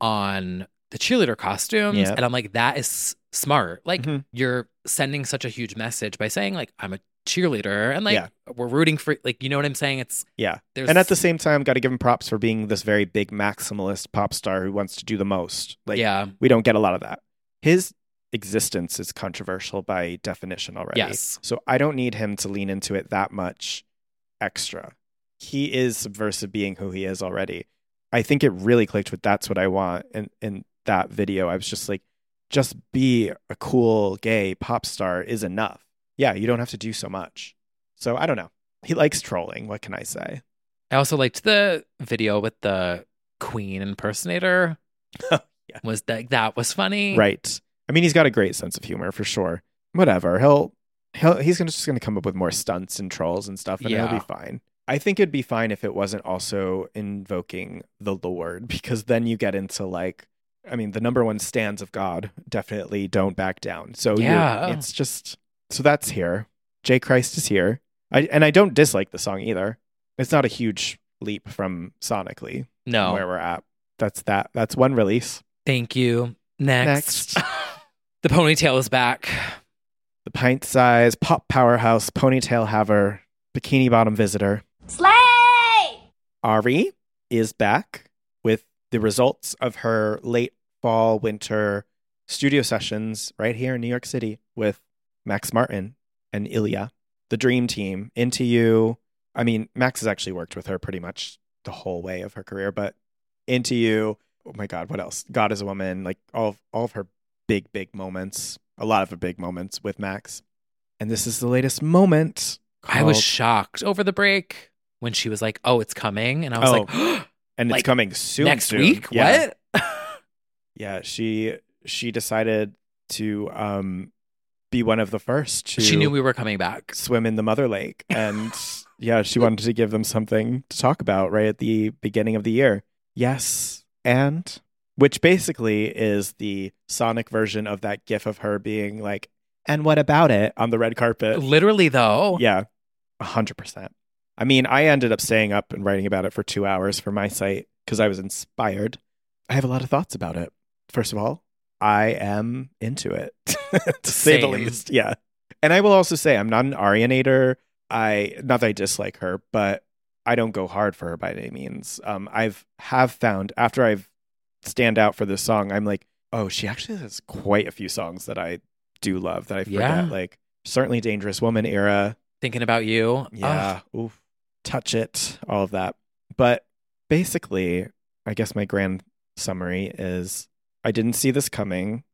S1: on the cheerleader costumes.
S2: Yeah.
S1: And I'm like, that is s- smart. Like
S2: Mhm.
S1: you're sending such a huge message by saying like I'm a cheerleader and like
S2: Yeah.
S1: we're rooting for like you know what I'm saying. It's
S2: yeah.
S1: there's
S2: and at the same time, got to give him props for being this very big maximalist pop star who wants to do the most. Like,
S1: yeah
S2: We don't get a lot of that. His existence is controversial by definition already.
S1: Yes.
S2: So I don't need him to lean into it that much extra. He is subversive being who he is already. I think it really clicked with that's what I want in, in that video. I was just like, just be a cool gay pop star is enough. Yeah, you don't have to do so much. So I don't know. He likes trolling. What can I say?
S1: I also liked the video with the queen impersonator.
S2: Yeah.
S1: Was that that was funny?
S2: Right. I mean, he's got a great sense of humor for sure. Whatever. He'll he'll he's gonna, just going to come up with more stunts and trolls and stuff, and
S1: Yeah.
S2: he'll be fine. I think it'd be fine if it wasn't also invoking the Lord, because then you get into like, I mean, the number one stands of God definitely don't back down. So you're-
S1: Yeah.
S2: it's just so that's here. J Christ is here. I and I don't dislike the song either. It's not a huge leap from sonically
S1: No.
S2: where we're at. That's that. That's one release.
S1: Thank you. Next.
S2: Next.
S1: the ponytail is back.
S2: the pint size pop powerhouse ponytail haver bikini bottom visitor
S9: Slay!
S2: ari is back with the results of her late fall winter studio sessions right here in new york city with max martin and ilya the dream team into you i mean max has actually worked with her pretty much the whole way of her career but into you oh my god what else god is a woman like all of, all of her big big moments a lot of her big moments with max and this is the latest moment
S1: I was
S2: called-
S1: shocked over the break when she was like, "Oh, it's coming," and I was
S2: Oh,
S1: like,
S2: and it's
S1: like,
S2: coming soon
S1: "Next
S2: soon.
S1: week?
S2: Yeah.
S1: What?"
S2: yeah she she decided to um be one of the first to
S1: She knew we were coming back.
S2: swim in the mother lake and yeah she wanted to give them something to talk about right at the beginning of the year yes and which basically is the sonic version of that gif of her being like and what about it on the red carpet
S1: Literally, though.
S2: yeah, a hundred percent. I mean, I ended up staying up and writing about it for two hours for my site because I was inspired. I have a lot of thoughts about it. First of all, I am into it, to say the
S1: Same.
S2: least. Yeah, and I will also say I'm not an Arianator. I not that I dislike her, but I don't go hard for her by any means. Um, I've have found after I've stand out for this song, I'm like, oh, she actually has quite a few songs that I do love that I forget.
S1: Yeah.
S2: Like certainly Dangerous Woman era,
S1: Thinking about you. Ugh.
S2: yeah. Oof. Touch it, all of that. But basically, I guess my grand summary is I didn't see this coming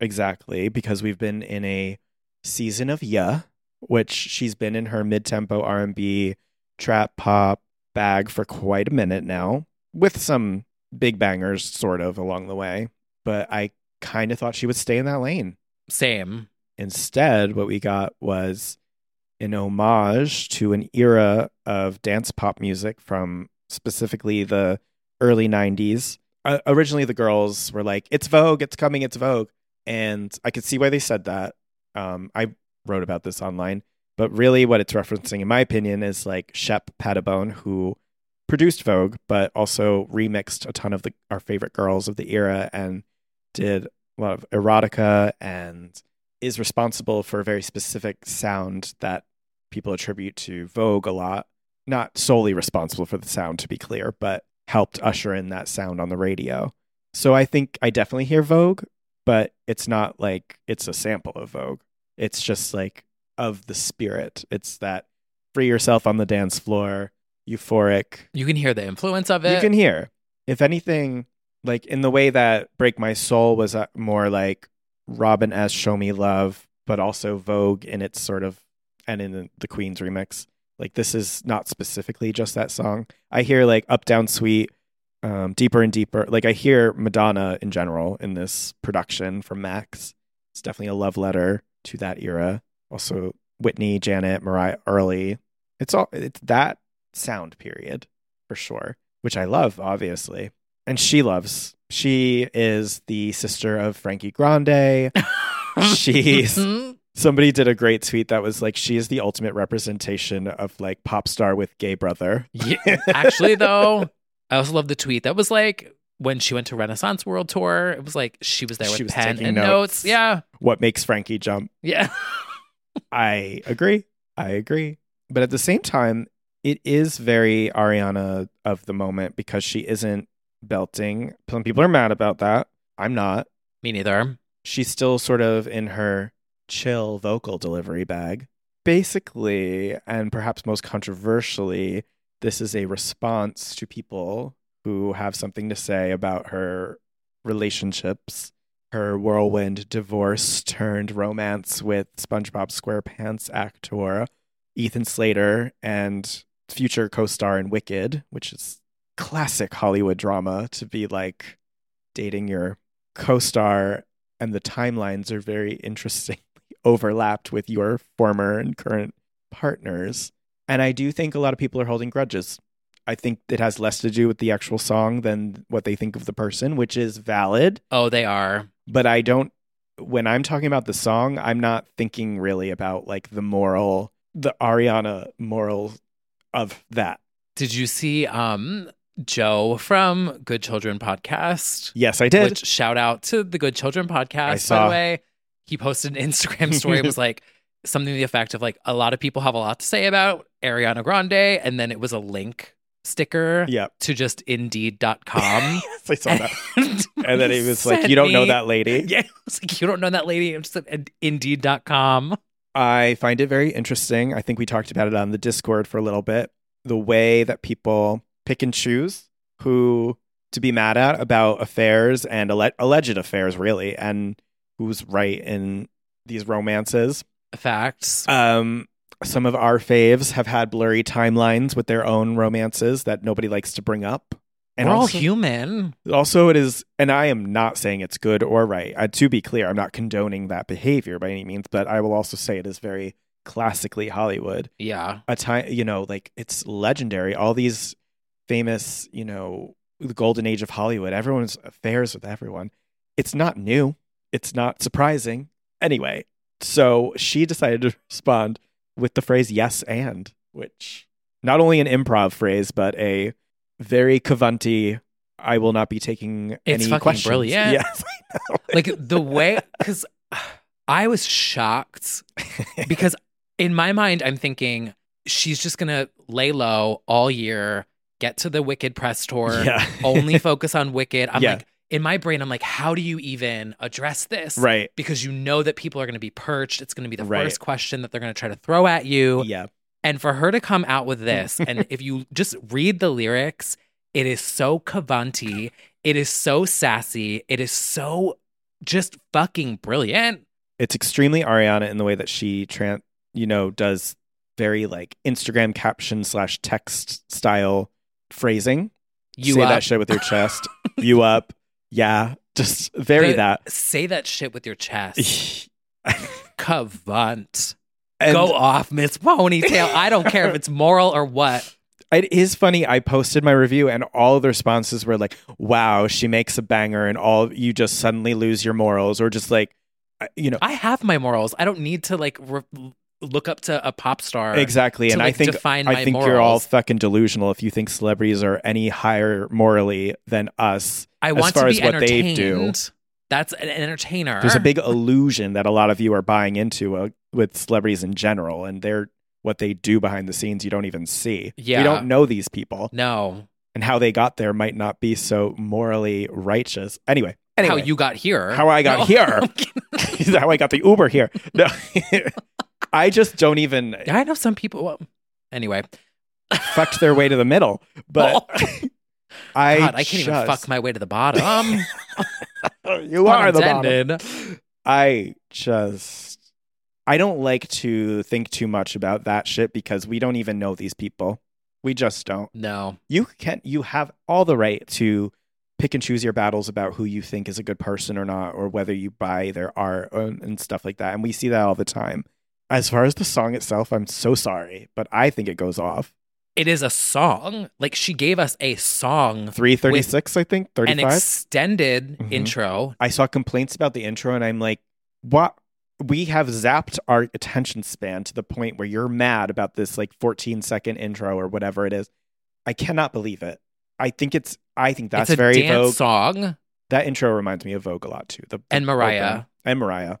S2: exactly because we've been in a season of yeah, which she's been in her mid-tempo R&B trap pop bag for quite a minute now with some big bangers sort of along the way, but I kind of thought she would stay in that lane.
S1: Same.
S2: Instead, what we got was an homage to an era of dance pop music from specifically the early 90s. Uh, originally, the girls were like, it's Vogue, it's coming, it's Vogue. And I could see why they said that. um, I wrote about this online, but really what it's referencing, in my opinion, is like Shep Pettibone, who produced Vogue, but also remixed a ton of the, our favorite girls of the era and did a lot of erotica and is responsible for a very specific sound that people attribute to Vogue a lot. Not solely responsible for the sound, to be clear, but helped usher in that sound on the radio. So I think I definitely hear Vogue, but it's not like it's a sample of Vogue. It's just like of the spirit. It's that free yourself on the dance floor, euphoric,
S1: You can hear the influence of it.
S2: you can hear. If anything, like in the way that Break My Soul was uh, more like Robin S. Show Me Love, but also Vogue in its sort of, and in the, the Queen's remix. Like this is not specifically just that song. I hear like Up Down Sweet, um, Deeper and Deeper. Like I hear Madonna in general in this production from Max. It's definitely a love letter to that era. Also Whitney, Janet, Mariah Early. It's all it's that sound period for sure, which I love, obviously. And she loves. She is the sister of Frankie Grande. She's
S1: Mm-hmm.
S2: somebody did a great tweet that was like, she is the ultimate representation of like pop star with gay brother.
S1: Yeah, actually, though, I also love the tweet that was like when she went to Renaissance World Tour. It was like she was there with
S2: She was
S1: pen
S2: taking
S1: and
S2: notes.
S1: notes. Yeah,
S2: What makes Frankie jump?
S1: yeah.
S2: I agree. I agree. But at the same time, it is very Ariana of the moment because she isn't belting. Some people are mad about that. I'm not.
S1: Me neither.
S2: she's still sort of in her chill vocal delivery bag. Basically, and perhaps most controversially, this is a response to people who have something to say about her relationships, her whirlwind divorce turned romance with SpongeBob SquarePants actor Ethan Slater and future co star in Wicked, which is classic Hollywood drama to be like dating your co star and the timelines are very interestingly overlapped with your former and current partners. And I do think a lot of people are holding grudges. I think it has less to do with the actual song than what they think of the person, which is valid.
S1: Oh, they are.
S2: But I don't, when I'm talking about the song, I'm not thinking really about like the moral, the Ariana moral of that.
S1: Did you see um Joe from Good Children podcast?
S2: Yes, I did.
S1: Which shout out to the Good Children
S2: I
S1: podcast, by
S2: saw.
S1: the way. He posted an Instagram story, it was like something to the effect of like a lot of people have a lot to say about Ariana Grande, and then it was a link sticker
S2: yeah.
S1: to just indeed.com.
S2: Yes, I saw that. And then he was like, You don't know that lady.
S1: Yeah, I was like, you don't know that lady. I'm just at indeed.com.
S2: I find it very interesting. I think we talked about it on the Discord for a little bit. The way that people pick and choose who to be mad at about affairs and alle- alleged affairs, really, and who's right in these romances.
S1: Facts.
S2: Um, some of our faves have had blurry timelines with their own romances that nobody likes to bring up.
S1: And We're
S2: also-
S1: all human.
S2: also, it is, and I am not saying it's good or right. Uh, to be clear, I'm not condoning that behavior by any means, but I will also say it is very classically Hollywood.
S1: Yeah.
S2: A time, you know, like it's legendary. All these famous, you know, the golden age of Hollywood, everyone's affairs with everyone. It's not new, it's not surprising. Anyway, so she decided to respond with the phrase yes and, which not only an improv phrase, but a very Cavanti, I will not be taking
S1: It's
S2: any
S1: fucking
S2: questions.
S1: brilliant.
S2: Yes.
S1: like the way because i was shocked because in my mind i'm thinking she's just gonna lay low all year get to the wicked press tour
S2: Yeah.
S1: only focus on wicked i'm
S2: Yeah.
S1: like in my brain i'm like how do you even address this
S2: Right.
S1: because you know that people are gonna be perched it's gonna be the
S2: Right.
S1: first question that they're gonna try to throw at you
S2: Yeah.
S1: and for her to come out with this, and if you just read the lyrics, it is so cavanti. It is so sassy. It is so just fucking brilliant.
S2: it's extremely Ariana in the way that she tran you know does very like Instagram caption slash text style phrasing.
S1: You uh,
S2: say
S1: up.
S2: that shit with your chest. you up, yeah, just very
S1: The-
S2: that.
S1: Say that shit with your chest. Cavant.
S2: And-
S1: Go off, Miss Ponytail. I don't care if it's moral or what.
S2: It is funny. I posted my review, and all of the responses were like, "Wow, she makes a banger," and all you just suddenly lose your morals, or just like, you know,
S1: I have my morals. I don't need to like re- look up to a pop star.
S2: Exactly,
S1: to,
S2: and
S1: like,
S2: I think
S1: define my
S2: I think
S1: morals.
S2: you're all fucking delusional if you think celebrities are any higher morally than us.
S1: I want
S2: as far
S1: to be
S2: as what they
S1: entertained.
S2: do.
S1: That's an entertainer.
S2: There's a big illusion that a lot of you are buying into uh, with celebrities in general, and they're what they do behind the scenes. You don't even see.
S1: Yeah.
S2: we don't know these people.
S1: no.
S2: and how they got there might not be so morally righteous. Anyway, anyway,
S1: How you got here?
S2: how I got
S1: No.
S2: here, how I got the Uber here. No, I just don't even
S1: Yeah, I know some people. Well, anyway, Oh
S2: fucked their way to the middle, but I
S1: God, I can't even fuck my way to the bottom.
S2: my. Oh, You are the bottom.
S1: Unintended.
S2: I just. I don't like to think too much about that shit because we don't even know these people. We just don't.
S1: No,
S2: you can you have all the right to pick and choose your battles about who you think is a good person or not or whether you buy their art or, and stuff like that and we see that all the time as far as the song itself i'm so sorry but i think it goes off
S1: it is a song. Like she gave us a song,
S2: 336 i think
S1: an
S2: 35
S1: extended
S2: Mhm.
S1: intro.
S2: i saw complaints about the intro and i'm like what we have zapped our attention span to the point where you're mad about this like 14 second intro or whatever it is i cannot believe it i think it's i think that's
S1: it's a
S2: very
S1: dance
S2: Vogue.
S1: song.
S2: That intro reminds me of Vogue a lot too. The, the
S1: And Mariah.
S2: open- and Mariah,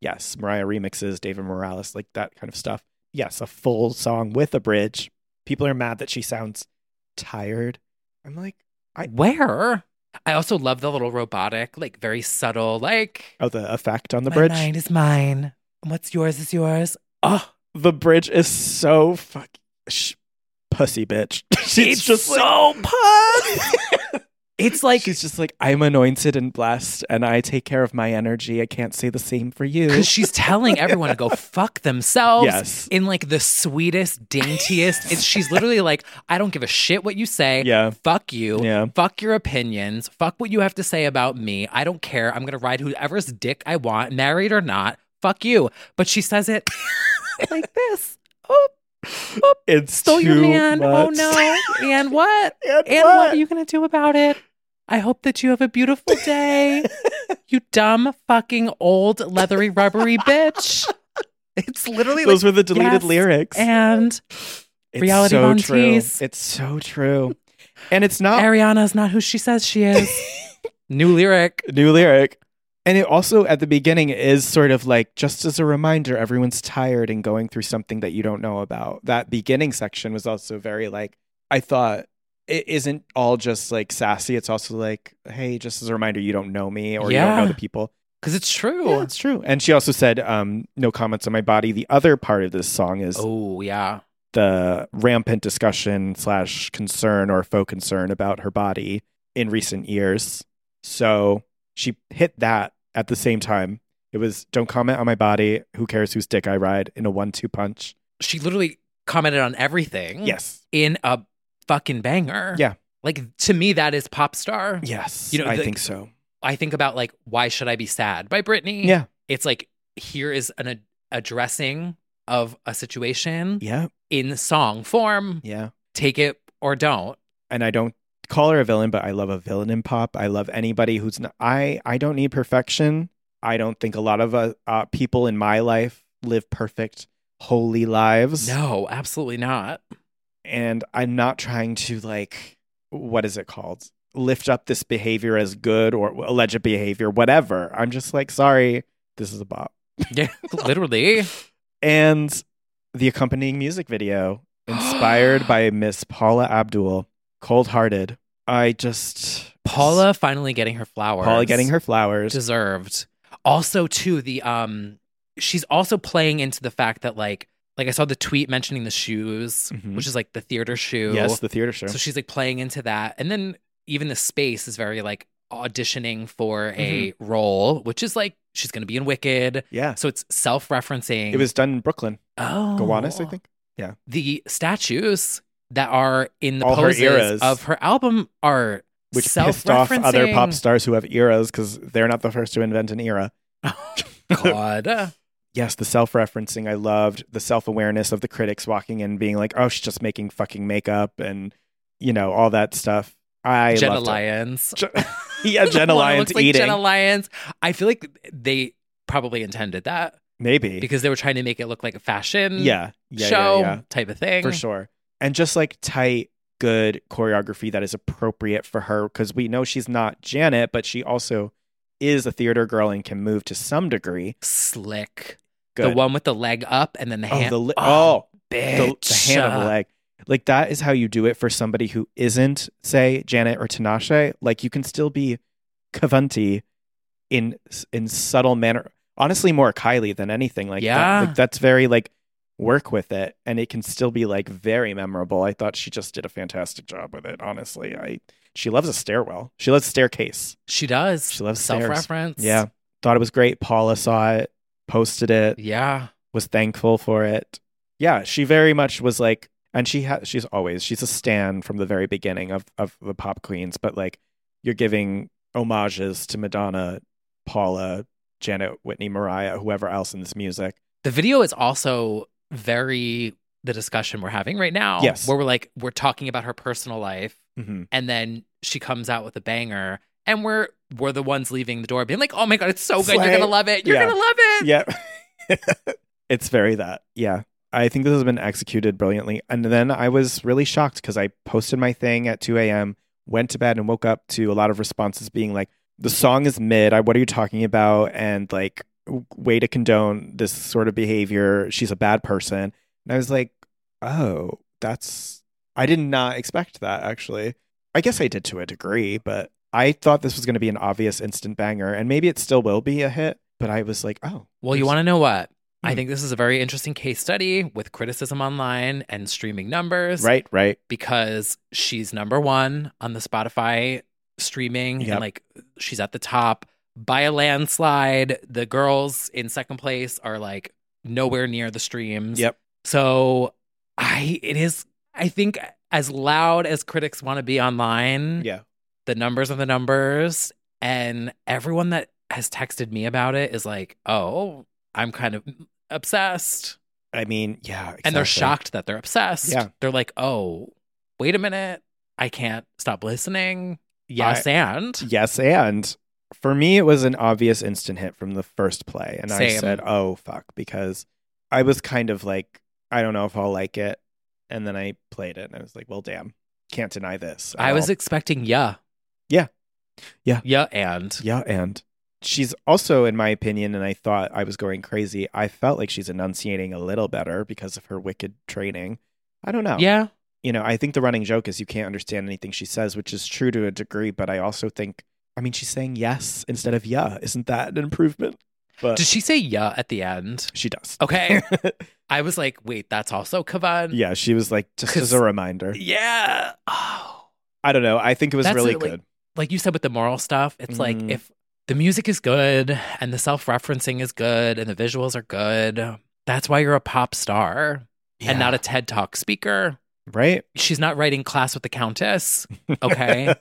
S2: yes, Mariah remixes David Morales, like that kind of stuff. Yes, a full song with a bridge. People are mad that she sounds tired. I'm like, I
S1: Where? I also love the little robotic, like very subtle, like
S2: oh, the effect on the
S1: "My
S2: bridge.
S1: mine is mine. and What's yours is yours. Oh,
S2: The bridge is so fuck sh- pussy bitch. She's
S1: it's
S2: just like,
S1: so pun. it's like
S2: she's just like I'm anointed and blessed, and I take care of my energy. I can't say the same for you.
S1: Because she's telling everyone to go fuck themselves
S2: Yes.
S1: in like the sweetest, daintiest. It's, she's literally like, I don't give a shit what you say.
S2: Yeah.
S1: Fuck you.
S2: Yeah.
S1: Fuck your opinions. Fuck what you have to say about me. I don't care. I'm going to ride whoever's dick I want, married or not. Fuck you. But she says it like this. Oh, oh
S2: It's
S1: stole your
S2: too
S1: man. Oh
S2: much.
S1: no. And what?
S2: And
S1: and what?
S2: what?
S1: are you going to do about it? I hope that you have a beautiful day. you dumb fucking old leathery rubbery bitch. It's literally
S2: Those
S1: like,
S2: were the deleted
S1: yes,
S2: lyrics.
S1: And
S2: It's
S1: Reality
S2: so
S1: Von
S2: true.
S1: Teese.
S2: It's so true. And it's not
S1: Ariana's not who she says she is. New lyric.
S2: new lyric. And it also at the beginning is sort of like just as a reminder, everyone's tired and going through something that you don't know about. That beginning section was also very like I thought it isn't all just like sassy. It's also like, hey, just as a reminder, you don't know me or you don't
S1: Yeah.
S2: know the people.
S1: Because it's true.
S2: Yeah, it's true. And she also said, um, no comments on my body. The other part of this song is
S1: Oh, yeah.
S2: the rampant discussion slash concern or faux concern about her body in recent years. So she hit that at the same time. It was don't comment on my body. Who cares whose dick I ride in a one two punch?
S1: She literally commented on everything
S2: Yes.
S1: in a fucking banger.
S2: Yeah.
S1: Like to me, that is pop star.
S2: Yes.
S1: You know,
S2: I
S1: the-
S2: think so.
S1: I think about like, why should I be sad by Britney?
S2: Yeah.
S1: It's like, here is an ad- addressing of a situation
S2: Yeah.
S1: in song form.
S2: Yeah.
S1: Take it or don't.
S2: And I don't call her a villain, but I love a villain in pop. I love anybody who's not, I I don't need perfection. I don't think a lot of uh, uh, people in my life live perfect, holy lives.
S1: No, absolutely not.
S2: and I'm not trying to like what is it called? Lift up this behavior as good or alleged behavior, whatever. I'm just like, sorry, this is a bop.
S1: Yeah, literally.
S2: And the accompanying music video, inspired by Miss Paula Abdul, Cold Hearted. I just
S1: Paula finally getting her flowers.
S2: Paula getting her flowers.
S1: deserved. Also, too, the um she's also playing into the fact that like like I saw the tweet mentioning the shoes,
S2: Mhm.
S1: which is like the theater shoe.
S2: yes, the theater show.
S1: So she's like playing into that. And then even the space is very like auditioning for a
S2: Mm-hmm.
S1: role, which is like she's going to be in Wicked.
S2: yeah,
S1: So it's self referencing.
S2: it was done in Brooklyn,
S1: oh,
S2: Gowanus, I think.
S1: The statues that are in the
S2: All her
S1: poses
S2: eras.
S1: of her album are
S2: Which pissed off other pop stars who have eras because they're not the first to invent an era.
S1: God.
S2: yes, the self referencing I loved, the self awareness of the critics walking in and being like, oh, she's just making fucking makeup and, you know, all that stuff. I
S1: Jenna
S2: loved it.
S1: Lyons.
S2: Je- yeah,
S1: Lana
S2: Jenna Lyons
S1: looks like
S2: eating.
S1: Jenna Lyons. I feel like they probably intended that
S2: Maybe.
S1: because they were trying to make it look like a fashion
S2: yeah, yeah, yeah,
S1: show
S2: yeah.
S1: type of thing.
S2: for sure. And just like tight, good choreography that is appropriate for her because we know she's not Janet, but she also is a theater girl and can move to some degree.
S1: Slick.
S2: Good.
S1: The one with the leg up and then the
S2: oh,
S1: hand.
S2: the li- oh, the, the
S1: bitch.
S2: hand on the leg. Like that is how you do it for somebody who isn't, say, Janet or Tinashe. Like you can still be Cavanti in in subtle manner. Honestly, more Kylie than anything. Like that-
S1: Yeah.
S2: like, that's very like work with it, and it can still be like very memorable. I thought she just did a fantastic job with it. Honestly, I she loves a stairwell. She loves staircase.
S1: She does.
S2: She loves stairs.
S1: self-reference.
S2: Yeah, thought it was great. Paula saw it, posted it
S1: Yeah.
S2: was thankful for it. Yeah, she very much was like, and she ha- she's always she's a stan from the very beginning of of the pop queens, but like you're giving homages to Madonna, Paula, Janet, Whitney, Mariah, whoever else in this music.
S1: The video is also very the discussion we're having right now.
S2: Yes.
S1: Where we're like, we're talking about her personal life,
S2: Mm-hmm.
S1: and then she comes out with a banger, and we're we're the ones leaving the door being like, Oh my god, it's so good. You're
S2: Slay.
S1: gonna love it. You're
S2: Yeah.
S1: gonna love it.
S2: Yeah, it's very that. Yeah, I think this has been executed brilliantly. And then I was really shocked because I posted my thing at 2 a.m., went to bed, and woke up to a lot of responses being like, the song is mid. I, what are you talking about? And like, w- way to condone this sort of behavior. She's a bad person. And I was like, oh, that's, I did not expect that actually. I guess I did to a degree, but I thought this was going to be an obvious instant banger. And maybe it still will be a hit, but I was like, oh.
S1: Well, you want to know what? I
S2: Hmm.
S1: think this is a very interesting case study with criticism online and streaming numbers.
S2: Right, right.
S1: Because she's number one on the Spotify streaming
S2: Yep.
S1: and like she's at the top by a landslide. The girls in second place are like nowhere near the streams.
S2: Yep.
S1: So I it is I think as loud as critics want to be online,
S2: Yeah.
S1: the numbers are the numbers and everyone that has texted me about it is like oh i'm kind of obsessed
S2: I mean, yeah.
S1: and they're
S2: exactly.
S1: shocked that they're obsessed
S2: Yeah.
S1: they're like oh wait a minute i can't stop listening yes and
S2: Yes, and for me, it was an obvious instant hit from the first play, and I
S1: Same.
S2: said, "Oh fuck," because I was kind of like, "I don't know if I'll like it," and then I played it, and I was like, "Well, damn, can't deny this." at
S1: i was
S2: all."
S1: expecting yeah
S2: Yeah. Yeah.
S1: yeah and
S2: yeah, and she's also, in my opinion, and I thought I was going crazy. I felt like she's enunciating a little better because of her wicked training. I don't know.
S1: yeah
S2: you know, I think the running joke is you can't understand anything she says, which is true to a degree, but I also think I mean she's saying yes instead of yeah. Isn't that an improvement? But
S1: did she say yeah at the end
S2: she does.
S1: okay i was like wait that's also kavan
S2: yeah, she was like just as a
S1: 'Cause-
S2: reminder.
S1: yeah oh
S2: I don't know. I think it was
S1: That's
S2: really
S1: it, like-
S2: good.
S1: like you said with the moral stuff, it's like
S2: Mhm.
S1: if the music is good and the self referencing is good and the visuals are good, that's why you're a pop star and not a TED Talk speaker.
S2: right?
S1: She's not writing class with the countess. Okay.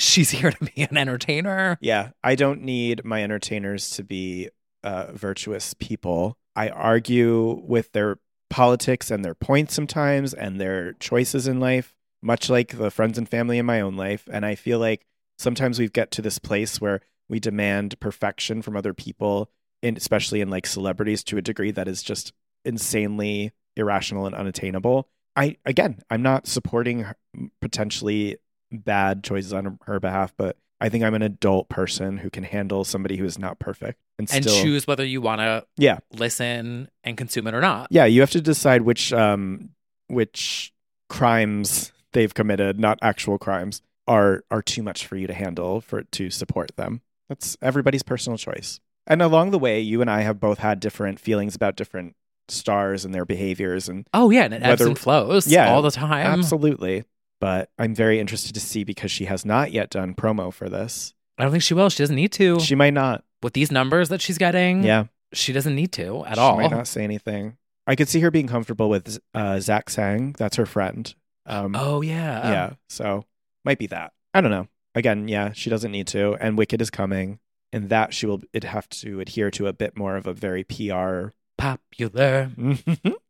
S1: She's here to be an entertainer.
S2: Yeah, I don't need my entertainers to be uh, virtuous people. I argue with their politics and their points sometimes and their choices in life, much like the friends and family in my own life. And I feel like sometimes we get to this place where we demand perfection from other people, and especially in like celebrities to a degree that is just insanely irrational and unattainable. I, again, I'm not supporting her, potentially bad choices on her behalf, but I think I'm an adult person who can handle somebody who is not perfect and,
S1: And
S2: still,
S1: choose whether you want to
S2: Yeah,
S1: listen and consume it or not.
S2: yeah. You have to decide which um which crimes they've committed, not actual crimes, are are too much for you to handle for to support them. That's everybody's personal choice. And along the way, you and I have both had different feelings about different stars and their behaviors and
S1: Oh, yeah. And it ebbs
S2: Whether-
S1: and flows
S2: Yeah,
S1: all the time.
S2: absolutely. But I'm very interested to see because she has not yet done promo for this.
S1: I don't think she will. She doesn't need to.
S2: She might not.
S1: with these numbers that she's getting,
S2: Yeah.
S1: she doesn't need to Mm, at
S2: she
S1: all.
S2: Might not say anything. I could see her being comfortable with uh, Zach Sang. That's her friend. Um,
S1: Oh, yeah.
S2: yeah. So might be that. I don't know. Again, yeah, she doesn't need to. And Wicked is coming, and that she will. It have to adhere to a bit more of a very PR.
S1: Popular.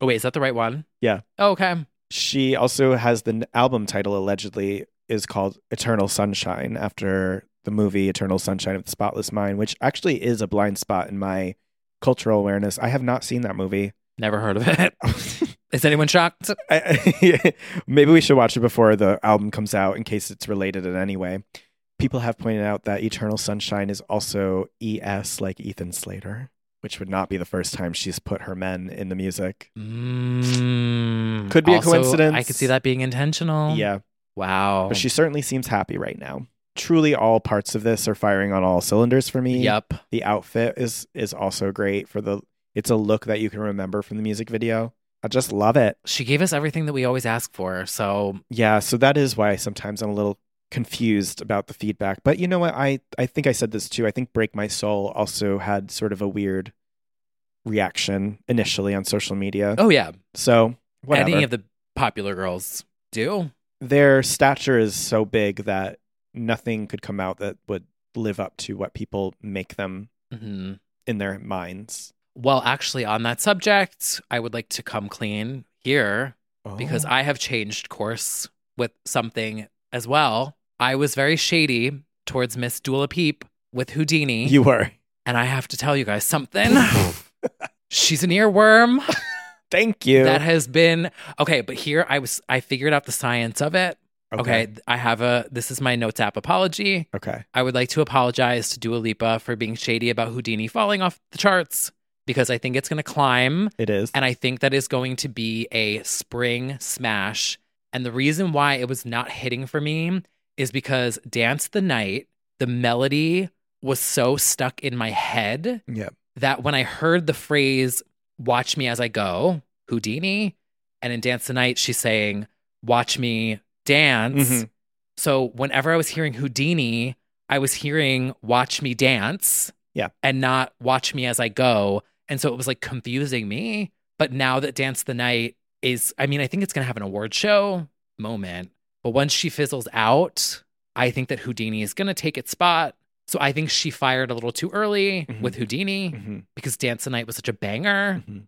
S1: Oh, wait, is that the right one?
S2: Yeah.
S1: Oh, okay.
S2: she also has the n- album title allegedly is called Eternal Sunshine after the movie Eternal Sunshine of the Spotless Mind, which actually is a blind spot in my cultural awareness. I have not seen that movie.
S1: Never heard of it. Is anyone shocked?
S2: Maybe we should watch it before the album comes out in case it's related in any way. People have pointed out that Eternal Sunshine is also ES like Ethan Slater, which would not be the first time she's put her men in the music.
S1: Mm,
S2: Could be a
S1: also,
S2: coincidence.
S1: I could see that being intentional.
S2: Yeah.
S1: Wow.
S2: But she certainly seems happy right now. Truly all parts of this are firing on all cylinders for me.
S1: Yep.
S2: The outfit is is also great for the it's a look that you can remember from the music video. I just love it.
S1: She gave us everything that we always ask for. So
S2: Yeah, so that is why sometimes I'm a little confused about the feedback. But you know what? I I think I said this too. I think Break My Soul also had sort of a weird reaction initially on social media.
S1: Oh yeah.
S2: So whatever.
S1: Any of the popular girls do.
S2: Their stature is so big that nothing could come out that would live up to what people make them
S1: hmm
S2: in their minds.
S1: Well, actually, on that subject, I would like to come clean here because
S2: Oh.
S1: I have changed course with something as well. I was very shady towards Miss Dula Peep with Houdini.
S2: you were.
S1: And I have to tell you guys something. She's an earworm.
S2: Thank you.
S1: That has been okay, but here I was I figured out the science of it.
S2: Okay.
S1: th- I have a this is my notes app apology.
S2: okay.
S1: I would like to apologize to Dua Lipa for being shady about Houdini falling off the charts because I think it's gonna climb
S2: It is.
S1: and I think that is going to be a spring smash. And the reason why it was not hitting for me is because Dance the Night, the melody was so stuck in my head
S2: yeah.
S1: that when I heard the phrase, watch me as I go, Houdini, and in Dance the Night, she's saying, watch me dance.
S2: Mhm.
S1: So whenever I was hearing Houdini, I was hearing watch me dance
S2: Yeah.
S1: and not watch me as I go. And so it was like confusing me. But now that Dance the Night is, I mean, I think it's going to have an award show moment. But once she fizzles out, I think that Houdini is going to take its spot. So I think she fired a little too early
S2: Mhm.
S1: with Houdini
S2: Mhm.
S1: because Dance the Night was such a banger.
S2: Mhm.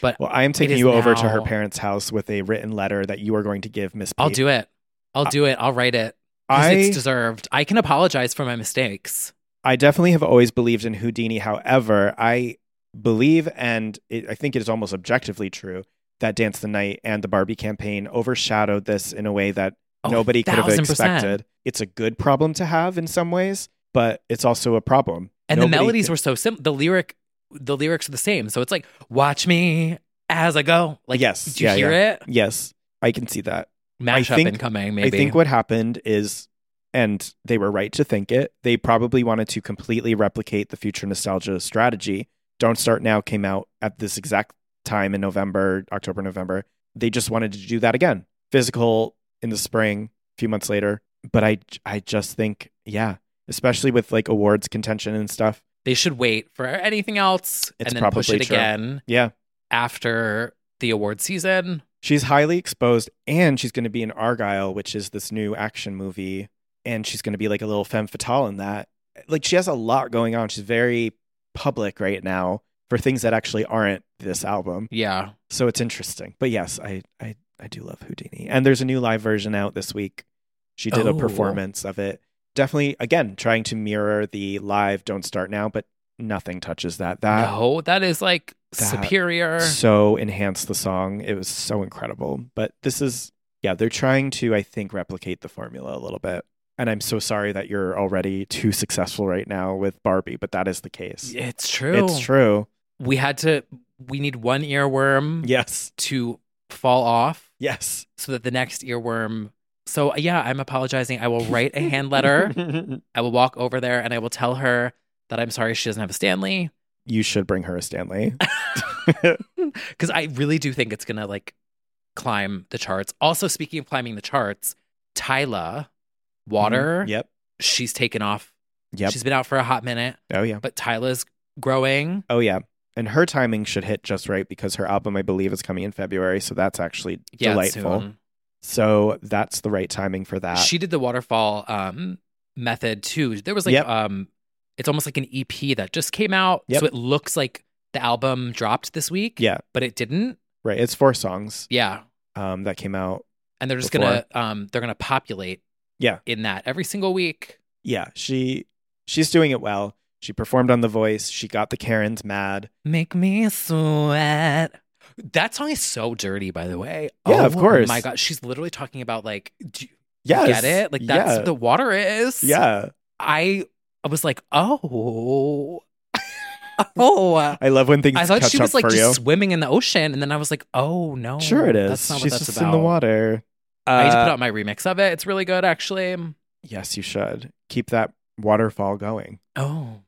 S1: But
S2: Well, I am taking
S1: is
S2: you over to her
S1: now-
S2: parents' house with a written letter that you are going to give Miss.
S1: I'll
S2: Pete.
S1: do it. I'll
S2: I-
S1: do it. I'll write it. 'Cause
S2: I
S1: it's deserved. I can apologize for my mistakes.
S2: I definitely have always believed in Houdini. However, I believe, and it, I think it is almost objectively true, that Dance the Night and the Barbie campaign overshadowed this in a way that
S1: Oh,
S2: nobody could have
S1: 1000%.
S2: expected. It's a good problem to have in some ways, but it's also a problem.
S1: And the
S2: Nobody
S1: melodies
S2: could-
S1: were so simple. The lyric, the lyrics are the same. So it's like, watch me as I go. Like,
S2: yes.
S1: do you
S2: yeah,
S1: hear
S2: yeah.
S1: it?
S2: Yes, I can see that.
S1: Mashup
S2: think-
S1: incoming, maybe.
S2: I think what happened is, and they were right to think it, they probably wanted to completely replicate the future nostalgia strategy. Don't Start Now came out at this exact time in November, October, November. They just wanted to do that again. Physical in the spring, a few months later. But I, I just think, yeah, especially with like awards contention and stuff.
S1: they should wait for anything else
S2: It's
S1: and then push
S2: probably
S1: it
S2: true.
S1: again
S2: Yeah.
S1: after the award season.
S2: She's highly exposed and she's going to be in Argyle, which is this new action movie. And she's going to be like a little femme fatale in that. Like she has a lot going on. She's very public right now for things that actually aren't this album.
S1: Yeah.
S2: So it's interesting. But yes, I, I, I do love Houdini. And there's a new live version out this week. She did a
S1: Oh.
S2: performance of it. Definitely, again, trying to mirror the live Don't Start Now, but nothing touches that. That
S1: no, that is like
S2: Ah. that-
S1: superior.
S2: so enhanced the song. It was so incredible. But this is, yeah, they're trying to, I think, replicate the formula a little bit. And I'm so sorry that you're already too successful right now with Barbie, but that is the case.
S1: It's true. Hmm.
S2: It's true.
S1: We had to, we need one earworm
S2: Yes.
S1: to fall off
S2: Yes.
S1: so that the next earworm. So, yeah, I'm apologizing. I will write a hand letter. I will walk over there and I will tell her that I'm sorry she doesn't have a Stanley
S2: you should bring her a Stanley.
S1: because I really do think it's gonna like climb the charts. Also, speaking of climbing the charts, Tyla Water,
S2: Mm-hmm. Yep.
S1: she's taken off.
S2: Mm, Yep.
S1: She's been out for a hot minute,
S2: oh, yeah.
S1: but Tyla's growing.
S2: Oh, yeah. And her timing should hit just right because her album, I believe, is coming in February. So that's actually
S1: Yeah,
S2: delightful. Uh,
S1: soon.
S2: So that's the right timing for that.
S1: She did the waterfall um method too. There was like
S2: Yep.
S1: um, it's almost like an EP that just came out,
S2: Yep.
S1: so it looks like the album dropped this week.
S2: yeah.
S1: but it didn't.
S2: Right. It's four songs
S1: Yeah,
S2: um, that came out
S1: and they're just
S2: Before.
S1: gonna um they're gonna populate
S2: Yeah.
S1: in that every single week
S2: yeah she she's doing it well She performed on The Voice. She got the Karens mad.
S1: Make me sweat. That song is so dirty, by the way. Oh
S2: Yeah, of course.
S1: My God, she's literally talking about like, do you
S2: Yes.
S1: get it? Like that's
S2: Yeah.
S1: what the water is.
S2: Yeah.
S1: I I was like, oh, oh.
S2: I love when things
S1: I thought
S2: catch
S1: she was
S2: up
S1: like
S2: for
S1: just
S2: you.
S1: swimming in the ocean, and then I was like, oh no,
S2: Sure, it is.
S1: That's not
S2: She's
S1: what that's
S2: just
S1: about.
S2: in the water.
S1: I need to put
S2: Uh,
S1: out my remix of it. It's really good, actually.
S2: Yes, you should keep that waterfall going.
S1: Oh,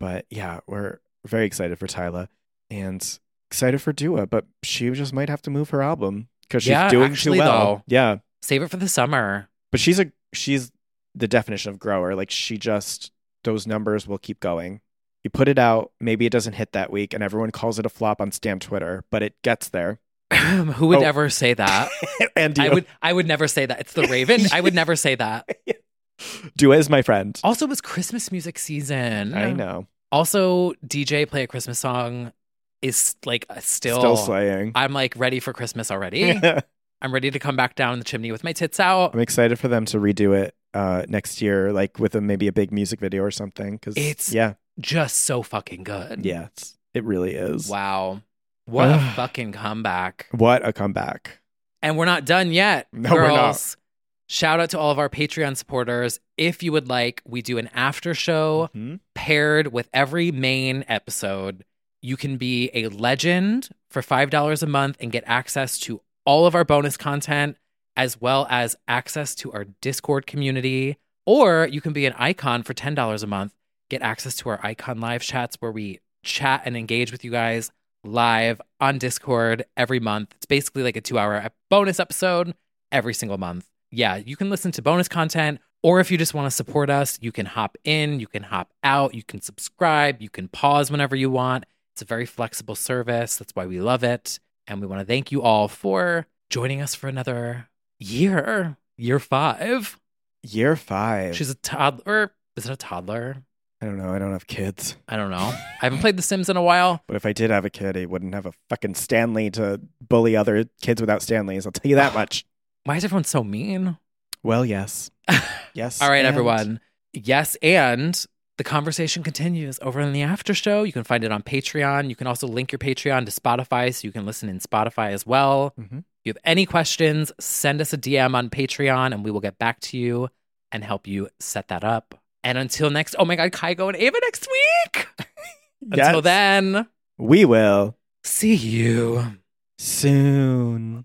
S2: But yeah, we're very excited for Tyla and excited for Dua, but she just might have to move her album because she's
S1: Yeah,
S2: doing
S1: actually,
S2: too well.
S1: though.
S2: Yeah,
S1: save it for the summer.
S2: but she's a she's the definition of grower. Like she just those numbers will keep going. You put it out, maybe it doesn't hit that week, and everyone calls it a flop on Stan Twitter, but it gets there.
S1: Who would
S2: Oh.
S1: ever say that?
S2: and
S1: I
S2: Dua,
S1: would. I would never say that. It's the Raven. I would never say that.
S2: Dua is my friend.
S1: Also, it was Christmas music season.
S2: I know,
S1: Also, DJ play a Christmas song is like still.
S2: still slaying.
S1: I'm like ready for Christmas already. I'm ready to come back down the chimney with my tits out.
S2: I'm excited for them to redo it uh, next year, like with a, maybe a big music video or something. Because
S1: It's-
S2: yeah,
S1: Just so fucking good.
S2: yeah, it's, it really is.
S1: Wow. What a fucking comeback.
S2: What a comeback!
S1: And we're not done yet.
S2: No,
S1: girls.
S2: we're not.
S1: Shout out to all of our Patreon supporters. If you would like, we do an after show
S2: Mhm.
S1: paired with every main episode. You can be a legend for $5 a month and get access to all of our bonus content, as well as access to our Discord community. Or you can be an icon for $10 a month, get access to our icon live chats where we chat and engage with you guys live on Discord every month. It's basically like a two hour ep- bonus episode every single month. Yeah, you can listen to bonus content, or if you just want to support us, you can hop in, you can hop out, you can subscribe, you can pause whenever you want. It's a very flexible service. That's why we love it. And we want to thank you all for joining us for another year, year five.
S2: Year five.
S1: She's a toddler. Is it a toddler?
S2: I don't know. I don't have kids,
S1: I don't know. I haven't played The Sims in a while.
S2: but if I did have a kid, I wouldn't have a fucking Stanley to bully other kids without Stanleys. I'll tell you that much.
S1: Why is everyone so mean?
S2: Well, yes, yes.
S1: All right,
S2: and-
S1: everyone. Yes, and the conversation continues over in the after show. You can find it on Patreon. You can also link your Patreon to Spotify so you can listen in Spotify as well.
S2: Mhm.
S1: If you have any questions, send us a DM on Patreon and we will get back to you and help you set that up. And until next, oh my God, Kygo and Ava next week. Until
S2: Yes.
S1: then,
S2: we will
S1: see you.
S2: soon.